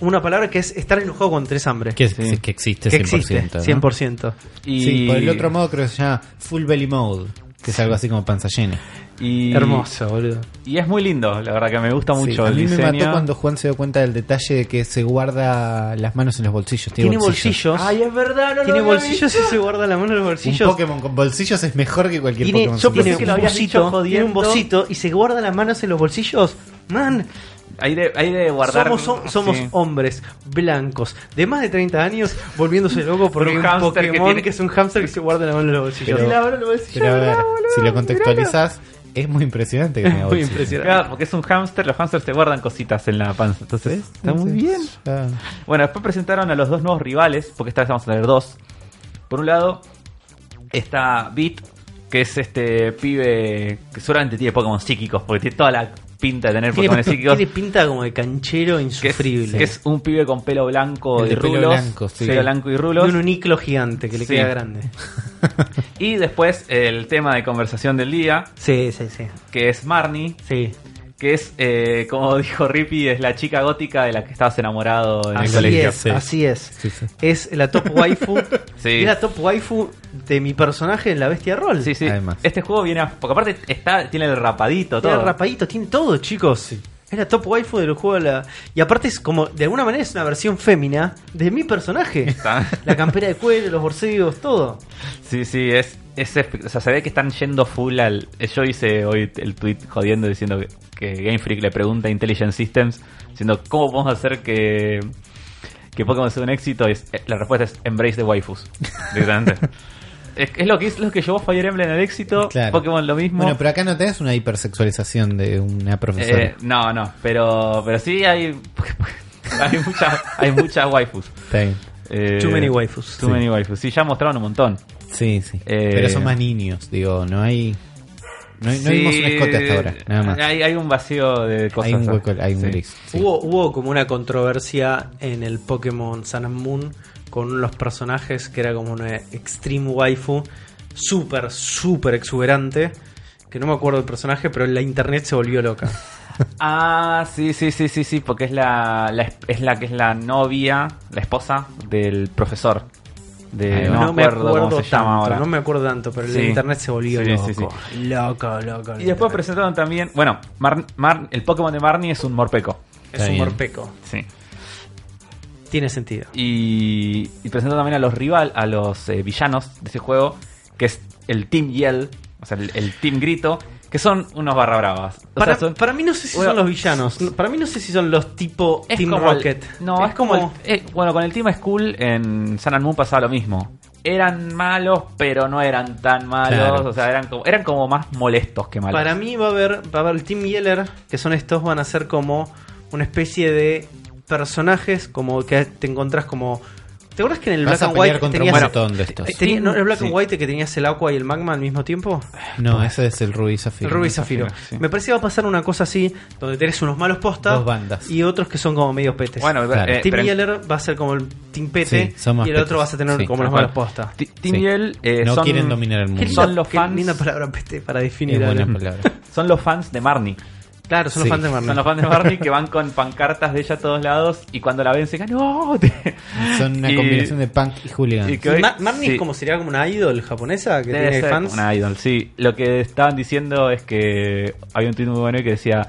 S1: una palabra que es estar enojado con tres hambre.
S2: Que, este
S3: Sí.
S2: que existe
S1: Que
S2: 100%.
S1: existe
S2: ¿no?
S1: 100%.
S3: Y...
S2: Sí, por el otro modo creo que se llama Full Belly Mode. que es algo así como panza llena.
S3: Y,
S1: Hermoso, boludo.
S3: Y es muy lindo, la verdad que me gusta mucho
S2: Sí, a
S3: el
S2: mí
S3: diseño.
S2: me mató cuando Juan se dio cuenta del detalle de que se guarda las manos en los bolsillos. Tiene,
S1: Tiene bolsillos.
S3: Ay, es verdad, no
S1: tiene
S3: lo había
S1: bolsillos y
S3: visto.
S1: se guarda la mano en los
S2: Un
S1: bolsillos.
S2: Pokémon con bolsillos es mejor que cualquier
S1: Tiene,
S2: Pokémon.
S1: yo
S2: sin
S3: pensé
S1: tiene
S3: que lo
S1: un
S2: bolsillos.
S3: habías dicho
S1: bocito, tiene un
S3: jodiendo.
S1: bocito y se guarda las manos en los bolsillos. Man,
S3: Hay de, hay de guardar. ah,
S1: somos, som- somos
S3: sí.
S1: hombres blancos de más de 30 años volviéndose locos por
S3: Por
S1: un,
S3: un
S1: Pokémon
S3: hámster que
S1: que,
S3: tiene-
S1: es un hamster que se guarda la mano en los bolsillos.
S2: Pero-
S1: Y la mano en los bolsillos,
S2: Pero a ver,
S1: ¿verdad, boludo?
S2: si lo
S1: Miralo.
S2: contextualizas, es muy impresionante que tenga
S1: Muy
S2: bolsillos.
S1: impresionante.
S3: Claro, porque es un hámster, los hámsters te guardan cositas en la panza. Entonces,
S2: ¿Ves?
S3: está muy bien.
S2: Ah.
S3: Bueno, después presentaron a los dos nuevos rivales, porque esta vez vamos a tener dos. Por un lado, está Beat, que es este pibe que seguramente tiene Pokémon psíquicos, porque tiene toda la pinta de tener
S1: Tiene,
S3: Pokémon psíquicos.
S1: tiene pinta como de canchero
S3: Que es,
S1: insufrible.
S3: que es un pibe con pelo blanco
S2: El
S3: y
S2: de pelo
S3: rulos.
S2: blanco, sí.
S3: Pelo blanco y
S1: y
S3: rulos.
S1: un uniclo gigante que le
S3: Sí.
S1: queda grande.
S3: Y después el tema de conversación del día,
S1: Sí, sí, sí.
S3: que es Marnie,
S1: sí.
S3: que es, eh, como dijo Rippy, es la chica gótica de la que estabas enamorado en el
S1: Así
S3: colegio.
S1: es,
S2: sí.
S1: así es.
S2: Sí, sí.
S1: Es la top waifu.
S3: Sí.
S1: Es la top waifu de mi personaje en la bestia roll.
S3: Sí, sí.
S2: Además.
S3: Este juego viene a... Porque aparte está, tiene el rapadito, todo.
S1: Tiene rapadito, tiene todo, chicos. Es la top waifu del juego. de La... Y aparte es como, de alguna manera es una versión fémina de mi personaje.
S3: Está-
S1: la campera de cuero, los borcegos, todo.
S3: Sí, sí, es, es espe- o sea, se ve que están yendo full al... Yo hice hoy el tweet jodiendo diciendo que, que Game Freak le pregunta a Intelligent Systems, diciendo, ¿cómo podemos hacer que, que Pokémon sea un éxito? Y es- eh, la respuesta es Embrace the Waifus. directamente. es, es lo que es lo que llevó Fire Emblem al éxito,
S2: Claro.
S3: Pokémon lo mismo.
S2: Bueno, pero acá no tenés una hipersexualización de una profesora.
S3: Eh, no, no, pero, pero sí hay... hay muchas hay muchas waifus.
S2: Está bien.
S3: Eh,
S1: Too many waifus.
S3: Too many waifus. Sí, ya mostraron un montón.
S2: Sí, sí.
S3: Eh,
S2: pero son más niños, digo, no hay. No, hay- no
S3: Sí,
S2: vimos un escote hasta ahora, nada más.
S3: Hay, hay un vacío de cosas.
S2: Hay un hueco,
S3: ¿no?
S2: hay un
S3: Sí.
S2: gris. sí.
S1: Hubo, hubo como una controversia en el Pokémon Sun and Moon con los personajes que era como una extreme waifu súper, súper exuberante. Que no me acuerdo el personaje, pero en la internet se volvió loca.
S3: Ah, sí, sí, sí, sí, sí, porque es la, la es- es la que es la novia, la esposa del profesor. De,
S2: Ahí va.
S3: no, me acuerdo, cómo se
S1: tanto,
S3: llama ahora.
S1: no me acuerdo tanto, pero
S3: Sí.
S1: la internet se volvió
S3: Sí,
S1: loco.
S3: sí,
S1: Loco, loco. el
S3: Y después
S1: internet.
S3: presentaron también, bueno, Mar- Mar- el Pokémon de Marnie es un Morpeco.
S1: es
S2: Está
S1: un
S2: bien.
S1: morpeco.
S3: Sí.
S1: Tiene sentido.
S3: Y, y presentaron también a los rival, a los eh, villanos de ese juego, que es el Team Yell, o sea, el, el Team Grito, que son unos barra bravas. O
S1: Para,
S3: sea, son-
S1: para mí no sé si
S3: Bueno,
S1: son los villanos. No, Para mí no sé si son los tipo
S3: Es
S1: Team
S3: como el-
S1: Rocket.
S3: no, es, como, el- eh, bueno, con el Team School en San and Moon pasaba lo mismo. Eran malos, pero no eran tan malos.
S2: Claro.
S3: O sea, eran como, eran como más molestos que malos.
S1: Para mí va a haber, va a haber el Team Yeller, que son estos, van a ser como una especie de personajes como que te encontrás como. ¿Te acuerdas que en el
S2: Vas a
S1: Black and
S2: pelear
S1: White
S2: contra un
S1: tenías,
S2: montón de estos.
S1: tenías- no, en el Black
S3: Sí.
S1: and White que tenías el agua y el magma al mismo tiempo?
S2: No, ese es el Rubí Zafiro.
S1: El Ruby Zafiro.
S3: Zafiro, sí.
S1: Me parece que va a pasar una cosa así, donde tenés unos malos postas
S2: Dos bandas.
S1: y otros que son como medios petes.
S3: Bueno,
S2: Claro.
S3: eh,
S1: Team
S3: pero en-
S1: Yeller va a ser como el Team Pete
S2: Sí, son más
S1: y el otro
S2: petes.
S1: vas a tener
S2: Sí,
S1: como los
S3: tal
S1: malos
S3: cual.
S1: postas.
S3: Ti- Team
S2: Sí.
S3: Yell eh,
S2: No
S3: son,
S2: quieren dominar el
S1: Qué
S2: mundo.
S1: linda,
S3: Son los
S1: qué
S3: fans-
S1: linda palabra pete para definir
S2: Es
S1: a la-
S2: buena palabra.
S3: son los fans de Marnie.
S1: Claro, son
S2: Sí.
S1: los fans de Marley.
S3: Son los fans de Marnie que van con pancartas de ella a todos lados y cuando la ven se dicen, ¡No!
S2: Son una
S3: Y-
S2: combinación de punk y hooligan.
S3: y que-
S1: Sí,
S3: hoy-
S1: Ma- Marnie
S3: sí.
S1: es como sería como una idol japonesa que
S3: Debe
S1: tiene
S3: ser
S1: fans.
S3: una idol, sí. Lo que estaban diciendo es que había un tweet muy bueno que decía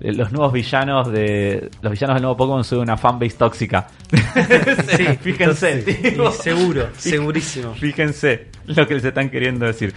S3: eh, los nuevos villanos de los villanos del nuevo Pokémon son una fanbase tóxica. sí, fíjense,
S1: entonces,
S3: tipo,
S1: y seguro, segurísimo.
S3: fíjense lo que les están queriendo decir.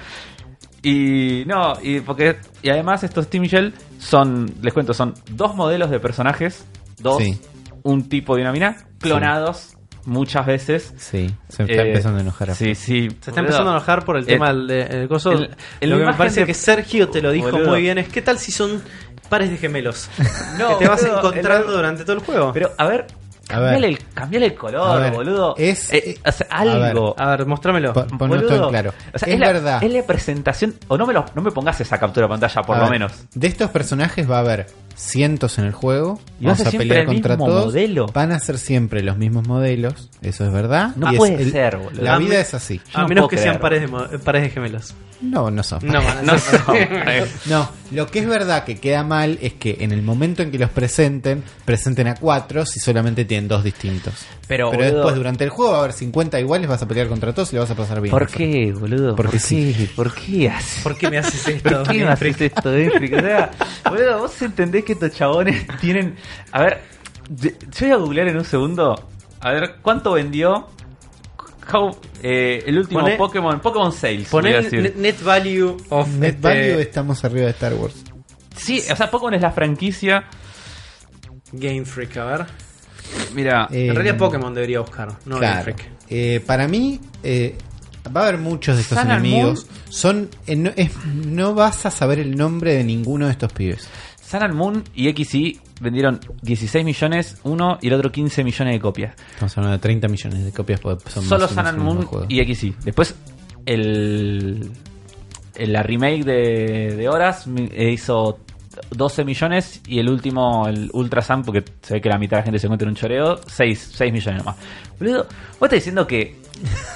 S3: Y no, y porque y además estos Team Shell son, les cuento, son dos modelos de personajes, dos,
S2: Sí.
S3: un tipo de una mina, clonados muchas veces.
S2: Sí, se me está
S3: Eh,
S2: empezando a enojar. a-
S3: Sí, sí.
S1: Se está empezando a enojar por el tema del, del coso.
S3: Eh, el- el
S1: lo que me
S3: imagen
S1: parece
S3: de-
S1: que Sergio te lo dijo
S3: Boludo.
S1: muy bien es ¿qué tal si son pares de gemelos?
S3: No,
S1: que te vas
S3: boludo,
S1: encontrando
S3: el-
S1: durante todo el juego.
S3: Pero, a ver,
S2: A ver.
S3: cambiale, El, cambiale el color,
S2: A ver,
S3: boludo.
S2: es-
S3: Eh, o sea,
S2: a ver,
S3: algo. ah,
S1: a ver, mostrámelo.
S2: Po- Ponlo
S3: boludo.
S2: todo en claro.
S3: O sea,
S2: es,
S3: es, la-
S2: verdad.
S3: es la presentación. O no me, lo- no me pongas esa captura de pantalla, por
S2: A
S3: lo
S2: ver,
S3: menos.
S2: De estos personajes va a haber cientos en el juego.
S3: Y va a
S2: vamos
S3: ser
S2: a
S3: siempre
S2: pelear
S3: el
S2: contra
S3: mismo
S2: todos.
S3: modelo.
S2: Van a ser siempre los mismos modelos. Eso es verdad.
S3: No
S2: Y es
S3: puede
S2: el-
S3: ser, boludo.
S2: La
S1: Ah,
S2: vida
S1: me-
S2: es así.
S3: yo no
S1: a menos
S3: puedo
S1: que sean
S3: creer.
S1: pares de, mo- pares de gemelos.
S2: No, no son.
S1: No, van a
S3: No,
S1: ser pares de gemelos.
S3: no.
S2: No, Lo que es verdad que queda mal es que en el momento en que los presenten, presenten a cuatro si solamente tienen dos distintos.
S3: Pero,
S2: Pero
S3: boludo-
S2: después, durante el juego, va a haber 50 iguales, vas a pelear contra todos y le vas a pasar bien.
S3: ¿Por qué, boludo?
S2: Porque
S3: ¿Por
S2: sí.
S3: qué? ¿Por qué haces?
S1: ¿Por qué me haces esto?
S3: ¿Por qué me haces esto, Netflix? O sea, boludo, vos entendés que estos chabones tienen. A ver, de- yo voy a googlear en un segundo. A ver, ¿cuánto vendió? How- eh, el último
S1: Poné-
S3: Pokémon, Pokémon Sales. voy a
S1: Poner
S3: decir.
S1: net, net value of
S2: Net
S1: este,
S2: value estamos arriba de Star Wars.
S3: Sí, o sea, Pokémon es la franquicia.
S1: Game Freak, a ver.
S3: Mira,
S2: Eh,
S1: en realidad Pokémon debería buscar, no Game
S2: Claro.
S1: Freak.
S2: Eh, para mí, eh, va a haber muchos de estos
S3: Sun and
S2: enemigos. Son, eh, no, es- no vas a saber el nombre de ninguno de estos pibes.
S3: Sun and Moon y XY vendieron 16 millones uno y el otro 15 millones de copias.
S2: Estamos hablando de 30 millones de copias. porque Son
S3: Solo
S2: más o
S3: Sun
S2: menos
S3: and
S2: el mismo
S3: Moon
S2: juego.
S3: y XY. Después, el, el- la remake de, de Horas mi- eh, hizo 12 millones y el último, el Ultra Sun, porque se ve que la mitad de la gente se encuentra en un choreo, 6, 6 millones nomás. Boludo, vos estás diciendo que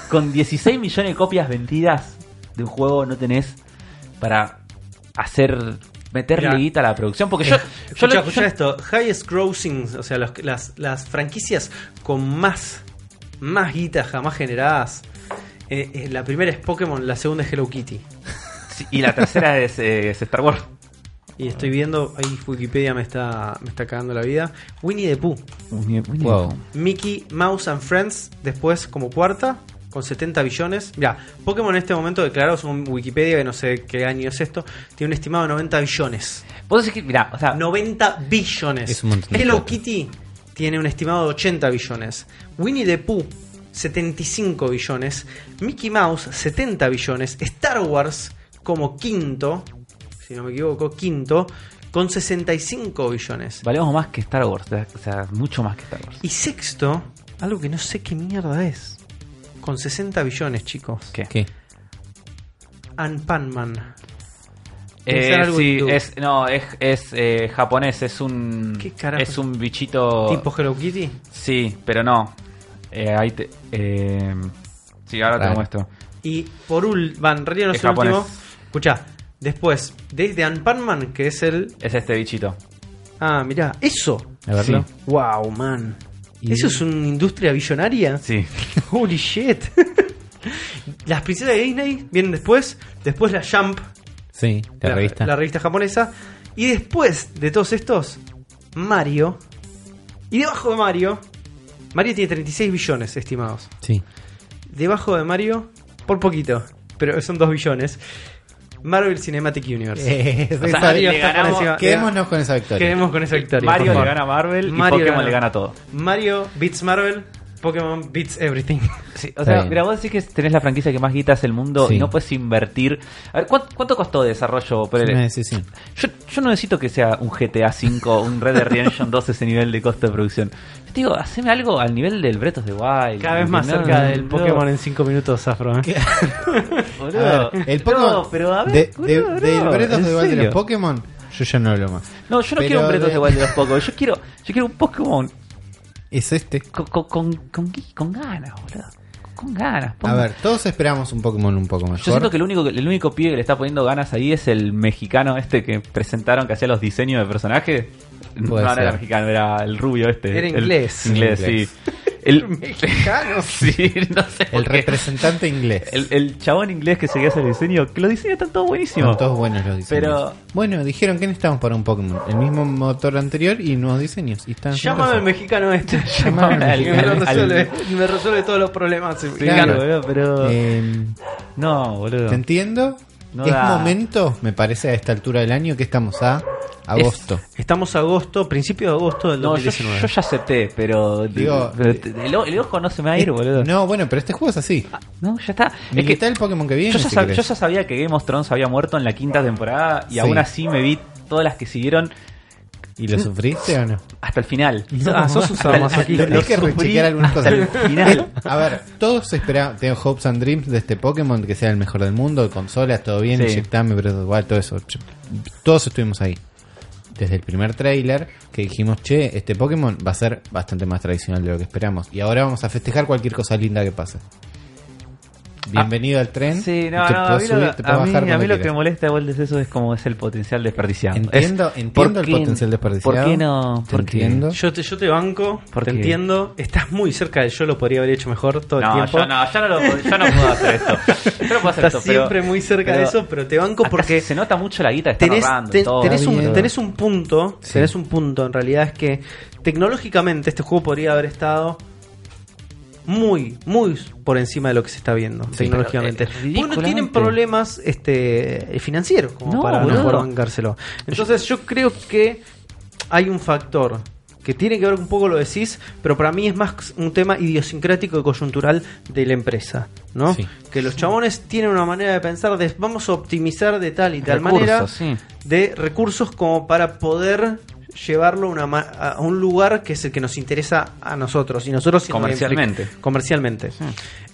S3: con 16 millones de copias vendidas de un juego no tenés para hacer. meterle
S1: Mirá.
S3: guita a la producción. Porque
S2: Eh,
S3: yo. yo
S1: Escucha,
S3: lo-
S1: escucha
S3: yo-
S1: Eh, esto. Highest grossings, o sea, los- las, las franquicias con más, más guitas jamás generadas. Eh, eh, la primera es Pokémon, la segunda es Hello Kitty.
S3: sí, y la tercera es, eh, es Star Wars.
S1: Y
S3: Ah.
S1: estoy viendo, ahí Wikipedia me está, me está cagando la vida. Winnie the Pooh,
S2: Wow.
S1: Mickey, Mouse and Friends, después como cuarta, con 70 billones. Mira, Pokémon en este momento declarado, según Wikipedia, que no sé qué año es esto, tiene un estimado de 90 billones.
S3: Vos decís que, mirá, o sea,
S1: 90 billones.
S2: Es un montón de
S1: Hello
S2: plata.
S1: Kitty tiene un estimado de 80 billones. Winnie the Pooh, 75 billones. Mickey Mouse, 70 billones. Star Wars, como quinto, si no me equivoco, quinto, con 65 billones.
S3: Valemos más que Star Wars, o sea, mucho más que Star Wars.
S1: Y sexto, algo que no sé qué mierda es. Con 60 billones, chicos.
S3: ¿Qué?
S2: ¿Qué?
S1: And Panman. Debe ser
S3: Eh,
S1: algo
S3: sí,
S1: hindú.
S3: es, no, es, es eh, japonés, es un.
S1: ¿Qué carajo?
S3: Es un
S2: Oh.
S3: bichito.
S1: Tipo Hello Kitty.
S3: Sí, pero no. Eh, ahí te. eh, sí, ahora te
S2: Raro.
S3: lo muestro.
S1: Y por último, van, en realidad no es
S3: Es
S1: el
S3: japonés.
S1: último. Escuchá, después, desde Anpanman, que es el.
S3: Es este bichito.
S1: Ah, mirá, eso.
S2: A verlo.
S3: Sí.
S1: Wow, man.
S2: Y-
S1: ¿Eso es una industria billonaria?
S3: Sí.
S1: Holy shit. Las princesas de Disney vienen después. Después la Jump,
S2: Sí, la, revista.
S1: la revista japonesa. Y después de todos estos, Mario. Y debajo de Mario, Mario tiene 36 billones estimados.
S2: Sí.
S1: Debajo de Mario, por poquito, pero son 2 billones. Marvel Cinematic Universe.
S3: O sea,
S1: Mario
S3: le
S1: está por
S3: ganamos-
S1: encima-
S2: Quedémonos con esa victoria.
S1: Quedemos con esa victoria.
S3: Mario
S1: por
S3: le
S1: favor.
S3: gana a Marvel
S1: Mario
S3: y Pokémon
S1: le
S3: le
S1: gana.
S3: gana todo.
S1: Mario beats Marvel, Pokémon beats everything.
S3: Sí, o
S2: Está
S3: sea,
S2: bien.
S3: mira, vos decís que tenés la franquicia que más guitas el mundo
S2: Sí.
S3: y no puedes invertir. A ver, ¿cuánto, cuánto costó de desarrollo?
S2: Sí,
S3: ponele?
S2: sí, sí.
S3: Yo, yo no necesito que sea un GTA V, un Red Dead Redemption 2 ese nivel de costo de producción. Yo te digo, haceme algo al nivel del Breath of the Wild.
S1: Cada vez más
S3: No,
S1: cerca
S3: no,
S1: del
S3: no,
S1: Pokémon este. en 5 minutos, Afro. ¿eh?
S3: boludo.
S2: A ver, el Pokémon.
S3: No, pero a ver,
S2: de,
S3: boludo,
S2: de- del
S3: no,
S2: Breath of
S3: en
S2: the Wild de
S3: serio.
S2: los Pokémon, yo ya no hablo más.
S3: No, yo no
S2: Pero
S3: quiero un Breath of the
S2: de-
S3: Wild de los Pokémon. Yo quiero, yo quiero un Pokémon
S2: Es este.
S3: con, con, con, con gui- con ganas, boludo. Con, con ganas.
S2: A
S3: ponga-
S2: ver, todos esperamos un Pokémon un poco mejor.
S3: Yo siento que el único, el único pibe que le está poniendo ganas ahí es el mexicano este que presentaron que hacía los diseños de personajes. No,
S2: Puede
S3: no
S2: ser.
S3: era mexicano, era el rubio este.
S1: Era
S3: El-
S1: inglés.
S3: Inglés,
S2: Inglés.
S3: sí. El
S1: Mexicano.
S3: Sí, no sé. por
S2: El
S3: qué.
S2: representante inglés.
S3: El, el chabón inglés que seguía ese diseño, que los diseños están todos buenísimos.
S2: Son todos buenos los diseños.
S3: Pero-
S2: Bueno, dijeron que necesitamos para un Pokémon. El mismo motor anterior y nuevos diseños. Y están
S1: Llámame al mexicano este.
S2: Llámame al
S1: Que me, lo
S2: mexicano.
S1: resuelve, me resuelve todos los problemas. el
S3: Sí,
S1: mexicano.
S3: boludo, pero.
S2: Eh,
S3: no, boludo.
S2: Te entiendo.
S3: No
S2: es
S3: da.
S2: momento, me parece, a esta altura del año que estamos a agosto.
S1: Estamos agosto, principio de agosto del
S3: No, yo,
S1: 2019.
S3: yo ya acepté, pero.
S2: Digo,
S3: pero te- el, o- el ojo no se me va a ir,
S2: Es-
S3: boludo. No,
S2: No, bueno, pero este juego es así.
S3: ya está. Es que
S2: Militá el Pokémon que viene.
S3: yo, ya
S2: si
S3: sab-
S2: querés.
S3: yo ya sabía que Game of Thrones había muerto en la quinta temporada y
S2: Sí.
S3: aún así me vi todas las que siguieron
S2: ¿Y lo sufriste o no?
S3: hasta el final.
S1: Ah, sos un sadomasoquista.
S3: Lo
S2: Tenés que
S3: sufrí
S2: rechequear algunas
S3: hasta
S2: cosas.
S3: el final.
S2: A ver, todos esperamos, tengo hopes and dreams de este Pokémon, que sea el mejor del mundo, consolas, todo bien,
S3: Sí.
S2: inyectame, pero igual, todo eso. Todos estuvimos ahí. Desde el primer trailer que dijimos, che, este Pokémon va a ser bastante más tradicional de lo que esperamos. Y ahora vamos a festejar cualquier cosa linda que pase. Bienvenido al tren.
S3: Ah, Sí, no,
S2: Te
S3: no, a
S2: podés
S3: mí,
S2: subir,
S3: lo,
S2: te podés
S3: a mí-
S2: bajar
S3: a mí
S2: cuando
S3: lo que me
S2: quieras.
S3: molesta igual es eso, es como es el potencial desperdiciado.
S2: Entiendo-
S3: Es-
S2: entiendo
S3: ¿por
S2: el
S3: qué-
S2: potencial desperdiciado.
S3: ¿Por qué no?
S2: Te
S3: ¿Por qué?
S2: entiendo.
S1: Yo te, yo te banco,
S3: ¿Por
S1: te
S3: qué?
S1: entiendo. Estás muy cerca de yo, lo podría haber hecho mejor todo el
S3: No,
S1: tiempo.
S3: yo no, yo no, lo- yo no puedo hacer esto. Yo no puedo
S1: Estás
S3: hacer esto. pero-
S1: siempre muy cerca de
S3: pero
S1: eso, pero te banco
S3: acá
S1: porque
S3: se nota mucho la guita. Está
S1: tenés,
S3: ahorrando y
S1: ten-
S3: todo.
S1: tenés,
S2: Está
S1: un,
S2: bien.
S1: tenés un punto, tenés un punto en realidad, es que tecnológicamente este juego podría haber estado muy, muy por encima de lo que se está viendo tecnológicamente.
S3: pero, eh,
S1: Porque no tienen
S3: ridículamente.
S1: problemas este financieros como
S3: No,
S1: para no
S3: boludo.
S1: poder bancárselo. Entonces yo creo que hay un factor que tiene que ver un poco lo decís, pero para mí es más un tema idiosincrático y coyuntural de la empresa, ¿no?
S2: Sí.
S1: Que los chabones tienen una manera de pensar de vamos a optimizar de tal y tal
S3: Recursos,
S1: manera
S3: sí.
S1: de recursos como para poder llevarlo a una ma- a un lugar que es el que nos interesa a nosotros y nosotros siendo
S3: Comercialmente.
S1: impli- comercialmente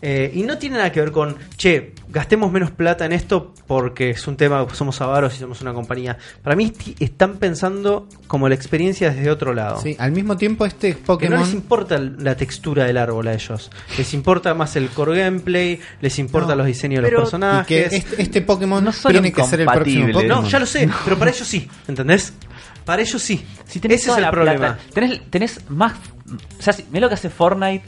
S1: Eh, y no tiene nada que ver con che gastemos menos plata en esto porque es un tema somos avaros y somos una compañía para mí ti- están pensando como la experiencia desde otro lado
S2: Sí, al mismo tiempo este
S1: que no
S2: Pokémon...
S1: les importa el- la textura del árbol a ellos. Les importa más el core gameplay, les importa
S2: No,
S1: los diseños de
S3: pero-
S1: los
S2: y que
S1: personajes.
S2: este, este Pokémon
S3: No son
S2: tiene que ser el próximo
S3: incompatibles.
S2: Pokémon.
S1: No, ya lo sé, pero para ellos sí, ¿entendés? Para ellos sí.
S3: Si tenés
S1: Ese es
S3: toda
S1: el
S3: la
S1: problema.
S3: plata, tenés, tenés más. O sea, si, mirá lo que hace Fortnite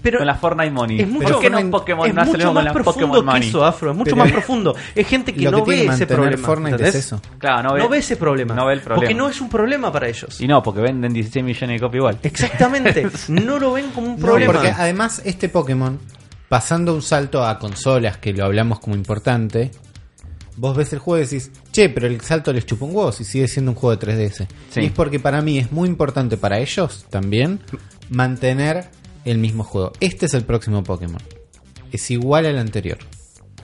S1: Pero
S3: con la Fortnite Money.
S1: Es mucho,
S3: ¿Por qué no
S2: Fortnite-
S3: Pokémon
S1: es
S3: no hace lo
S1: mucho
S3: mismo con
S1: más
S3: la
S1: profundo
S3: Pokémon
S1: que
S3: Money?
S1: eso, ¿ah? Afro. Es mucho
S2: Pero-
S1: más profundo. Es gente que
S2: Lo que
S1: no
S2: tiene
S1: ve
S2: que
S1: ese
S2: mantener
S1: problema.
S2: Fortnite
S1: ¿entendés?
S2: es eso.
S3: Claro, no ve-
S1: ve ese problema.
S3: no ve el problema.
S1: Porque no es un problema para ellos.
S3: Y no, porque venden 16 millones de copias igual.
S1: Exactamente. no lo ven como un
S2: No,
S1: problema.
S2: porque además este Pokémon, pasando un salto a consolas, que lo hablamos como importante, vos ves el juego y decís, che, pero el salto les chupa un huevo si sigue siendo un juego de 3DS.
S3: Sí.
S2: Y es porque para mí es muy importante para ellos también mantener el mismo juego. Este es el próximo Pokémon. Es igual al anterior,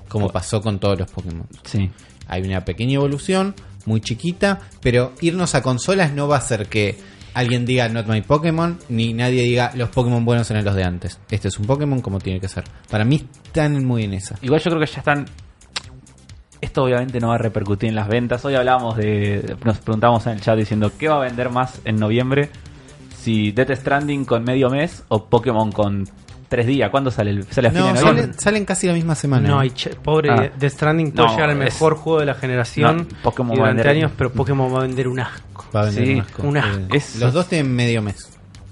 S2: como pasó con todos los Pokémon.
S3: Sí.
S2: Hay una pequeña evolución, muy chiquita, pero irnos a consolas no va a ser que alguien diga not my Pokémon, ni nadie diga los Pokémon buenos eran los de antes. Este es un Pokémon como tiene que ser. Para mí están muy en esa.
S3: Igual yo creo que ya están. Esto obviamente no va a repercutir en las ventas. Hoy hablamos de. Nos preguntamos en el chat diciendo qué va a vender más en noviembre. Si Death Stranding con medio mes o Pokémon con tres días. ¿Cuándo sale? el- ¿Sale a fin de
S2: No,
S3: noviembre?
S2: salen, salen casi la misma semana. ¿eh?
S1: No, y che- pobre
S3: Ah.
S1: The Stranding
S3: No,
S1: puede llegar al
S3: es-
S1: mejor juego de la generación
S3: No, Pokémon
S1: y
S3: va a
S1: durante
S3: vender-
S1: años, pero Pokémon va a vender un asco.
S2: Va a vender
S3: Sí,
S2: un asco.
S1: un asco.
S2: Eh,
S3: Es-
S2: Los dos tienen medio mes.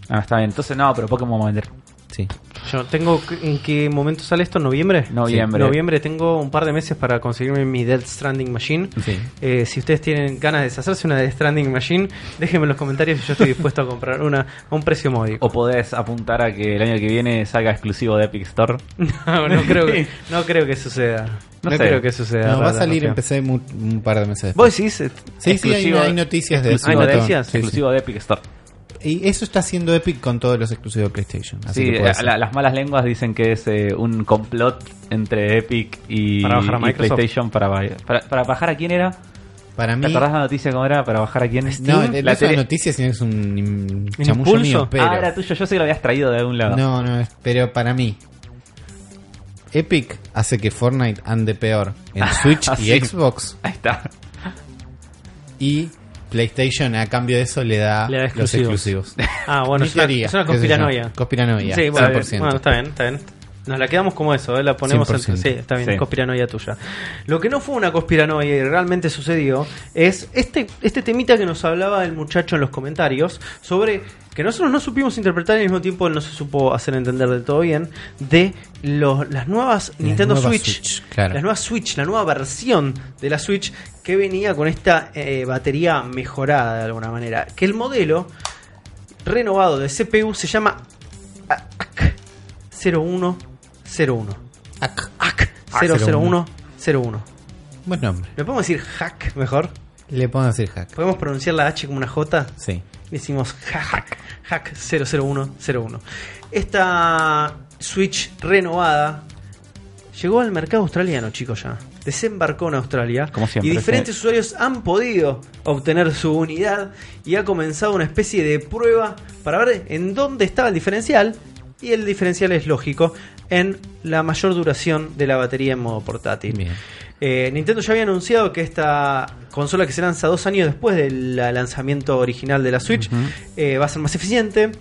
S3: Ah, está bien. Entonces no, pero Pokémon va a vender
S2: Sí.
S1: Yo tengo en qué momento sale esto, noviembre.
S3: Noviembre.
S1: Sí, noviembre tengo un par de meses para conseguirme mi Death Stranding Machine.
S2: Sí.
S1: Eh, si ustedes tienen ganas de deshacerse una Death Stranding Machine, déjenme en los comentarios si yo estoy dispuesto a comprar una a un precio módico.
S3: O podés apuntar a que el año que viene salga exclusivo de Epic Store.
S1: No, no creo que, no creo que suceda. No,
S3: No sé.
S1: creo que suceda. la
S2: No, va a
S1: verdad,
S2: salir,
S1: no creo.
S2: empecé mu- un par de meses después.
S1: Vos decís, eh,
S2: Sí, sí, hay,
S3: exclusivo-
S2: hay noticias de
S1: exclusivo
S2: ese
S1: de
S2: botón.
S1: noticias,
S2: Sí, sí.
S3: exclusivo de Epic Store.
S2: Y eso está haciendo Epic con todos los exclusivos de PlayStation. Así
S3: sí,
S2: que puede
S3: eh,
S2: ser.
S3: la- las malas lenguas dicen que es eh, un complot entre Epic y,
S1: Para bajar a
S3: y
S1: Microsoft.
S3: PlayStation para, ba- para, para bajar a quién era.
S2: Para mí,
S3: ¿Te acordás la noticia cómo era? ¿Para bajar a quién?
S2: No, de- no
S3: la
S2: es una
S3: tele-
S2: noticia, sino que es un im-
S1: ¿Un
S2: chamullo
S1: impulso?
S2: mío, pero...
S3: Ah, era tuyo. Yo sé que lo habías traído de algún lado.
S2: no, no, es- pero para mí... Epic hace que Fortnite ande peor en Switch
S3: Ah,
S2: y
S3: sí.
S2: Xbox
S3: Ahí está.
S2: y PlayStation a cambio de eso le da,
S1: Le da
S2: los
S1: exclusivos.
S2: exclusivos.
S1: Ah, bueno,
S2: Mi
S1: es una,
S2: teoría,
S1: es una
S2: qué sé yo.
S1: conspiranoia.
S2: Conspiranoia,
S1: Sí, bueno,
S2: 100%.
S1: bueno, está bien, está bien. Nos la quedamos como eso, ¿eh? la ponemos en.
S2: 100%.
S1: Sí, está bien,
S3: Sí.
S1: conspiranoia tuya. Lo que no fue una conspiranoia y realmente sucedió es este, este temita que nos hablaba el muchacho en los comentarios sobre que nosotros no supimos interpretar y al mismo tiempo no se supo hacer entender del todo bien de los, las nuevas Nintendo
S2: nuevas
S1: Switch.
S2: Switch, claro.
S1: Las nuevas nueva Switch, la nueva versión de la Switch que venía con esta eh, batería mejorada de alguna manera. Que el modelo renovado de CPU se llama AC 0101.
S2: Ac.
S1: AC
S2: AC
S1: 00101.
S2: Buen nombre.
S1: ¿Le podemos decir hack mejor?
S2: Le puedo decir hack.
S1: ¿Podemos pronunciar la H como una J?
S2: Sí.
S1: Le decimos hack, hack 00101. Esta Switch renovada llegó al mercado australiano, chicos, ya. Desembarcó en Australia.
S3: Como siempre,
S1: y diferentes usuarios han podido obtener su unidad y ha comenzado una especie de prueba para ver en dónde estaba el diferencial. Y el diferencial es lógico en la mayor duración de la batería en modo portátil.
S2: Bien.
S1: Eh, Nintendo ya había anunciado que esta consola que se lanza dos años después del lanzamiento original de la Switch eh, va a ser más eficiente.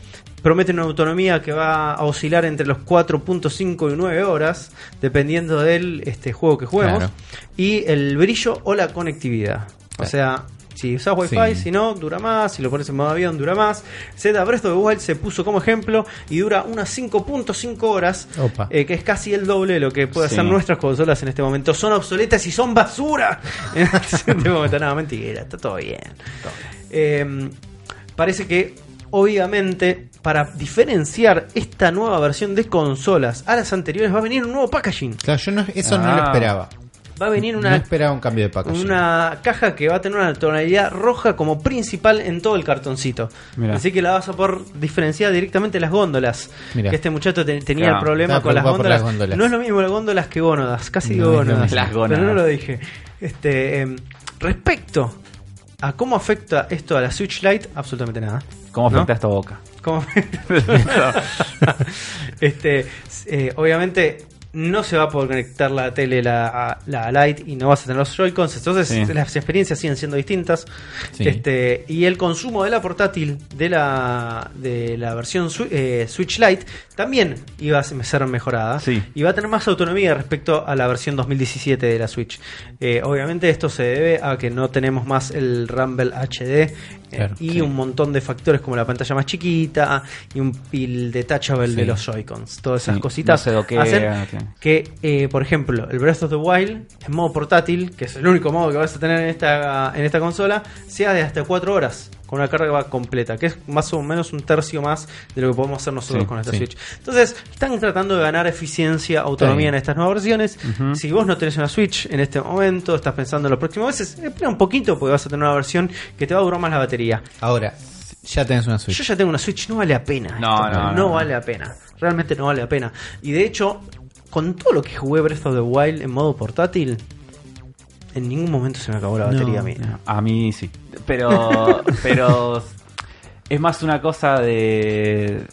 S1: Promete una autonomía que va a oscilar entre los 4.5 y 9 horas, dependiendo del este, juego que juguemos.
S2: Claro.
S1: Y el brillo o la conectividad. O
S2: Claro.
S1: sea, si usas Wi-Fi,
S2: Sí.
S1: si no, dura más. Si lo pones en modo avión, dura más. Z Breath of the Wild se puso como ejemplo y dura unas 5.5 horas,
S2: Opa.
S1: eh, que es casi el doble de lo que puede
S3: Sí.
S1: hacer nuestras consolas en este momento. Son obsoletas y son basura. en este momento, no, mentira, está todo bien. Eh, parece que, obviamente, para diferenciar esta nueva versión de consolas a las anteriores, va a venir un nuevo packaging.
S2: Claro, yo no, eso no
S3: Ah.
S2: lo esperaba.
S1: Va a venir
S2: no
S1: una
S2: esperaba un cambio de packaging.
S1: una caja que va a tener una tonalidad roja como principal en todo el cartoncito.
S3: Mirá.
S1: Así que la vas a poder diferenciar directamente de las góndolas.
S2: Mirá.
S1: Que este muchacho te- tenía
S3: Claro.
S1: el problema
S2: Estaba
S1: con las
S2: preocupado por
S1: góndolas.
S2: las góndolas.
S1: No es lo mismo las góndolas que gónadas. Casi digo
S2: No es lo
S1: gónadas.
S3: mismo. Las gónadas.
S1: Pero no lo dije. Este, em, respecto a cómo afecta esto a la Switch Lite, absolutamente nada.
S3: ¿Cómo
S1: ¿No?
S3: afecta esta boca?
S1: ¿Cómo afecta? este, eh, obviamente no se va a poder conectar la tele la, a la Lite y no vas a tener los Joy-Cons, entonces
S3: Sí.
S1: las experiencias siguen siendo distintas.
S2: Sí.
S1: Este, y el consumo de la portátil de la, de la versión Swi- eh, Switch Lite también iba a ser mejorada
S3: Sí.
S1: y va a tener más autonomía respecto a la versión 2017 de la Switch. Eh, obviamente esto se debe a que no tenemos más el Rumble HD eh,
S2: Claro,
S1: y
S2: sí.
S1: un montón de factores como la pantalla más chiquita y un y el detachable
S2: Sí.
S1: de los Joy-Cons. Todas esas
S3: Sí,
S1: cositas
S3: no se doquea,
S1: hacen
S3: claro.
S1: que, eh, por ejemplo, el Breath of the Wild en modo portátil, que es el único modo que vas a tener en esta, en esta consola, sea de hasta 4 horas con una carga completa, que es más o menos un tercio más de lo que podemos hacer nosotros
S3: Sí,
S1: con esta
S2: sí.
S1: Switch. Entonces, están tratando de ganar eficiencia, autonomía
S2: bien.
S1: en estas nuevas versiones.
S3: Ujú.
S1: Si vos no tenés una Switch en este momento, estás pensando en los próximos meses, espera un poquito porque vas a tener una versión que te va a durar más la batería.
S2: Ahora, ya tenés una Switch.
S1: Yo ya tengo una Switch, no vale la pena.
S3: No,
S1: esto,
S3: no, no, no.
S1: vale la pena. Realmente no vale la pena. Y de hecho, con todo lo que jugué Breath of the Wild en modo portátil, en ningún momento se me acabó la
S2: No,
S1: batería a mí.
S3: A mí sí. Pero. pero. Es más una cosa de.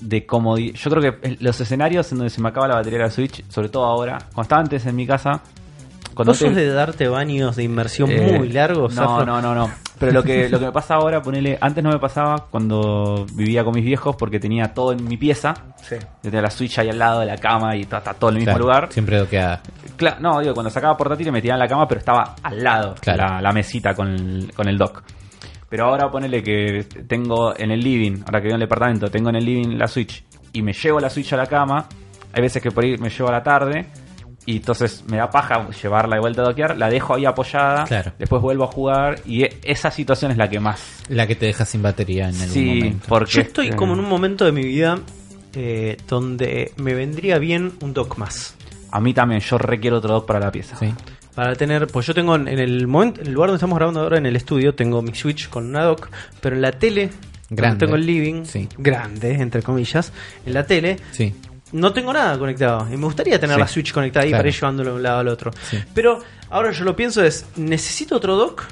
S3: De comodidad. Yo creo que el- los escenarios en donde se me acaba la batería de la Switch, sobre todo ahora, constantes en mi casa. Cuando
S1: ¿Vos
S3: te-
S1: sos de darte baños de inmersión
S3: Eh,
S1: muy largos?
S3: No,
S1: Zafra?
S3: no, no, no. Pero lo que, lo que me pasa ahora, ponele. Antes no me pasaba cuando vivía con mis viejos porque tenía todo en mi pieza.
S1: Sí.
S3: Tenía la Switch ahí al lado de la cama y está está todo en el mismo
S2: Claro,
S3: lugar.
S2: Siempre doqueada.
S3: Cla- no, digo, cuando sacaba portátil me tiraba en la cama, pero estaba al lado
S2: Claro.
S3: la, la mesita con el, con el dock. Pero ahora ponele que tengo en el living, ahora que vivo en el departamento, tengo en el living la Switch y me llevo la Switch a la cama. Hay veces que por ahí me llevo a la tarde y entonces me da paja llevarla de vuelta a doquear, la dejo ahí apoyada,
S2: Claro.
S3: después vuelvo a jugar y e- esa situación es la que más.
S2: La que te deja sin batería en algún
S3: Sí,
S2: momento.
S3: porque
S1: Yo estoy
S3: este,
S1: como en un momento de mi vida eh, donde me vendría bien un dock más.
S3: a mí también yo requiero otro dock para la pieza.
S2: Sí.
S1: Para tener, pues yo tengo en en el momento, en el lugar donde estamos grabando ahora en el estudio, tengo mi Switch con una dock, pero en la tele,
S2: Grande.
S1: donde tengo el living,
S2: Sí.
S1: grande, entre comillas, en la tele,
S2: Sí.
S1: no tengo nada conectado. Y me gustaría tener
S2: Sí.
S1: la Switch conectada ahí
S2: Claro.
S1: para ir llevándolo de un lado al otro.
S2: Sí.
S1: Pero ahora yo lo pienso es, ¿necesito otro dock?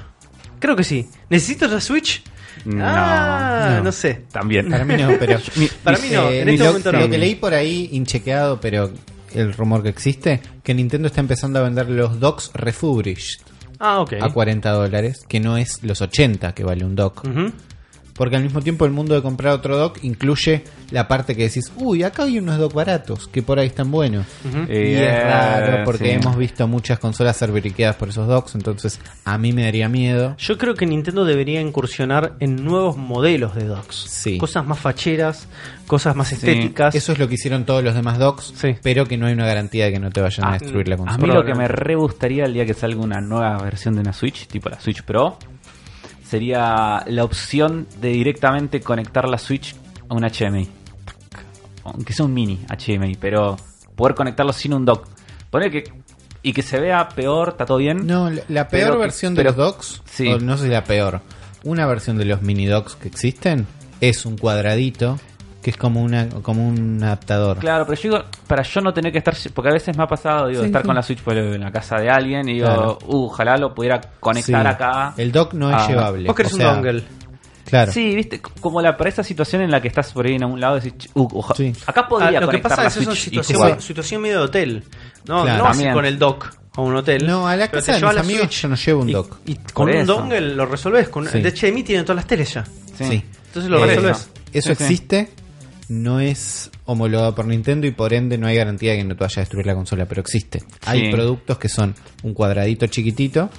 S1: Creo que sí. ¿Necesito otra Switch?
S3: No,
S1: ah, no,
S2: no.
S1: sé.
S3: También.
S2: Para mí no, pero.
S1: Para mí no, en
S2: mi
S1: este
S2: lo-
S1: momento no.
S2: Lo que leí por ahí, inchequeado, pero el rumor que existe, que Nintendo está empezando a vender los docks refurbished
S1: Ah, ok.
S2: a 40 dólares, que no es los 80 que vale un dock.
S1: Ujú.
S2: Porque al mismo tiempo el mundo de comprar otro dock incluye la parte que decís, uy, acá hay unos dock baratos, que por ahí están buenos. ¿Mm? Y es raro porque
S3: Eh, sí.
S2: hemos visto muchas consolas ser briqueadas por esos docks, entonces a mí me daría miedo.
S1: Yo creo que Nintendo debería incursionar en nuevos modelos de docks.
S2: Sí.
S1: Cosas más facheras, cosas más estéticas.
S2: Eso es lo que hicieron todos los demás docks,
S1: Sí.
S2: pero que no hay una garantía de que no te vayan a destruir la
S3: Ah, A
S2: consola.
S3: mí lo que me re gustaría el día que salga una nueva versión de una Switch, tipo la Switch Pro, sería la opción de directamente conectar la Switch a un HDMI. Aunque sea un mini HDMI, pero poder conectarlo sin un dock. Poner que. Y que se vea peor, está todo bien.
S2: No, la, la
S3: Pero
S2: peor
S3: que-
S2: versión
S3: pero-
S2: de los docks,
S3: sí.
S2: o no sé si la peor, una versión de los mini docks que existen es un cuadradito que es como una como un adaptador.
S3: Claro, pero yo digo, para yo no tener que estar. Porque a veces me ha pasado, digo,
S2: Sí,
S3: estar
S2: sí.
S3: con la Switch por ejemplo, en la casa de alguien y digo,
S2: Claro.
S3: "Uh, ojalá lo pudiera conectar
S2: Sí.
S3: acá.
S2: El dock no es
S3: Ah.
S2: llevable.
S1: Vos querés
S2: o
S1: un
S2: sea,
S1: dongle.
S2: Claro.
S3: Sí, viste, C- como la, para esa situación en la que estás por ahí en algún lado, decís, "Ch- uh, oja-
S2: Sí.
S3: acá
S1: Ah,
S3: podría
S1: lo que
S3: conectar
S1: pasa
S3: la
S1: es que es una
S3: Switch y
S1: situación,
S3: jugar".
S1: situación medio de hotel. No,
S2: Claro.
S1: no así
S3: También.
S1: con el dock. a un hotel.
S2: No, a la
S1: pero te
S2: casa de
S1: lleva
S2: mis
S1: la
S2: amigos
S1: Switch.
S2: yo no llevo un
S1: Y-
S2: dock.
S1: Y, con
S3: Por
S1: un
S3: eso.
S1: dongle lo resolvés. Con,
S2: Sí.
S1: De HDMI tiene todas las teles ya.
S3: Sí.
S2: Sí.
S1: Entonces lo
S3: Eh,
S1: resolvés.
S2: Eso
S3: Sí, sí.
S2: existe, no es homologado por Nintendo y por ende no hay garantía de que no te vaya a destruir la consola, pero existe. Hay
S3: Sí.
S2: productos que son un cuadradito chiquitito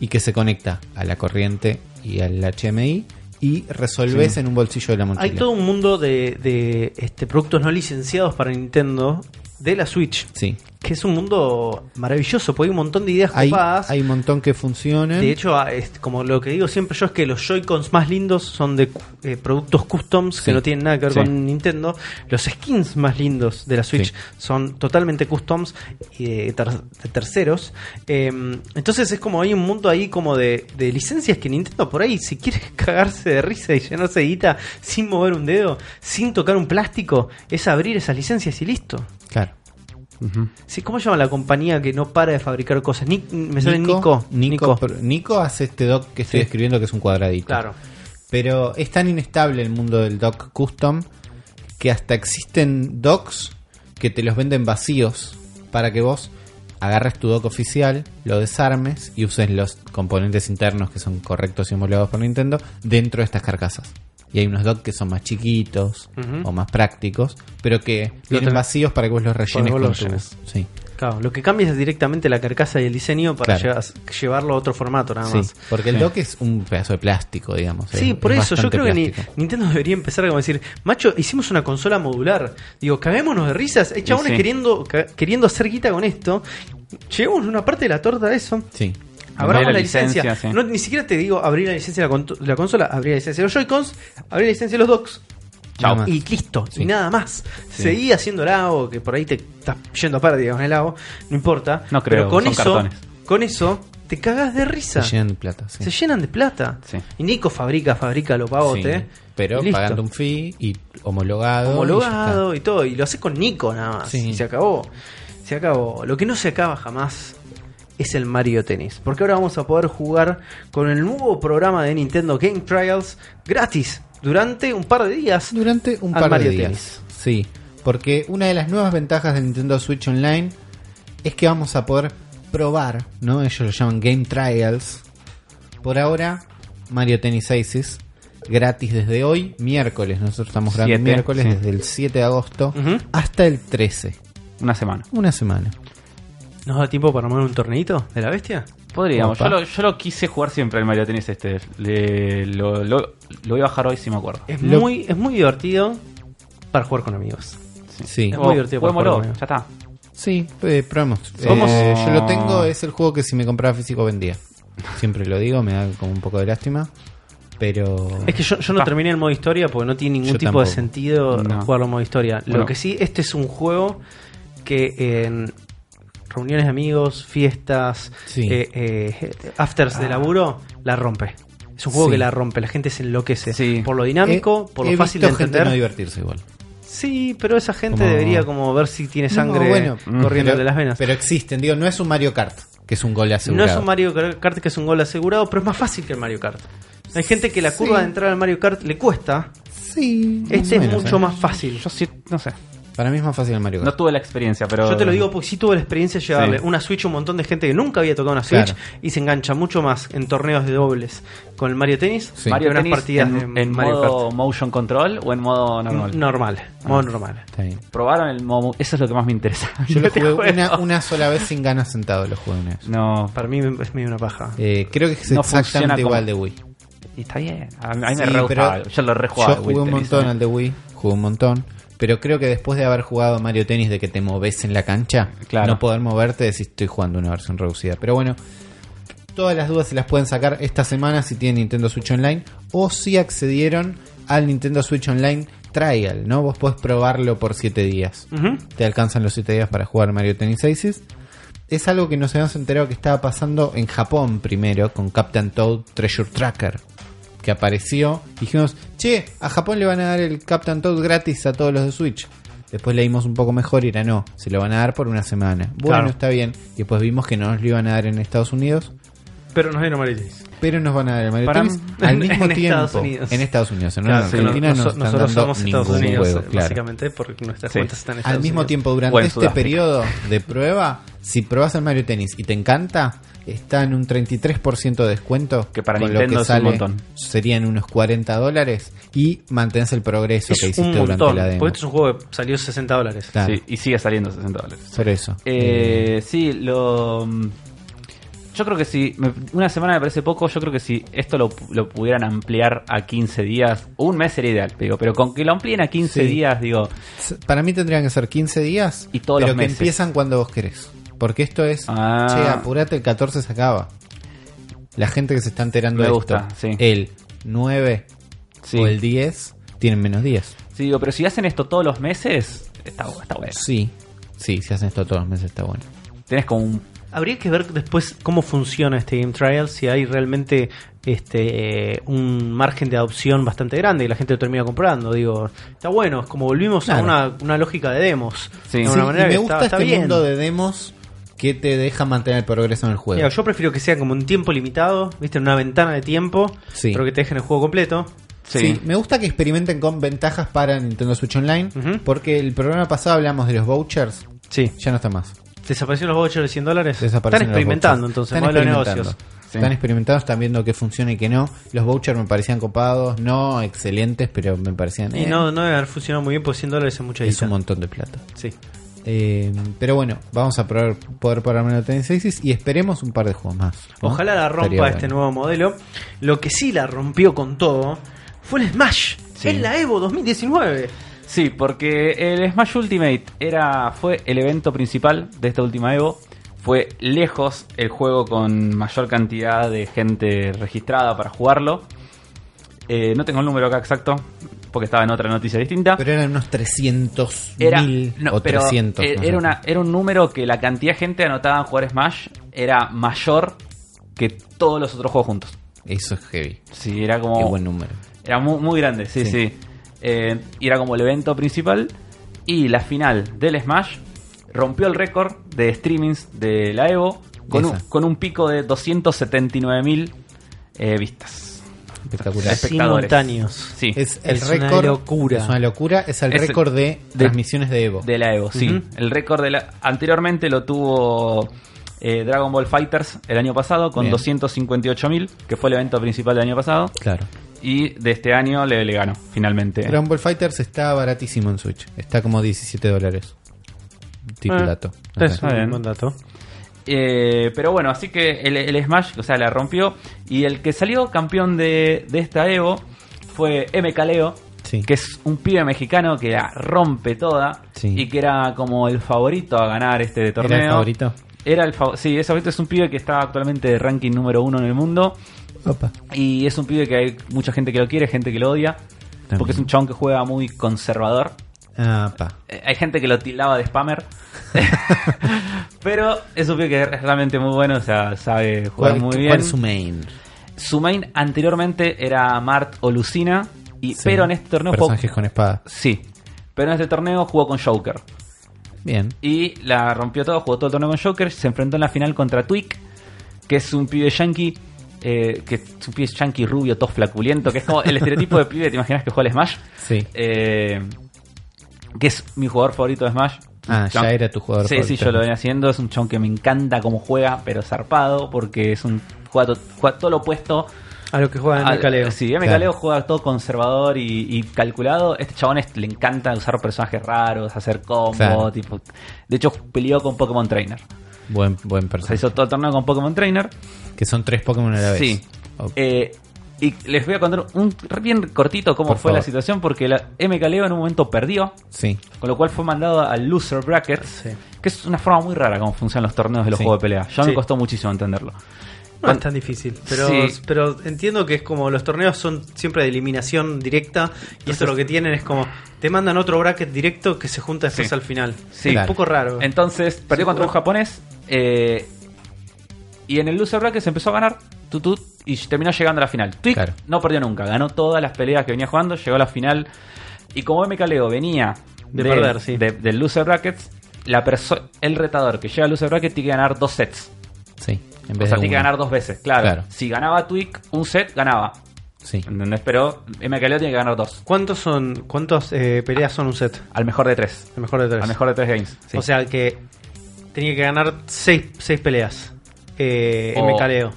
S2: y que se conecta a la corriente y al HMI y resolves en un bolsillo de la mochila.
S1: Hay todo un mundo de, de, este, productos no licenciados para Nintendo de la Switch.
S2: Sí.
S1: Que es un mundo maravilloso, porque hay un montón de ideas
S2: Hay,
S1: copadas.
S2: hay un montón que funcionan.
S1: De hecho, ah, es- como lo que digo siempre yo es que los Joy-Cons más lindos son de cu- eh, productos customs
S2: Sí.
S1: que no tienen nada que ver
S2: Sí.
S1: con Nintendo. Los skins más lindos de la Switch
S2: Sí.
S1: son totalmente customs y de, ter- de terceros. Eh, entonces es como hay un mundo ahí como de, de licencias que Nintendo por ahí, si quiere cagarse de risa y llenarse de guita sin mover un dedo, sin tocar un plástico, es abrir esas licencias y listo.
S2: claro.
S1: Sí, ¿Cómo se llama la compañía que no para de fabricar cosas? Ni- me sale Nico.
S2: Nico, pro- Nico hace este dock que estoy
S1: Sí.
S2: escribiendo que es un cuadradito.
S1: Claro.
S2: Pero es tan inestable el mundo del dock custom que hasta existen docks que te los venden vacíos para que vos agarres tu dock oficial, lo desarmes y uses los componentes internos que son correctos y homologados por Nintendo dentro de estas carcasas. Y hay unos dock que son más chiquitos
S1: Ujú.
S2: o más prácticos, pero que vienen
S1: tenés-
S2: vacíos para que vos los rellenes
S1: vos
S2: con
S1: los
S2: tu-
S1: llenes.
S2: Sí.
S1: Claro, lo que cambia es directamente la carcasa y el diseño para
S2: Claro.
S1: llevas- llevarlo a otro formato nada
S2: Sí,
S1: más.
S2: porque el
S3: Sí.
S2: dock es un pedazo de plástico, digamos.
S1: Sí,
S2: es-
S1: por
S2: es
S1: eso yo
S2: bastante
S1: creo que ni-
S2: plástico.
S1: Nintendo debería empezar a como decir, macho, hicimos una consola modular. Digo, caguémonos de risas. Hay chabones
S3: sí.
S1: queriendo, ca- queriendo hacer guita con esto. Llevemos una parte de la torta de eso.
S2: Sí.
S1: Abramos
S3: Abrí
S1: la,
S3: la
S1: licencia.
S3: licencia, sí.
S1: No, ni siquiera te digo abrir la licencia de la, con- de la consola, abrir la licencia de los Joy-Cons, abrir la licencia de los docks.
S2: Chao. Nada más.
S1: Y listo,
S2: Sí.
S1: y nada más. Seguí haciendo el AO, que por ahí te estás yendo a pérdida con el AO, no importa.
S3: No creo,
S1: Pero con
S3: son
S1: eso,
S3: cartones.
S1: con eso, te cagás de risa.
S2: Se llenan de plata. sí.
S1: Se llenan de plata.
S3: Sí.
S1: Y Nico fabrica, fabrica lo pavote.
S2: Sí, pero
S1: y listo.
S2: pagando un fee y homologado.
S1: Homologado
S2: y
S1: y todo. Y lo haces con Nico nada más.
S2: Sí.
S1: Y se acabó. Se acabó. Lo que no se acaba jamás es el Mario Tennis. Porque ahora vamos a poder jugar con el nuevo programa de Nintendo Game Trials gratis durante un par de días.
S2: ya está. Durante un
S1: Al
S2: par
S1: Mario
S2: de días.
S1: Tennis.
S2: Sí, porque una de las nuevas ventajas de Nintendo Switch Online es que vamos a poder probar, ¿no? Ellos lo llaman Game Trials. Por ahora, Mario Tennis Aces. Gratis desde hoy, miércoles. Nosotros estamos grabando
S3: Siete,
S2: miércoles
S3: sí.
S2: desde el 7 de agosto
S1: Ujú.
S2: hasta el 13.
S3: Una semana.
S2: Una semana.
S1: ¿Nos da tiempo para armar un torneito de la bestia?
S3: Podríamos.
S2: Opa.
S3: Yo lo, yo lo quise jugar siempre el Mario Tennis este. Le- lo, lo- lo voy a bajar hoy si me acuerdo.
S1: Es,
S2: Lo-
S1: muy, es muy divertido para jugar con amigos.
S2: Sí.
S1: Es muy divertido para
S3: Juguémoslo,
S1: jugar, amigo.
S3: ya está.
S2: Sí, eh, probamos.
S3: Somos-
S2: Eh, yo lo tengo, es el juego que si me compraba físico vendía. Siempre lo digo, me da como un poco de lástima. Pero.
S1: Es que yo, yo no
S3: Ah.
S1: terminé el modo historia porque no tiene ningún
S2: Yo
S1: tipo de
S2: tampoco.
S1: sentido
S3: No.
S1: jugarlo en modo historia. Lo
S3: Bueno.
S1: que sí, este es un juego que en reuniones de amigos, fiestas,
S2: Sí. Ah.
S1: eh, eh, afters de laburo, la rompe. Es un juego
S2: Sí. Eh,
S1: que la rompe, la gente se enloquece.
S3: Sí.
S1: Por lo dinámico, por lo
S2: He
S1: fácil de
S2: visto gente
S1: entender.
S2: no divertirse igual.
S1: sí, pero esa gente
S2: Como-
S1: debería como ver si tiene sangre mm,
S2: No, bueno,
S1: corriendo
S2: pero-
S1: de las venas.
S2: Pero existen, digo, no es un Mario Kart, que es un gol
S1: No
S2: asegurado.
S1: es un Mario Kart que es un gol asegurado, pero es más fácil que el Mario Kart. Hay gente que la
S2: Sí.
S1: curva de entrar al Mario Kart le cuesta.
S2: Sí, más
S1: Este
S2: o
S1: es
S2: menos,
S1: mucho
S2: ¿eh?
S1: más fácil.
S3: Yo sí, no sé.
S2: Para mí es más fácil el Mario Kart.
S3: No tuve la experiencia, pero.
S1: Yo te lo digo porque sí tuve la experiencia de llevarle
S3: Sí.
S1: una Switch a un montón de gente que nunca había tocado una Switch
S2: Claro.
S1: y se engancha mucho más en torneos de dobles con el Mario Tennis
S2: Sí.
S1: que
S3: Mario
S1: unas
S3: Tennis
S1: partidas
S3: en,
S1: de
S3: en
S1: Mario
S3: modo motion control o en modo
S1: Kart.
S3: normal.
S1: Normal,
S2: Ah.
S1: modo normal.
S2: Está bien.
S3: Probaron el modo. Eso es lo que más me interesa.
S2: Yo lo
S1: Te
S2: jugué
S1: juego.
S2: una, una sola vez sin ganas sentado, lo jugué una vez.
S3: No.
S1: Para mí es medio una paja.
S2: Eh, creo que es
S3: No funciona
S2: exactamente
S3: como-
S2: igual de Wii.
S3: Y está bien. A mí, a mí
S2: Sí,
S3: me re
S2: pero
S3: gustaba. Yo lo rejugaba.
S2: Yo jugué un
S3: ¿eh?
S2: montón al de Wii, jugué un montón. Pero creo que después de haber jugado Mario Tennis, de que te moves en la cancha,
S3: Claro.
S2: no poder moverte, decís estoy jugando una versión reducida. Pero bueno, todas las dudas se las pueden sacar esta semana si tienen Nintendo Switch Online o si accedieron al Nintendo Switch Online Trial, ¿no? Vos podés probarlo por 7 días.
S1: Ujú.
S2: Te alcanzan los 7 días para jugar Mario Tennis Aces. Es algo que nos habíamos enterado que estaba pasando en Japón primero con Captain Toad Treasure Tracker. Que apareció. Dijimos, che, a Japón le van a dar el Captain Toad gratis a todos los de Switch. Después leímos un poco mejor y era no, se lo van a dar por una semana. Bueno,
S1: Claro.
S2: está bien. Y después vimos que no nos lo iban a dar en Estados Unidos.
S1: Pero nos dieron Mary Jace.
S2: Pero nos van a dar el Mario
S3: Para-
S2: Tennis al
S1: en-
S2: mismo
S1: en
S2: tiempo.
S1: Estados Unidos.
S2: En Estados Unidos. En
S1: Claro, sí,
S2: Argentina
S1: nos-
S2: nos están
S1: nosotros
S2: dando
S1: somos Estados
S2: ningún
S1: Unidos, eh,
S2: huevo, claro.
S1: básicamente, porque nuestras
S3: Sí.
S1: cuentas están en Estados
S2: Al mismo
S1: Unidos.
S2: tiempo,
S3: O
S2: durante
S3: en
S2: este
S3: Sudáfrica.
S2: periodo de prueba, si probas el Mario Tennis y te encanta, está en un 33% de descuento.
S3: Que para Nintendo es un montón.
S2: Serían unos 40 dólares y mantens el progreso que
S1: Es
S2: hiciste
S1: un
S2: durante
S1: montón,
S2: la demo.
S3: pues
S1: porque este es un juego que salió 60 dólares.
S2: Claro,
S3: Sí, y sigue saliendo 60 dólares.
S2: Por eso.
S3: Eh, sí, lo. mm, Yo creo que si. me- Una semana me parece poco. Yo creo que si esto lo, lo pudieran ampliar a 15 días. o Un mes sería ideal, digo. Pero con que lo amplíen a 15
S2: Sí.
S3: días, digo.
S2: S- Eh, Para mí tendrían que ser 15 días,
S3: Y todos
S2: pero
S3: los
S2: que
S3: meses.
S2: empiezan cuando vos querés. Porque esto es,
S3: Ah.
S2: che, apurate, el 14 se acaba. La gente que se está enterando
S3: Me
S2: de
S3: gusta,
S2: esto,
S3: sí.
S2: el 9
S3: Sí.
S2: o el 10, tienen menos días.
S3: sí, digo, pero si hacen esto todos los meses. Está, bu- está bueno.
S2: Sí, sí, si hacen esto todos los meses está bueno.
S3: Tenés como un.
S1: Habría que ver después cómo funciona este Game Trial, si hay realmente este eh, un margen de adopción bastante grande y la gente lo termina comprando. Digo, está bueno, es como volvimos
S2: Claro.
S1: a una, una lógica de demos.
S3: Sí.
S1: De
S2: Sí,
S1: una
S2: y
S1: manera
S2: me
S1: que
S2: gusta
S1: está- está
S2: este
S1: bien.
S2: mundo de demos que te deja mantener el progreso en el juego.
S1: Mira, yo prefiero que sea como un tiempo limitado, viste, en una ventana de tiempo,
S2: Sí.
S1: pero que te dejen el juego completo.
S3: Sí.
S2: Sí, me gusta que experimenten con ventajas para Nintendo Switch Online,
S1: Ujú.
S2: porque el programa pasado hablamos de los vouchers,
S1: Sí.
S2: ya no está más.
S1: ¿Desaparecieron los vouchers de 100 dólares? Están
S2: Desaparecen los
S1: experimentando
S2: vouchers.
S1: entonces,
S2: Están
S1: modelo de
S2: experimentando.
S1: negocios.
S3: Sí.
S2: Están experimentados, están viendo qué funciona y qué no. Los vouchers me parecían copados, no excelentes, pero me parecían.
S1: Y
S2: eh,
S1: no, no debe haber funcionado muy bien, porque 100 dólares es mucha
S2: es un
S1: guita.
S2: montón de plata.
S1: Sí.
S2: Eh, pero bueno, vamos a probar, poder probar Mario Tennis Aces y esperemos un par de juegos más. ¿no?
S1: Ojalá la rompa
S2: Estaría
S1: este
S2: bueno.
S1: nuevo modelo. Lo que sí la rompió con todo fue el Smash
S3: Sí.
S1: en la Evo 2019.
S3: Sí, porque el Smash Ultimate era, fue el evento principal de esta última Evo. Fue lejos el juego con mayor cantidad de gente registrada para jugarlo. Eh, no tengo el número acá exacto, porque estaba en otra noticia distinta.
S2: Pero eran unos 300
S3: era,
S2: mil
S3: no,
S2: o
S3: pero,
S2: 300.
S3: eh,
S2: no sé.
S3: era, una, era un número que la cantidad de gente anotada en jugar Smash era mayor que todos los otros juegos juntos.
S2: Eso es heavy.
S3: Sí, era
S2: Qué
S3: como
S2: buen número.
S3: era muy, muy grande, sí,
S2: Sí.
S3: sí. Eh, y era como el evento principal. Y la final del Smash rompió el récord de streamings de la Evo con, un,
S2: Esa.
S3: con un pico de 279.000 eh, vistas.
S2: Espectacular.
S3: Espe- Espectadores.
S1: Simultáneos.
S3: Sí,
S2: Es el
S1: Es una
S2: récord.
S1: locura.
S2: Es una locura. Es el
S3: Es el-
S2: récord de,
S3: de-
S2: transmisiones de Evo.
S3: de la Evo, sí.
S1: Ujú.
S3: El récord de la... Anteriormente lo tuvo eh, Dragon Ball Fighters el año pasado con
S2: Bien.
S3: 258.000, que fue el evento principal del año pasado.
S2: Claro.
S3: Y de este año le, le ganó, finalmente.
S2: Dragon Ball Fighters está baratísimo en Switch. Está como 17 dólares. Tipo
S1: Ah,
S2: dato.
S3: Eh,
S2: No
S1: Es
S2: sé.
S3: Está bien.
S1: un buen dato.
S3: Eh, pero bueno, así que el, el Smash, o sea, la rompió. Y el que salió campeón de, de esta Evo fue MK Leo,
S2: Sí.
S3: que es un pibe mexicano que la rompe toda
S2: Sí.
S3: y que era como el favorito a ganar este torneo.
S2: ¿Era el favorito?
S3: Era el fav- sí, ese favorito es un pibe que está actualmente de ranking número uno en el mundo.
S2: Opa.
S3: Y es un pibe que hay mucha gente que lo quiere, gente que lo odia.
S2: También.
S3: Porque es un chabón que juega muy conservador.
S2: Ah, pa.
S3: Eh, Hay gente que lo tildaba de spammer. Pero es un pibe que es realmente muy bueno, o sea, sabe jugar
S2: ¿Cuál,
S3: muy
S2: cuál
S3: bien.
S2: es su
S3: Su...
S2: main?
S3: main anteriormente era Mart o Lucina, y,
S2: Sí.
S3: pero en este torneo jugó...
S2: Personajes con espada.
S3: Sí, pero en este torneo jugó con Joker.
S2: Bien.
S3: Y la rompió todo, jugó todo el torneo con Joker, se enfrentó en la final contra Twig, que es un pibe yankee, eh, que es un pibe yankee rubio, todo flaculiento, que es como el estereotipo de pibe, ¿te imaginas que juega al Smash?
S2: Sí.
S3: Eh, que es mi jugador favorito de Smash.
S2: Ah,
S3: Chabón-
S2: ya era tu jugador
S3: Sí,
S2: favorito.
S3: sí, yo lo venía haciendo. Es un chon que me encanta cómo juega, pero zarpado, porque es un juega, to- juega todo lo opuesto.
S1: A lo que
S2: Ah,
S1: juega en
S3: al-
S1: el Caleo.
S3: Sí, MKLeo
S2: Claro.
S3: juega todo conservador y, y calculado. Este chabón es- le encanta usar personajes raros, hacer combos.
S2: Claro.
S3: Tipo, de hecho, peleó con Pokémon Trainer.
S2: Buen, buen
S3: O sea,
S2: personaje.
S3: hizo todo el torneo con Pokémon Trainer.
S2: Que son tres Pokémon a la vez.
S3: Sí.
S2: Ok.
S3: Eh, y les voy a contar un bien cortito cómo
S2: Por
S3: fue la
S2: favor.
S3: situación, porque la MKLeo en un momento perdió.
S2: sí.
S3: Con lo cual fue mandado al loser bracket,
S1: Sí.
S3: que es una forma muy rara como funcionan los torneos de los
S2: Sí.
S3: juegos de pelea. Ya
S1: Sí.
S3: me costó muchísimo entenderlo.
S1: No es tan difícil. Pero,
S3: Sí.
S1: pero entiendo que es como los torneos son siempre de eliminación directa. Y esto lo que tienen es como te mandan otro bracket directo que se junta después
S3: Sí.
S1: al final.
S3: Sí.
S1: es
S2: Claro.
S1: un poco raro.
S3: Entonces, perdió contra un
S1: bueno.
S3: japonés eh, y en el loser bracket se empezó a ganar tutut, y terminó llegando a la final. Twig
S2: Claro.
S3: no perdió nunca, ganó todas las peleas que venía jugando, llegó a la final y como MKLeo venía
S1: De perder, sí.
S3: de- del loser bracket, la perso- el retador que llega al loser bracket tiene que ganar dos sets.
S2: Sí. En
S3: o
S2: vez
S3: sea,
S2: de
S3: tiene que
S2: uno.
S3: ganar dos veces, claro.
S2: Claro.
S3: Si ganaba Twig un set, ganaba.
S2: Sí.
S3: ¿Entendés? Pero MKLeo tiene que ganar dos.
S1: ¿Cuántos son, cuántas eh, peleas son un set?
S3: Al mejor de tres.
S1: El mejor de tres.
S3: Al mejor de tres games. sí.
S1: O sea, que tenía que ganar seis, seis peleas. Eh,
S3: O-
S1: MKLeo.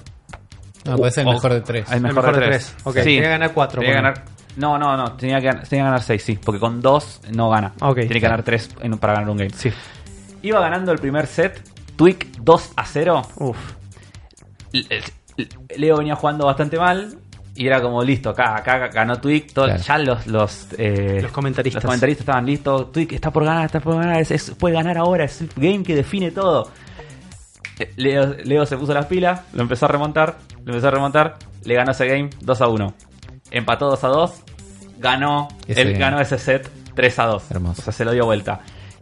S2: No, puede ser el
S3: O-
S2: mejor de tres.
S3: al
S1: El
S3: mejor, de tres.
S1: Ok,
S3: Sí.
S1: tenía que ganar cuatro.
S3: Tenía que
S1: ponele.
S3: ganar- No, no, no. Tenía que, gan- tenía que ganar seis, sí. Porque con dos no gana.
S1: Ok.
S3: Tiene que ganar tres en- para ganar un game.
S1: Sí.
S3: Iba ganando el primer set. Twig 2 a 0.
S1: Uf.
S3: Leo venía jugando bastante mal. Y era como listo, acá, acá ganó Twig. todo-
S2: Claro.
S3: Ya los, los, eh,
S1: Los comentaristas.
S3: los comentaristas estaban listos. Twig está por ganar, está por ganar. es- es- puede ganar ahora, es el game que define todo. Eh, Leo, Leo se puso las pilas, lo empezó a remontar, lo empezó a remontar. Le ganó ese game 2 a 1. Empató 2 a 2. Ganó,
S2: Ese
S3: él
S2: game.
S3: ganó ese set 3 a 2.
S2: Hermoso.
S3: O sea, se lo dio vuelta.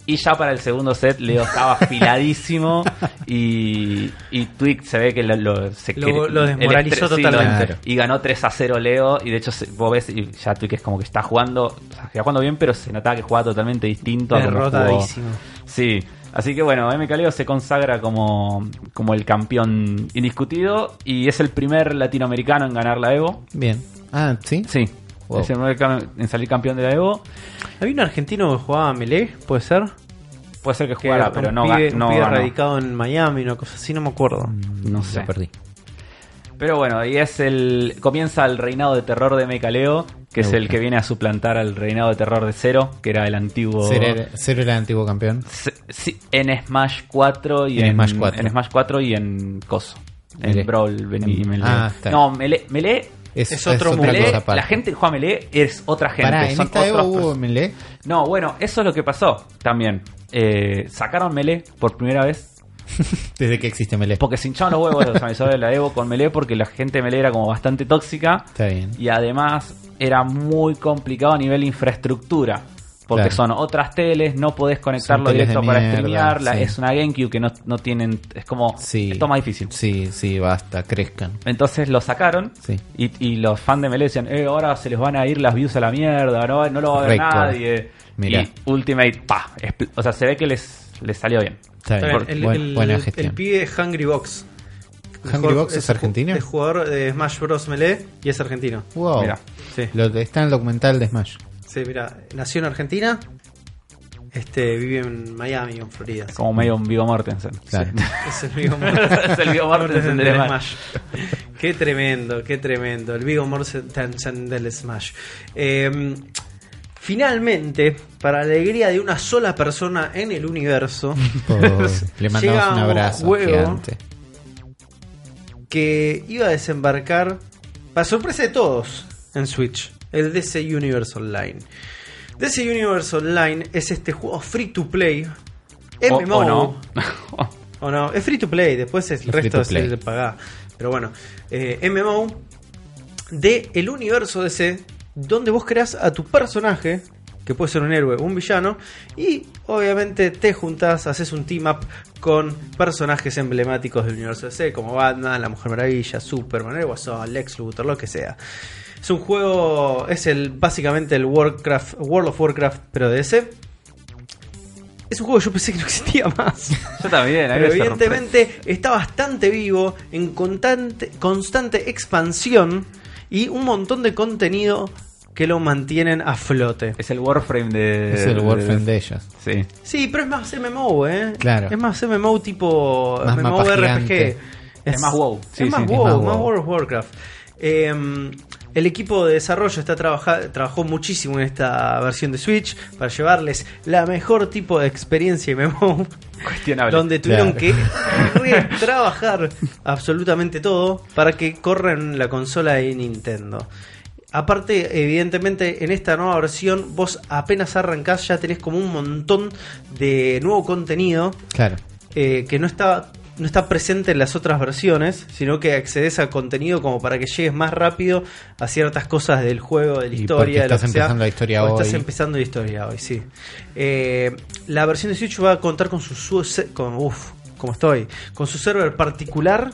S3: Y ya para el segundo set, Leo estaba afiladísimo y, y Twig se ve que lo, lo- se
S1: Lo-
S3: quere-
S1: lo desmoralizó
S3: el estre- sí,
S1: totalmente.
S3: lo- y ganó 3 a 0 Leo. Y de hecho, se- vos ves, y ya Twig es como que está jugando, o sea, está jugando bien, pero se notaba que jugaba totalmente distinto a como jugó.
S1: Derrotadísimo.
S3: Sí. Así que bueno, MK Leo se consagra como, como el campeón indiscutido y es el primer latinoamericano en ganar la Evo.
S2: Bien. Ah, ¿sí?
S3: Sí.
S2: Wow.
S3: Es el primer cam- en salir campeón de la Evo.
S1: Había un argentino que jugaba a Melee, puede ser.
S3: Puede ser que
S1: Que
S3: jugara,
S1: era
S3: pero
S1: un
S3: no,
S1: pibe,
S3: ga-
S1: un
S3: no
S1: pibe
S3: ganó. Mm.
S1: radicado en Miami, una cosa así, no me acuerdo.
S3: No sé.
S2: Lo perdí.
S3: Pero bueno, y es el. Comienza el reinado de terror de Mecaleo, que
S2: Me
S3: es el
S2: gusta.
S3: que viene a suplantar al reinado de terror de Zero, que era el antiguo.
S2: Cero era, Cero era el antiguo campeón.
S3: Se- sí, en Smash 4 y en,
S2: En Smash 4.
S3: en Smash 4 y en Coso. En
S2: Melee.
S3: Brawl, Vení y
S2: En-
S3: Melee.
S2: ah, está.
S3: No, Melee, Melee,
S2: Es,
S1: Es otro
S2: otra
S3: Melee,
S2: cosa aparte.
S3: la gente que juega Melee es otra gente.
S2: Pará, en
S3: son
S2: esta Evo
S3: otros
S2: hubo
S3: pers-
S2: melee.
S3: No, bueno, eso es lo que pasó también. Eh, sacaron Melee por primera vez
S2: Desde que existe melee.
S3: Porque se hinchaban los huevos los organizadores de la Evo con Melee porque la gente de Melee era como bastante tóxica
S2: Está bien.
S3: y además era muy complicado a nivel infraestructura. Porque
S2: Claro.
S3: son otras teles, no podés conectarlo
S2: Son teles
S3: directo
S2: de
S3: para
S2: mierda,
S3: streamearla.
S2: sí.
S3: Es una GameCube que no, no tienen. Es como.
S2: Sí.
S3: Es todo más difícil.
S2: Sí, sí, basta, crezcan.
S3: Entonces lo sacaron
S2: Sí.
S3: y, y los fans de Melee decían: eh, ahora se les van a ir las views a la mierda, no, no lo va a ver
S2: Récord.
S3: nadie.
S2: Mirá.
S3: Y Ultimate, pa. expl- O sea, se ve que les, les salió bien.
S2: Está bien.
S1: el,
S2: Buen-
S1: el-
S2: buena
S1: el
S2: gestión.
S1: pibe de Hungry Box.
S2: ¿Hungry Box es
S1: ju-
S2: argentino?
S1: Es jugador de Smash Bros. Melee y es argentino.
S2: Wow.
S3: Mirá.
S1: Sí.
S2: Lo, está en el documental de Smash.
S1: Sí, mira, nació en Argentina, este, vive en Miami, en Florida.
S3: Como medio un Vivo Mortensen.
S2: Claro.
S1: Es el Vigo
S3: Es el Viggo Mortensen del Smash.
S1: Qué tremendo, qué tremendo. El Vigo Mortensen del Smash. Eh, finalmente, para alegría de una sola persona en el universo,
S2: Pobre.
S1: Llega
S2: Le mandamos un
S1: un
S2: abrazo
S1: juego.
S2: gigante.
S1: que iba a desembarcar, para sorpresa de todos, en Switch, el DC Universe Online. DC Universe Online es este juego free to play.
S3: O- o
S1: MMO.
S3: no.
S1: O no, es free to play, después es- el
S2: Es
S1: resto
S2: free to
S1: es el
S2: play.
S1: de pagar. Pero bueno, eh, MMO de el universo DC, donde vos creas a tu personaje, que puede ser un héroe o un villano, y obviamente te juntás, haces un team up con personajes emblemáticos del universo DC, como Batman, la Mujer Maravilla, Superman, el Guasón, Lex Luthor, lo que sea. Es un juego, es el básicamente el Warcraft, World of Warcraft, pero de DC. Es un juego que yo pensé que no existía más.
S3: Yo también, ahí
S1: Pero
S3: me sorprendí.
S1: evidentemente está bastante vivo, en constante, constante expansión y un montón de contenido que lo mantienen a flote.
S3: Es el Warframe de.
S2: Es
S1: Eh,
S2: el Warframe de ellas.
S3: Sí.
S1: Sí, pero es más MMO, ¿eh?
S2: Claro.
S1: Es más MMO tipo
S2: Más mapa
S1: MMO RPG.
S2: gigante.
S3: Es más WoW.
S1: Es
S3: Sí,
S1: más
S3: sí, es
S1: WoW,
S2: más
S1: más
S2: WoW.
S1: World of Warcraft. Eh, el equipo de desarrollo está trabaja- trabajó muchísimo en esta versión de Switch para llevarles la mejor tipo de experiencia MMO
S3: Cuestionable.
S1: donde tuvieron
S2: Claro.
S1: que retrabajar absolutamente todo para que corra en la consola de Nintendo. Aparte, evidentemente, en esta nueva versión, vos apenas arrancás, ya tenés como un montón de nuevo contenido
S2: Claro.
S1: eh, que no está, no está presente en las otras versiones, sino que accedes a contenido como para que llegues más rápido a ciertas cosas del juego, de la
S2: Y
S1: historia,
S2: porque
S1: de lo
S2: estás
S1: que sea.
S2: empezando la historia
S1: O Estás
S2: hoy.
S1: empezando la historia hoy, sí. Eh, la versión de Switch va a contar con su, su- con, uf, como estoy, con su server particular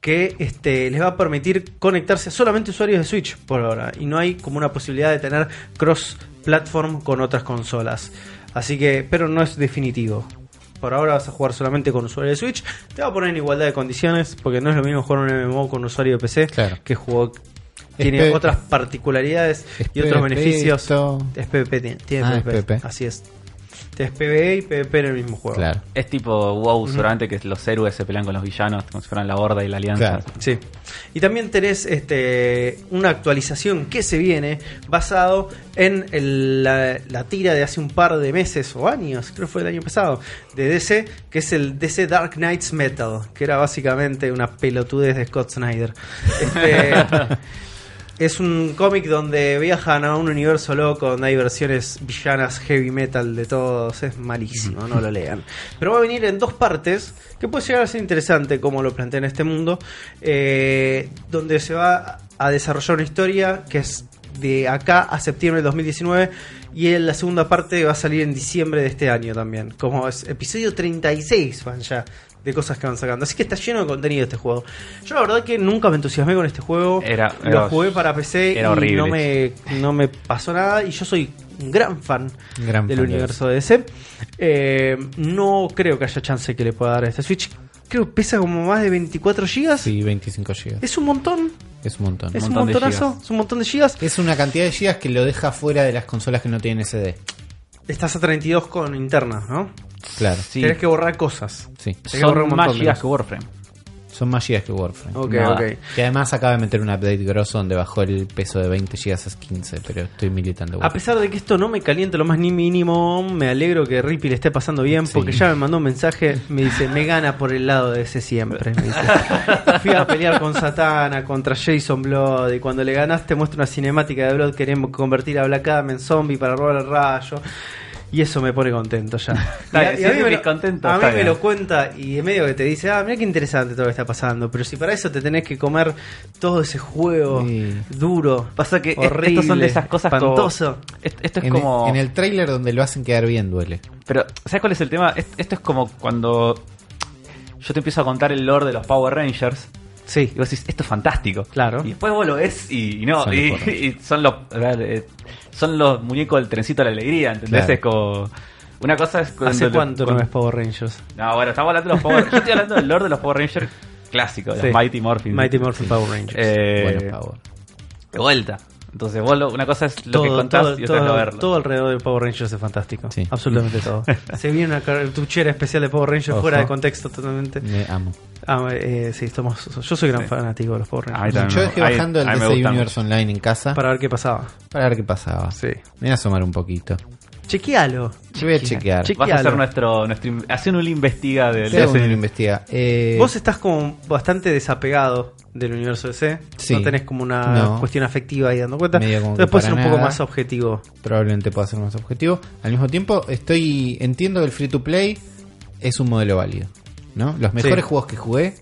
S1: que este, les va a permitir conectarse a solamente usuarios de Switch por ahora. Y no hay como una posibilidad de tener cross-platform con otras consolas. Así que, pero no es definitivo. por ahora vas a jugar solamente con usuario de Switch, te va a poner en igualdad de condiciones, porque no es lo mismo jugar un MMO con usuario de PC
S2: Claro.
S1: que jugó. Tiene
S2: PvP.
S1: otras particularidades
S2: Es
S1: y otros
S2: PvP
S1: beneficios.
S2: esto.
S1: Es PvP, tiene, tiene
S2: Ah, es
S1: PvP,
S2: PvP.
S1: Así es. Es PvE y PvP en el mismo juego.
S2: Claro.
S3: Es tipo WoW, seguramente que los héroes se pelean con los villanos, como si fueran la horda y la alianza.
S2: Claro.
S1: Sí. Y también tenés este, una actualización que se viene basado en el- la, la tira de hace un par de meses o años, creo que fue el año pasado, de DC, que es el DC Dark Knights Metal, que era básicamente una pelotudez de Scott Snyder. Este, Es un cómic donde viajan a un universo loco, donde hay versiones villanas, heavy metal de todos. Es malísimo, no lo lean. Pero va a venir en dos partes, que puede llegar a ser interesante como lo plantea en este mundo, eh, donde se va a desarrollar una historia que es de acá a septiembre del 2019 y en la segunda parte va a salir en diciembre de este año también. Como es episodio 36 van ya de cosas que van sacando. Así que está lleno de contenido este juego. Yo la verdad que nunca me entusiasmé con este juego.
S3: Era-
S1: lo
S3: era-
S1: jugué para PC
S3: Era
S1: y
S3: horrible.
S1: no me, no me pasó nada. Y yo soy un gran fan
S2: Un gran
S1: del
S2: fan de
S1: universo de DC. Eh, no creo que haya chance que le pueda dar a este Switch. Creo que pesa como más de 24 gigas.
S2: Sí, 25 gigas.
S1: Es un montón.
S2: Es un montón.
S1: Es
S2: Es,
S1: un
S3: montón de
S1: montonazo.
S3: gigas.
S1: Es un montón de gigas.
S2: una cantidad de gigas que lo deja fuera de las consolas que no tienen SD.
S1: Estás a 32 con internas, ¿no?
S2: Claro.
S3: Sí.
S1: Tienes que borrar cosas.
S2: Sí.
S1: Tenés que borrar un montón
S3: Son más
S1: de
S3: gigas
S1: cosas.
S3: que Warframe.
S2: Son más gigas que Warframe.
S1: Ok,
S3: Nada.
S1: ok.
S2: Que además acaba de meter un update grosso donde bajó el peso de 20 gigas a 15, pero estoy militando.
S1: A pesar de que Ah, esto no me calienta lo más ni mínimo, me alegro que Rippy le esté pasando bien,
S2: Sí.
S1: porque ya me mandó un mensaje, me dice, me gana por el lado de ese siempre. me dice. Fui a pelear con Satana, contra Jason Blood, y cuando le ganaste te muestra una cinemática de Blood, queremos convertir a Black Adam en zombie para robar el rayo. Y eso me pone contento ya.
S3: Está bien, si
S1: me
S3: Rippy
S1: lo,
S3: contento,
S1: a mí
S3: está
S1: me
S3: bien.
S1: lo cuenta y de medio que te dice, ah, mira qué interesante todo lo que está pasando, pero si para eso te tenés que comer todo ese juego
S2: Sí.
S1: duro,
S3: Pasa que est-
S1: horrible,
S3: estos son de esas cosas como-
S1: espantoso.
S3: Est- Esto es
S2: en,
S3: como.
S2: en el trailer donde lo hacen quedar bien duele.
S3: Pero, ¿sabes cuál es el tema? Est- Esto es como cuando yo te empiezo a contar el lore de los Power Rangers.
S1: Sí,
S3: Y vos decís, esto es fantástico.
S1: Claro.
S3: Y después vos lo ves y, y no.
S2: Son los
S3: y,
S2: Power Rangers.
S3: y son los. eh, Son los muñecos del trencito de la alegría, ¿entendés?
S2: Claro.
S3: Es como. Una cosa es cuando.
S1: ¿Hace
S3: lo-
S1: cuánto no
S3: cuando-
S1: ves Power Rangers?
S3: No, bueno, estamos hablando de los Power Yo estoy hablando del lore de los Power Rangers clásicos, de
S1: Sí.
S3: los Mighty Morphin.
S1: Mighty Morphin Power Rangers.
S3: Eh,
S2: Bueno, Power.
S3: de vuelta. Entonces, vos lo- una cosa es lo que
S1: todo,
S3: contás
S1: todo,
S3: y otra es
S1: todo-
S3: lo verlo.
S1: todo alrededor de Power Rangers es fantástico.
S2: Sí.
S1: Absolutamente todo. Se viene una cartuchera especial de Power Rangers
S2: Ojo.
S1: fuera de contexto totalmente.
S2: Me amo.
S1: Ah, eh, sí, estamos, yo soy gran
S3: Sí.
S1: fanático de los Power Rangers.
S3: Ahí también.
S2: Yo dejé
S3: Ahí-
S2: bajando el
S3: ahí me
S2: DC
S3: gustan.
S2: Universe Online en casa para,
S1: Para ver qué pasaba.
S2: ver qué pasaba.
S1: Sí.
S2: Me voy a asomar un poquito.
S1: Chequealo.
S2: Yo voy a chequear.
S1: Chequea.
S3: Vas a hacer
S1: Chequealo.
S3: nuestro, nuestro in- hace un investiga del
S2: Te hago
S3: del-
S2: una investiga. Eh,
S1: Vos estás como bastante desapegado del universo DC.
S2: Sí.
S1: No tenés como una
S2: No.
S1: cuestión afectiva ahí dando cuenta.
S2: Medio como
S1: Entonces
S2: que
S1: puedes ser un
S2: para
S1: poco
S2: nada.
S1: más objetivo.
S2: probablemente pueda ser más objetivo. Al mismo tiempo, estoy entiendo que el free to play es un modelo válido. ¿no? Los mejores
S1: Sí.
S2: juegos que jugué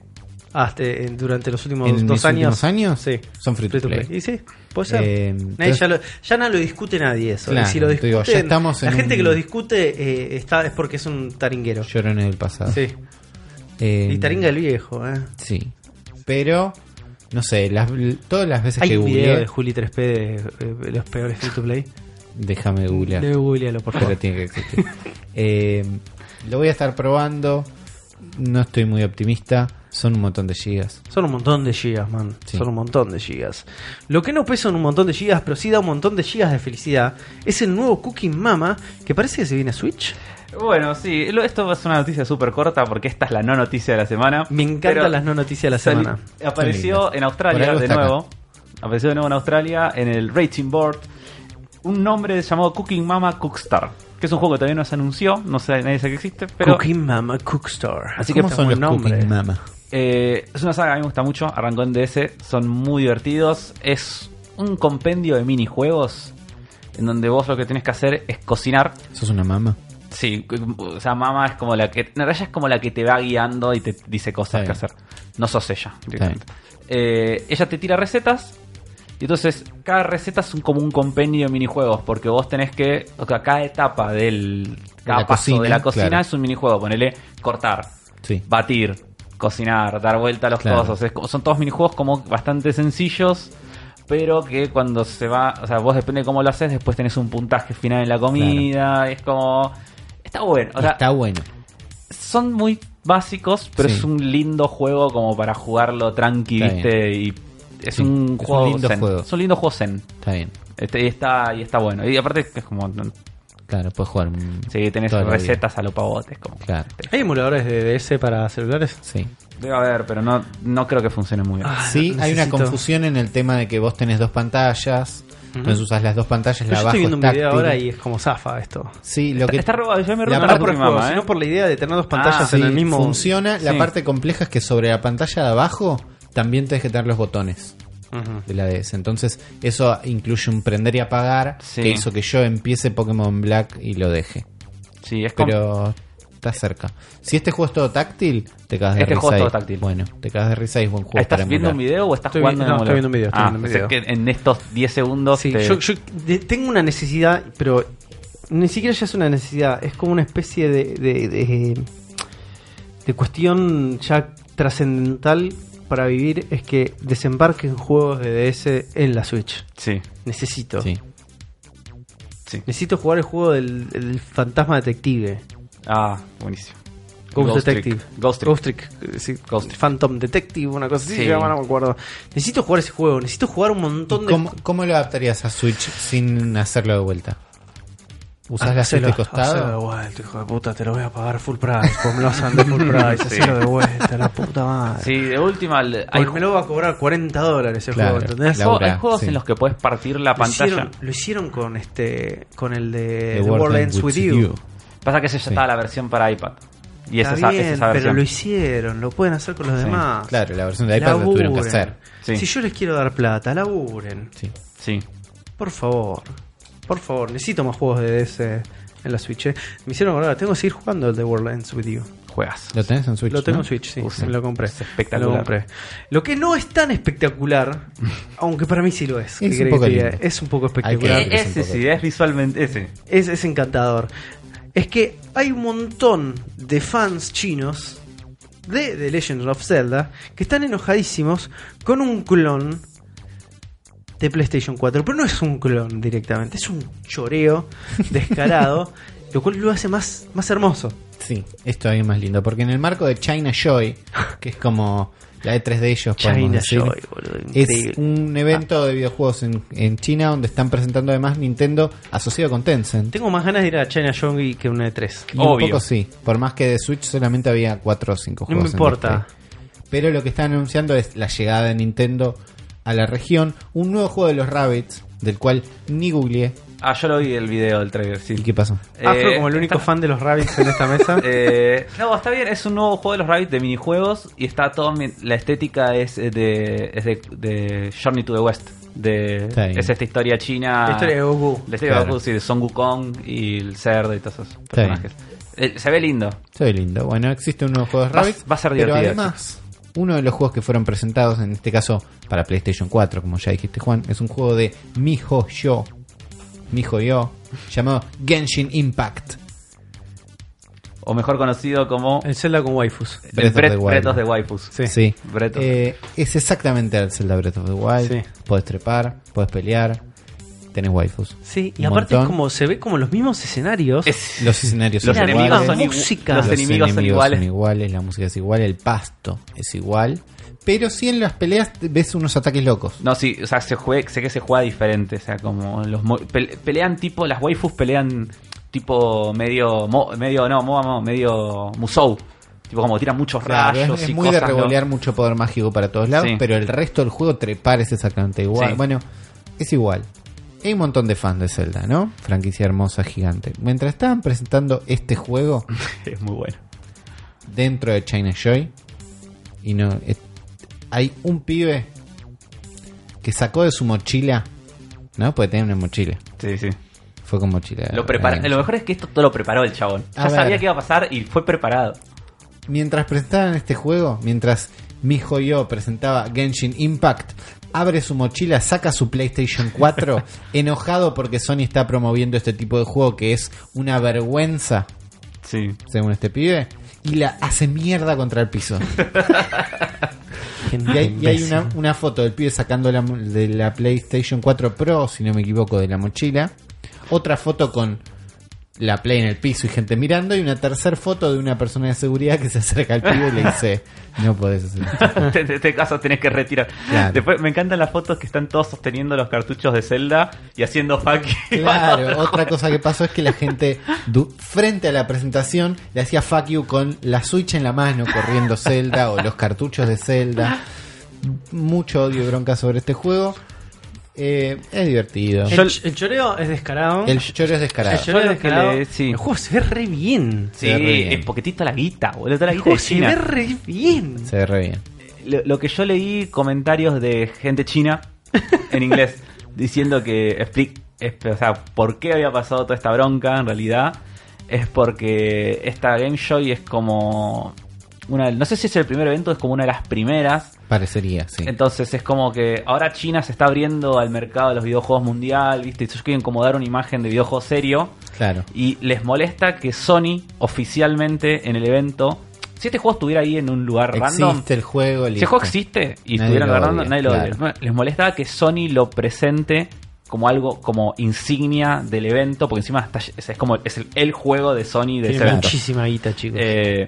S1: Hasta, eh, durante los últimos
S2: en mis
S1: dos años.
S2: últimos años
S1: Sí.
S2: son free to
S1: Free to
S2: play.
S1: play. Y sí, puede ser.
S2: Eh,
S1: Nadie
S2: entonces-
S1: ya, lo- ya no lo discute nadie eso.
S2: Claro,
S1: y si lo
S2: te digo,
S1: discuten,
S2: ya estamos
S1: la
S2: en
S1: gente
S2: un-
S1: que lo discute eh, está, es porque es un taringuero.
S2: Llorones del pasado.
S1: Sí.
S2: Eh,
S1: Y taringa el viejo, ¿eh?
S2: Sí. Pero, no sé, las, todas las veces
S1: Hay
S2: que
S1: un video de
S2: googleé,
S1: Juli 3P de, eh, los peores free to play.
S2: déjame googlear.
S1: No, googlealo, por
S2: Pero
S1: favor.
S2: tiene que existir. Eh, lo voy a estar probando. No estoy muy optimista. Son un montón de gigas.
S1: Son un montón de gigas, man.
S2: Sí.
S1: Son un montón de gigas. Lo que no pesa en un montón de gigas, pero sí da un montón de gigas de felicidad, es el nuevo Cooking Mama, que parece que se viene a Switch.
S3: Bueno, sí, lo- esto es una noticia súper corta porque esta es la no noticia de la semana.
S1: Me encantan
S3: Pero
S1: las no noticias de la
S3: sali-
S1: semana.
S3: Apareció
S2: lindas.
S3: en
S2: Por
S3: Australia
S2: algo
S3: de
S2: está acá.
S3: nuevo. Apareció de nuevo en Australia en el Rating Board un nombre llamado Cooking Mama Cookstar, que es un juego que todavía no se anunció, no sé, nadie sabe que existe, pero
S1: Cooking Mama Cookstar.
S3: Así que
S2: ¿Cómo son los
S1: buen nombre.
S2: Cooking Mama?
S3: Eh, es una saga que a mí me gusta mucho, arrancó en DS, son muy divertidos, es un compendio de minijuegos en donde vos lo que tenés que hacer es cocinar.
S2: ¿Sos una mama?
S3: Sí, o sea, mamá es como la que... En realidad es como la que te va guiando y te dice cosas que
S2: Está
S3: hacer.
S2: bien.
S3: No sos ella. directamente. Eh, ella te tira recetas y entonces cada receta es un, como un compendio de minijuegos porque vos tenés que... O sea, cada etapa del... Cada
S2: la
S3: paso de la
S2: cocina,
S3: cocina
S2: claro.
S3: es un minijuego. Ponele cortar
S2: Sí.
S3: batir, cocinar, dar vuelta a los
S2: Claro.
S3: cosas. Es como- son todos minijuegos como bastante sencillos, pero que cuando se va, o sea, vos depende de cómo lo haces, después tenés un puntaje final en la comida, es como... Está bueno, o sea,
S2: Está bueno.
S3: son muy básicos, pero
S2: Sí.
S3: es un lindo juego como para jugarlo tranqui,
S2: Está
S3: ¿viste? Y es
S2: Sí, es
S3: un
S2: un
S3: juego
S2: lindo
S3: zen.
S2: juego.
S3: Es un lindo juego zen.
S2: Está bien.
S3: Este, y, está, y está bueno. Y aparte es como...
S2: Claro, puedes jugar. un-
S3: Sí, tenés
S2: toda la vida.
S3: recetas a lo pavotes. Como.
S2: Claro.
S1: ¿Hay emuladores de DS para celulares?
S2: Sí.
S3: Debe haber, pero no, no creo que funcione muy bien.
S1: Ah,
S2: Sí, hay una
S1: necesito.
S2: confusión en el tema de que vos tenés dos pantallas, entonces usás las dos pantallas,
S1: Pero
S2: la
S1: yo
S2: bajo
S1: estoy viendo
S2: es
S1: un
S2: táctil.
S1: video ahora y es como zafa esto.
S2: Sí, lo que
S3: está robado. Yo me
S2: La
S3: robo
S2: parte
S3: no por mi
S1: juego,
S3: mamá, ¿eh?
S1: sino por la idea de tener dos pantallas
S2: Ah, sí,
S1: en el mismo.
S2: funciona, la
S3: Sí.
S2: parte compleja es que sobre la pantalla de abajo también tenés que tener los botones
S1: Ujú.
S2: de la DS. Entonces, eso incluye un prender y apagar
S3: Sí.
S2: que hizo que yo empiece Pokémon Black y lo deje.
S3: Sí, es como...
S2: Pero está cerca. Si este juego es todo táctil, te cagas de
S3: Este
S2: risa.
S3: juego
S2: ahí.
S3: es todo táctil.
S2: Bueno, te cagas de risa y es buen juego
S3: ¿Estás
S2: para
S3: viendo
S2: emular.
S3: un video o estás
S1: Estoy
S3: jugando
S1: vi- no,
S3: en
S1: estoy
S3: emulador?
S1: viendo un video, estoy
S3: Ah,
S1: viendo un
S3: pensé
S1: video.
S3: que en estos 10 segundos
S1: Sí,
S3: te-
S1: yo, yo de- tengo una necesidad, pero ni siquiera ya es una necesidad, es como una especie de, de, de- de cuestión ya trascendental para vivir, es que desembarquen juegos de DS en la Switch.
S3: Sí,
S1: Necesito.
S2: Sí.
S3: sí.
S1: Necesito jugar el juego del, del fantasma detective.
S3: Ah, buenísimo.
S1: Ghost,
S3: Ghost
S1: Detective.
S3: Trick. Ghost Trick.
S1: Trick, eh, sí,
S3: Ghost Trick.
S1: Phantom Detective, una cosa así,
S3: Sí.
S1: ya no me acuerdo. Necesito jugar ese juego, necesito jugar un montón de...
S2: ¿Cómo, cómo lo adaptarías a Switch sin hacerlo de vuelta? ¿Usás la
S1: Hacelo,
S2: suite
S1: hacelo
S2: de
S1: eh, de
S2: este costado?
S1: vuelta, hijo de puta, te lo voy a pagar full price. Ponme lo de full price,
S3: Sí.
S1: hacelo de vuelta, la puta madre.
S3: Sí, de última... el- Hay,
S1: Porque me lo va a cobrar 40 dólares el
S2: Claro,
S1: juego, ¿entendés?
S2: la
S1: Lo
S3: hay
S2: Laura,
S3: juegos
S2: sí.
S3: en los que puedes partir la pantalla.
S1: hicieron, lo hicieron con este con el de
S2: The
S1: The World Ends With You.
S3: Pasa que ese ya estaba la versión para iPad. Y es
S1: Está
S3: esa, es
S1: bien,
S3: esa
S1: pero
S3: versión.
S1: lo hicieron, lo pueden hacer con los
S3: Sí,
S1: demás.
S2: Claro, la versión de iPad la tuvieron que
S1: Laburen.
S2: hacer.
S3: Sí.
S1: Si yo les quiero dar plata, laburen.
S2: Sí.
S3: Sí.
S1: Por favor. Por favor, necesito más juegos de DS en la Switch. eh. Me hicieron acordar, tengo que seguir jugando el The World Ends With You.
S3: Juegas.
S2: ¿Lo tenés en Switch?
S1: Lo tengo
S2: no?
S1: en Switch, sí.
S3: Usa.
S1: me lo compré.
S3: Es espectacular.
S1: Lo, compré. Lo que no es tan espectacular, aunque para mí sí lo es. ¿qué
S2: Es un
S1: querés que
S2: poco
S1: te diga?
S2: lindo.
S1: Es un poco
S2: Hay
S1: espectacular.
S2: que-
S1: Es,
S3: Eh, ese sí, es visualmente ese.
S1: es encantador. Es que hay un montón de fans chinos de The Legend of Zelda que están enojadísimos con un clon de PlayStation 4. Pero no es un clon directamente, es un choreo descarado, lo cual lo hace más, más hermoso.
S2: Sí, es todavía más lindo. Porque en el marco de China Joy, que es como la E3 de ellos, podemos
S1: China
S2: decir,
S1: Joy, boludo. increíble. Ah.
S2: es un evento de videojuegos en, en China donde están presentando además Nintendo asociado con Tencent.
S1: Tengo más ganas de ir a China Yogi que una de tres.
S2: Y un
S3: Obvio.
S2: poco sí, por más que de Switch solamente había 4 o 5
S1: No me
S2: juegos. en
S1: importa.
S2: este. Pero lo que están anunciando es la llegada de Nintendo a la región, un nuevo juego de los Rabbits, del cual ni googleé.
S3: Ah, yo lo vi el video del trailer, sí.
S2: ¿Y qué pasó?
S1: Afro
S3: Eh,
S1: como el único
S3: está-
S1: fan de los Rabbits en esta mesa.
S3: Eh, no, está bien, es un nuevo juego de los Rabbits de minijuegos y está todo. mi- La estética es eh, de, es de, de Journey to the West. De,
S2: Está bien.
S3: es esta historia china.
S1: La historia de Goku.
S3: La historia de
S2: Claro.
S3: Goku, sí, de Son Wukong y el cerdo y todos esos
S2: bien.
S3: personajes. Eh, se ve lindo.
S2: Soy lindo. Bueno, existe un nuevo juego de
S3: Va-
S2: Rabbids.
S3: va a ser
S2: Pero
S3: divertido,
S2: además, uno de los juegos que fueron presentados, en este caso para PlayStation 4, como ya dijiste, Juan, es un juego de Mijo Yo. Mijo Yo. Llamado Genshin Impact.
S3: O mejor conocido como.
S1: El Zelda con waifus.
S2: Breath
S3: el
S2: of
S3: Bret-
S2: the Wild.
S3: Bretos de Waifus.
S1: Sí.
S2: Sí.
S3: Breath of-
S2: Eh, es exactamente el Zelda Breath of the Wild.
S1: Sí.
S2: Puedes trepar, puedes pelear, tenés waifus.
S1: Sí, y
S2: Un
S1: aparte
S2: montón.
S1: es como se ve como los mismos escenarios.
S3: Es-
S2: Los escenarios
S3: los
S1: la
S2: son
S3: enemigos
S2: iguales.
S1: misma
S3: son, igu-
S1: música.
S3: los enemigos son iguales.
S2: la música es igual, el pasto es igual. Pero sí en las peleas ves unos ataques locos.
S3: No, sí, o sea, se jue- sé que se juega diferente, o sea, como los mo- pe- pelean tipo, las waifus pelean tipo medio, mo- medio no, MOA, no, medio musou, tipo como tiran muchos
S2: Claro, es-
S3: rayos
S2: es,
S3: y
S2: muy de
S3: cosas, ¿no?
S2: revolear mucho poder mágico para todos lados,
S3: Sí.
S2: pero el resto del juego trepar es exactamente igual.
S3: Sí.
S2: Bueno, es igual. Hay un montón de fans de Zelda, ¿no? Franquicia hermosa, gigante. Mientras estaban presentando este juego
S3: Es muy bueno.
S2: dentro de China Joy, y no, es- hay un pibe que sacó de su mochila, ¿no? Porque tenía una mochila.
S3: Sí, sí.
S2: Fue con mochila. eh,
S3: Lo, prepara-
S2: adentro.
S3: lo mejor es que esto todo lo preparó el chabón.
S2: A
S3: Ya
S2: ver.
S3: sabía que iba a pasar y fue preparado.
S2: Mientras presentaban este juego, mientras Mijo Yo presentaba Genshin Impact, abre su mochila, saca su PlayStation 4, enojado porque Sony está promoviendo este tipo de juego que es una vergüenza,
S3: Sí.
S2: según este pibe, y la hace mierda contra el piso.
S1: Gente
S2: Y hay, y hay
S1: imbécil.
S2: una, una foto del pibe sacando la, mo- de la PlayStation 4 Pro, si no me equivoco, de la mochila. Otra foto con la play en el piso y gente mirando, y una tercera foto de una persona de seguridad que se acerca al pibe y le dice, no podés hacer esto.
S3: en este caso tenés que retirar.
S2: Claro.
S3: Después me encantan las fotos que están todos sosteniendo los cartuchos de Zelda y haciendo fucking.
S2: Claro, otra cosa que pasó es que la gente du- frente a la presentación le hacía fuck you con la Switch en la mano corriendo Zelda o los cartuchos de Zelda. Mucho odio y bronca sobre este juego. Eh, es divertido.
S1: El,
S3: Yo-
S1: ch- el choreo es descarado.
S2: El choreo es
S1: El
S2: descarado.
S1: choreo es
S3: Yo lo que
S1: descarado.
S3: le- sí.
S1: El juego se ve re bien.
S3: Sí,
S2: Se ve re bien.
S3: es porque está la guita, boludo. Está la
S1: El
S3: guita de
S1: juego se
S3: China.
S1: ve re bien.
S2: Se ve re bien.
S3: Lo, lo que yo leí comentarios de gente china en inglés diciendo que expli- es- o sea, por qué había pasado toda esta bronca en realidad es porque esta Game Joy es como una no sé si es el primer evento, es como una de las primeras
S2: Parecería, sí.
S3: entonces es como que ahora China se está abriendo al mercado de los videojuegos mundial, ¿viste? Y ellos quieren como dar una imagen de videojuego serio.
S2: Claro.
S3: Y les molesta que Sony oficialmente en el evento, si este juego estuviera ahí en un lugar random,
S2: Existe el juego.
S3: si el juego existe y
S2: Nadie
S3: estuvieran
S2: lo
S3: ganando,
S2: odia,
S3: nadie lo
S2: claro.
S3: odia. Les molestaba que Sony lo presente como algo, como insignia del evento, porque encima está- es, es como es el, el juego de Sony de ese
S1: Tiene
S3: evento.
S1: muchísima guita, chicos.
S3: Eh,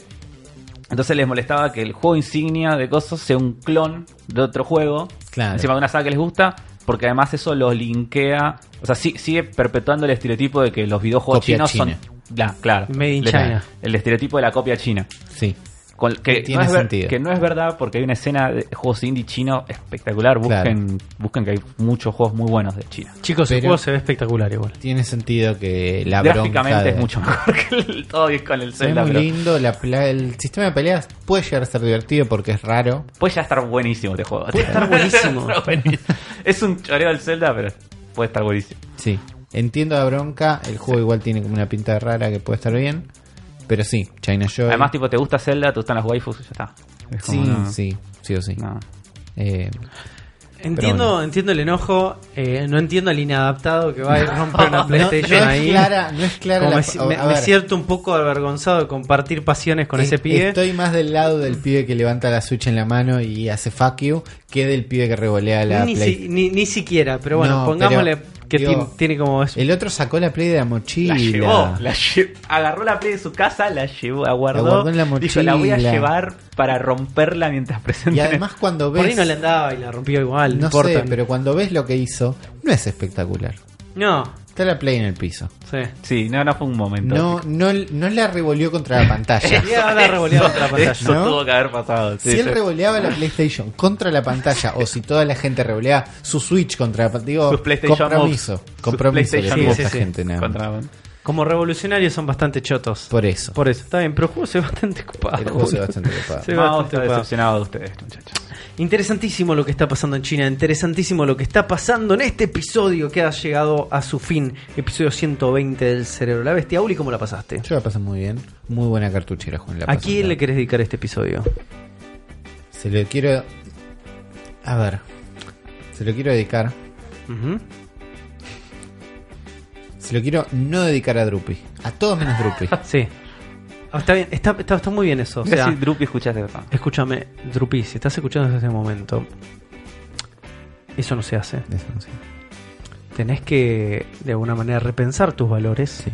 S3: entonces les molestaba que el juego insignia de cosas sea un clon de otro juego,
S2: Claro.
S3: encima de una saga que les gusta, porque además eso los linkea, o sea, sí- sigue perpetuando el estereotipo de que los videojuegos
S2: Copia
S3: chinos
S2: china.
S3: son... Nah, claro.
S1: Made in
S3: Le-
S1: China.
S3: El estereotipo de la copia china.
S2: Sí.
S3: Con- que,
S2: Tiene
S3: no es ver-
S2: sentido.
S3: que no es verdad porque hay una escena de juegos indie chino espectacular. Busquen, busquen que hay muchos juegos muy buenos de China.
S1: chicos, el
S2: pero-
S1: juego se ve espectacular igual.
S2: Tiene sentido que la bronca
S3: Gráficamente
S2: de-
S3: es mucho mejor que el, todo y con el
S2: Se ve
S3: Zelda,
S2: muy
S3: pero
S2: lindo. la pla- el sistema de peleas puede llegar a ser divertido porque es raro.
S3: puede ya estar buenísimo este juego.
S1: Puede estar buenísimo.
S3: Está buenísimo. es un choreo del Zelda, pero puede estar buenísimo.
S2: Sí. Entiendo la bronca. El juego igual tiene como una pinta de rara que puede estar bien. Pero sí, China Joy.
S3: Además, tipo, te gusta Zelda, te gustan las waifus y ya está. Es
S2: sí,
S3: como una-
S2: sí, sí o sí.
S3: una-
S2: Eh,
S1: Entiendo,
S2: bueno.
S1: entiendo el enojo, eh, no entiendo al inadaptado que va a ir romper una
S2: no, no es
S1: PlayStation ahí.
S2: clara, no es clara.
S1: Como
S2: la-
S1: me, si-
S2: a
S1: me-
S2: ver,
S1: me siento un poco avergonzado de compartir pasiones con
S2: es-
S1: ese pibe.
S2: Estoy más del lado del pibe que levanta la Switch en la mano y hace fuck you que del pibe que revolea la
S1: ni,
S2: Play.
S1: si- ni, ni siquiera, pero bueno,
S2: No,
S1: pongámosle
S2: pero,
S1: que
S2: digo,
S1: tiene, tiene como eso.
S2: El otro sacó la Play de la
S3: La
S2: mochila.
S3: llevó, la lle- agarró la play de su casa, la llevó, la guardó,
S2: guardó en la
S3: dijo, la voy a
S2: mochila".
S3: llevar para romperla mientras presenten
S2: y
S3: el
S2: además cuando
S1: Por ahí
S2: ves...
S1: no le andaba y la rompió igual, no
S2: no
S1: importa.
S2: sé, pero cuando ves lo que hizo, no es espectacular.
S1: No,
S2: Está la Play en el piso.
S1: sí.
S3: Sí, no, no fue un momento.
S2: No, no, no la revolvió contra la pantalla.
S1: Y ahora revoleaba otra pantalla.
S3: Eso
S2: ¿No?
S3: tuvo que haber pasado. sí,
S2: Si él
S3: sí.
S2: revoleaba la PlayStation contra la pantalla, o si toda la gente revoleaba su Switch contra la pantalla,
S3: Sus PlayStation
S2: compromiso.
S3: moves. Sus
S2: Compromiso le
S3: PlayStation
S2: digo a
S1: moves.
S2: esta
S1: Sí, sí, sí.
S2: gente, nada más.
S3: Contra-
S1: Como revolucionarios son bastante chotos. Por,
S2: Por eso.
S1: eso, está bien, pero el juego se ve bastante copado.
S2: El juego se ve
S1: boludo.
S2: bastante copado.
S1: Se ve
S3: Mao
S1: bastante
S3: está
S1: copado.
S3: decepcionado de ustedes, muchachos.
S1: Interesantísimo lo que está pasando en China, interesantísimo lo que está pasando en este episodio que ha llegado a su fin, episodio 120 del Cerebro la Bestia. Uli, ¿cómo la pasaste?
S2: Yo la pasé muy bien. Muy buena cartuchera, Juan. La
S1: ¿A
S2: pasé
S1: quién
S2: muy
S1: le
S2: bien.
S1: querés dedicar este episodio?
S2: Se lo quiero. A ver. Se lo quiero dedicar.
S1: Ujú.
S2: Se lo quiero no dedicar a Drupi. A todos menos Drupi.
S1: Sí. Ah, está bien, está, está, está muy bien eso. O sea,
S3: si
S1: este
S3: Drupi escuchaste. papá.
S1: escúchame, Drupi, si estás escuchando desde ese momento, eso no se hace.
S2: Eso no sé.
S1: Tenés que, de alguna manera, repensar tus valores.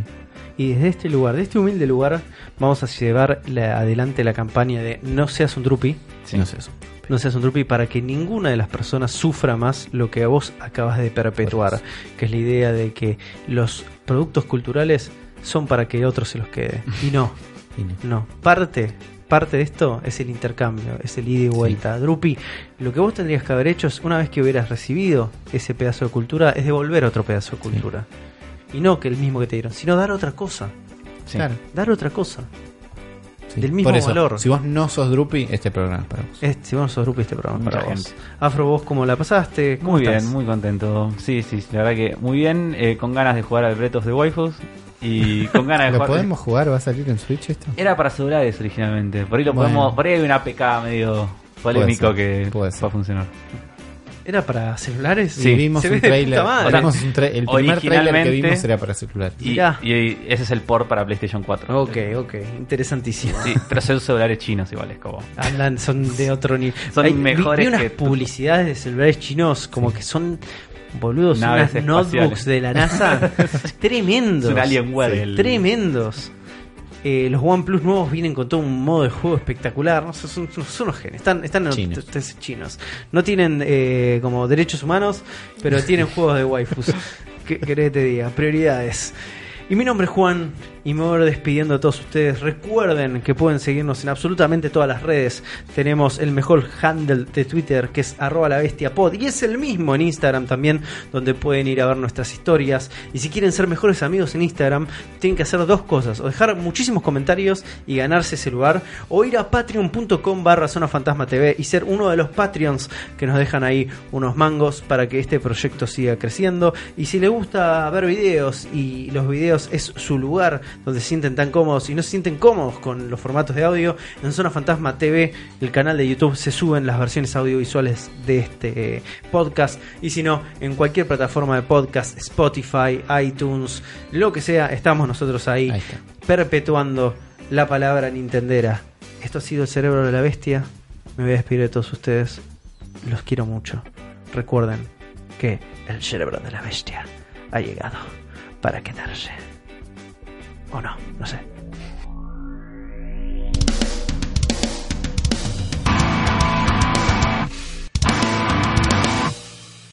S1: Y desde este lugar, desde este humilde lugar, vamos a llevar la- adelante la campaña de No seas un Drupi.
S2: No sé eso.
S1: No seas un trupi para que ninguna de las personas sufra más lo que a vos acabas de perpetuar, que es la idea de que los productos culturales son para que otros se los quede. Y no,
S2: Y no.
S1: no. Parte, parte de esto es el intercambio, es el ida y vuelta. Drupi, lo que vos tendrías que haber hecho es, una vez que hubieras recibido ese pedazo de cultura, es devolver otro pedazo de cultura. Y no que el mismo que te dieron, sino dar otra cosa.
S3: Sí.
S2: Claro.
S1: Dar otra cosa.
S2: Sí.
S1: Del mismo
S2: Por eso,
S1: valor.
S2: Si vos no sos Drupi, este programa es para vos.
S1: Este, bueno, sos Drupi, este programa es para
S3: Mucha
S1: vos.
S3: gente.
S1: Afro, vos cómo la pasaste, ¿Cómo
S3: Muy
S1: estás?
S3: bien, muy contento. Sí, sí, la verdad que muy bien. eh, con ganas de jugar al Bretos de Waifus. Y con ganas de
S2: ¿Lo
S3: jugar.
S2: podemos jugar? ¿Va a salir en Switch esto?
S3: Era para celulares originalmente. Por ahí lo
S2: Bueno.
S3: podemos. Por ahí hay una PK medio polémico
S2: Puede ser,
S3: que
S2: puede
S3: va
S2: ser.
S3: a funcionar.
S1: ¿Era para celulares?
S2: Sí, vimos
S1: se ve
S2: un
S1: de
S2: trailer.
S1: puta madre.
S3: Ahora-
S2: vimos un tra- el primer trailer que
S3: Originalmente-
S2: vimos era para celular.
S3: Y,
S1: Mirá.
S3: y ese es el port para PlayStation 4.
S1: Ok, ok, interesantísimo.
S3: Sí, pero son celulares chinos igual, es como.
S1: Hablan, son de otro nivel.
S3: Son
S1: vi-
S3: mejores
S1: vi unas
S3: que tú.
S1: publicidades de celulares chinos como que son Boludo, son
S3: Naves
S1: unas
S3: espaciales.
S1: notebooks de la NASA tremendos.
S3: Es un Alienware.
S1: Sí,
S3: El-
S1: Tremendos. Eh, los OnePlus nuevos vienen con todo un modo de juego espectacular. No sé, son, son- son unos genes. Están, están en los
S2: Chinos.
S1: t- t- chinos. No tienen eh, como derechos humanos, pero tienen juegos de waifus. ¿Qué querés que te diga? Prioridades. Y mi nombre es Juan y me voy despidiendo de todos ustedes. Recuerden que pueden seguirnos en absolutamente todas las redes. Tenemos el mejor handle de Twitter que es arroba la bestia pod y es el mismo en Instagram también donde pueden ir a ver nuestras historias. Y si quieren ser mejores amigos en Instagram tienen que hacer dos cosas. O dejar muchísimos comentarios y ganarse ese lugar o ir a patreon.com barra zona fantasma TV y ser uno de los patreons que nos dejan ahí unos mangos para que este proyecto siga creciendo. Y si les gusta ver videos y los videos es su lugar donde se sienten tan cómodos y no se sienten cómodos con los formatos de audio, en Zona Fantasma TV, el canal de YouTube, se suben las versiones audiovisuales de este eh, podcast. Y si no, en cualquier plataforma de podcast, Spotify, iTunes, lo que sea, estamos nosotros ahí,
S2: Ahí está.
S1: perpetuando la palabra Nintendera. Esto ha sido el cerebro de la bestia. Me voy a despedir de todos ustedes. Los quiero mucho. Recuerden que el cerebro de la bestia ha llegado para quedarse. O no, no sé.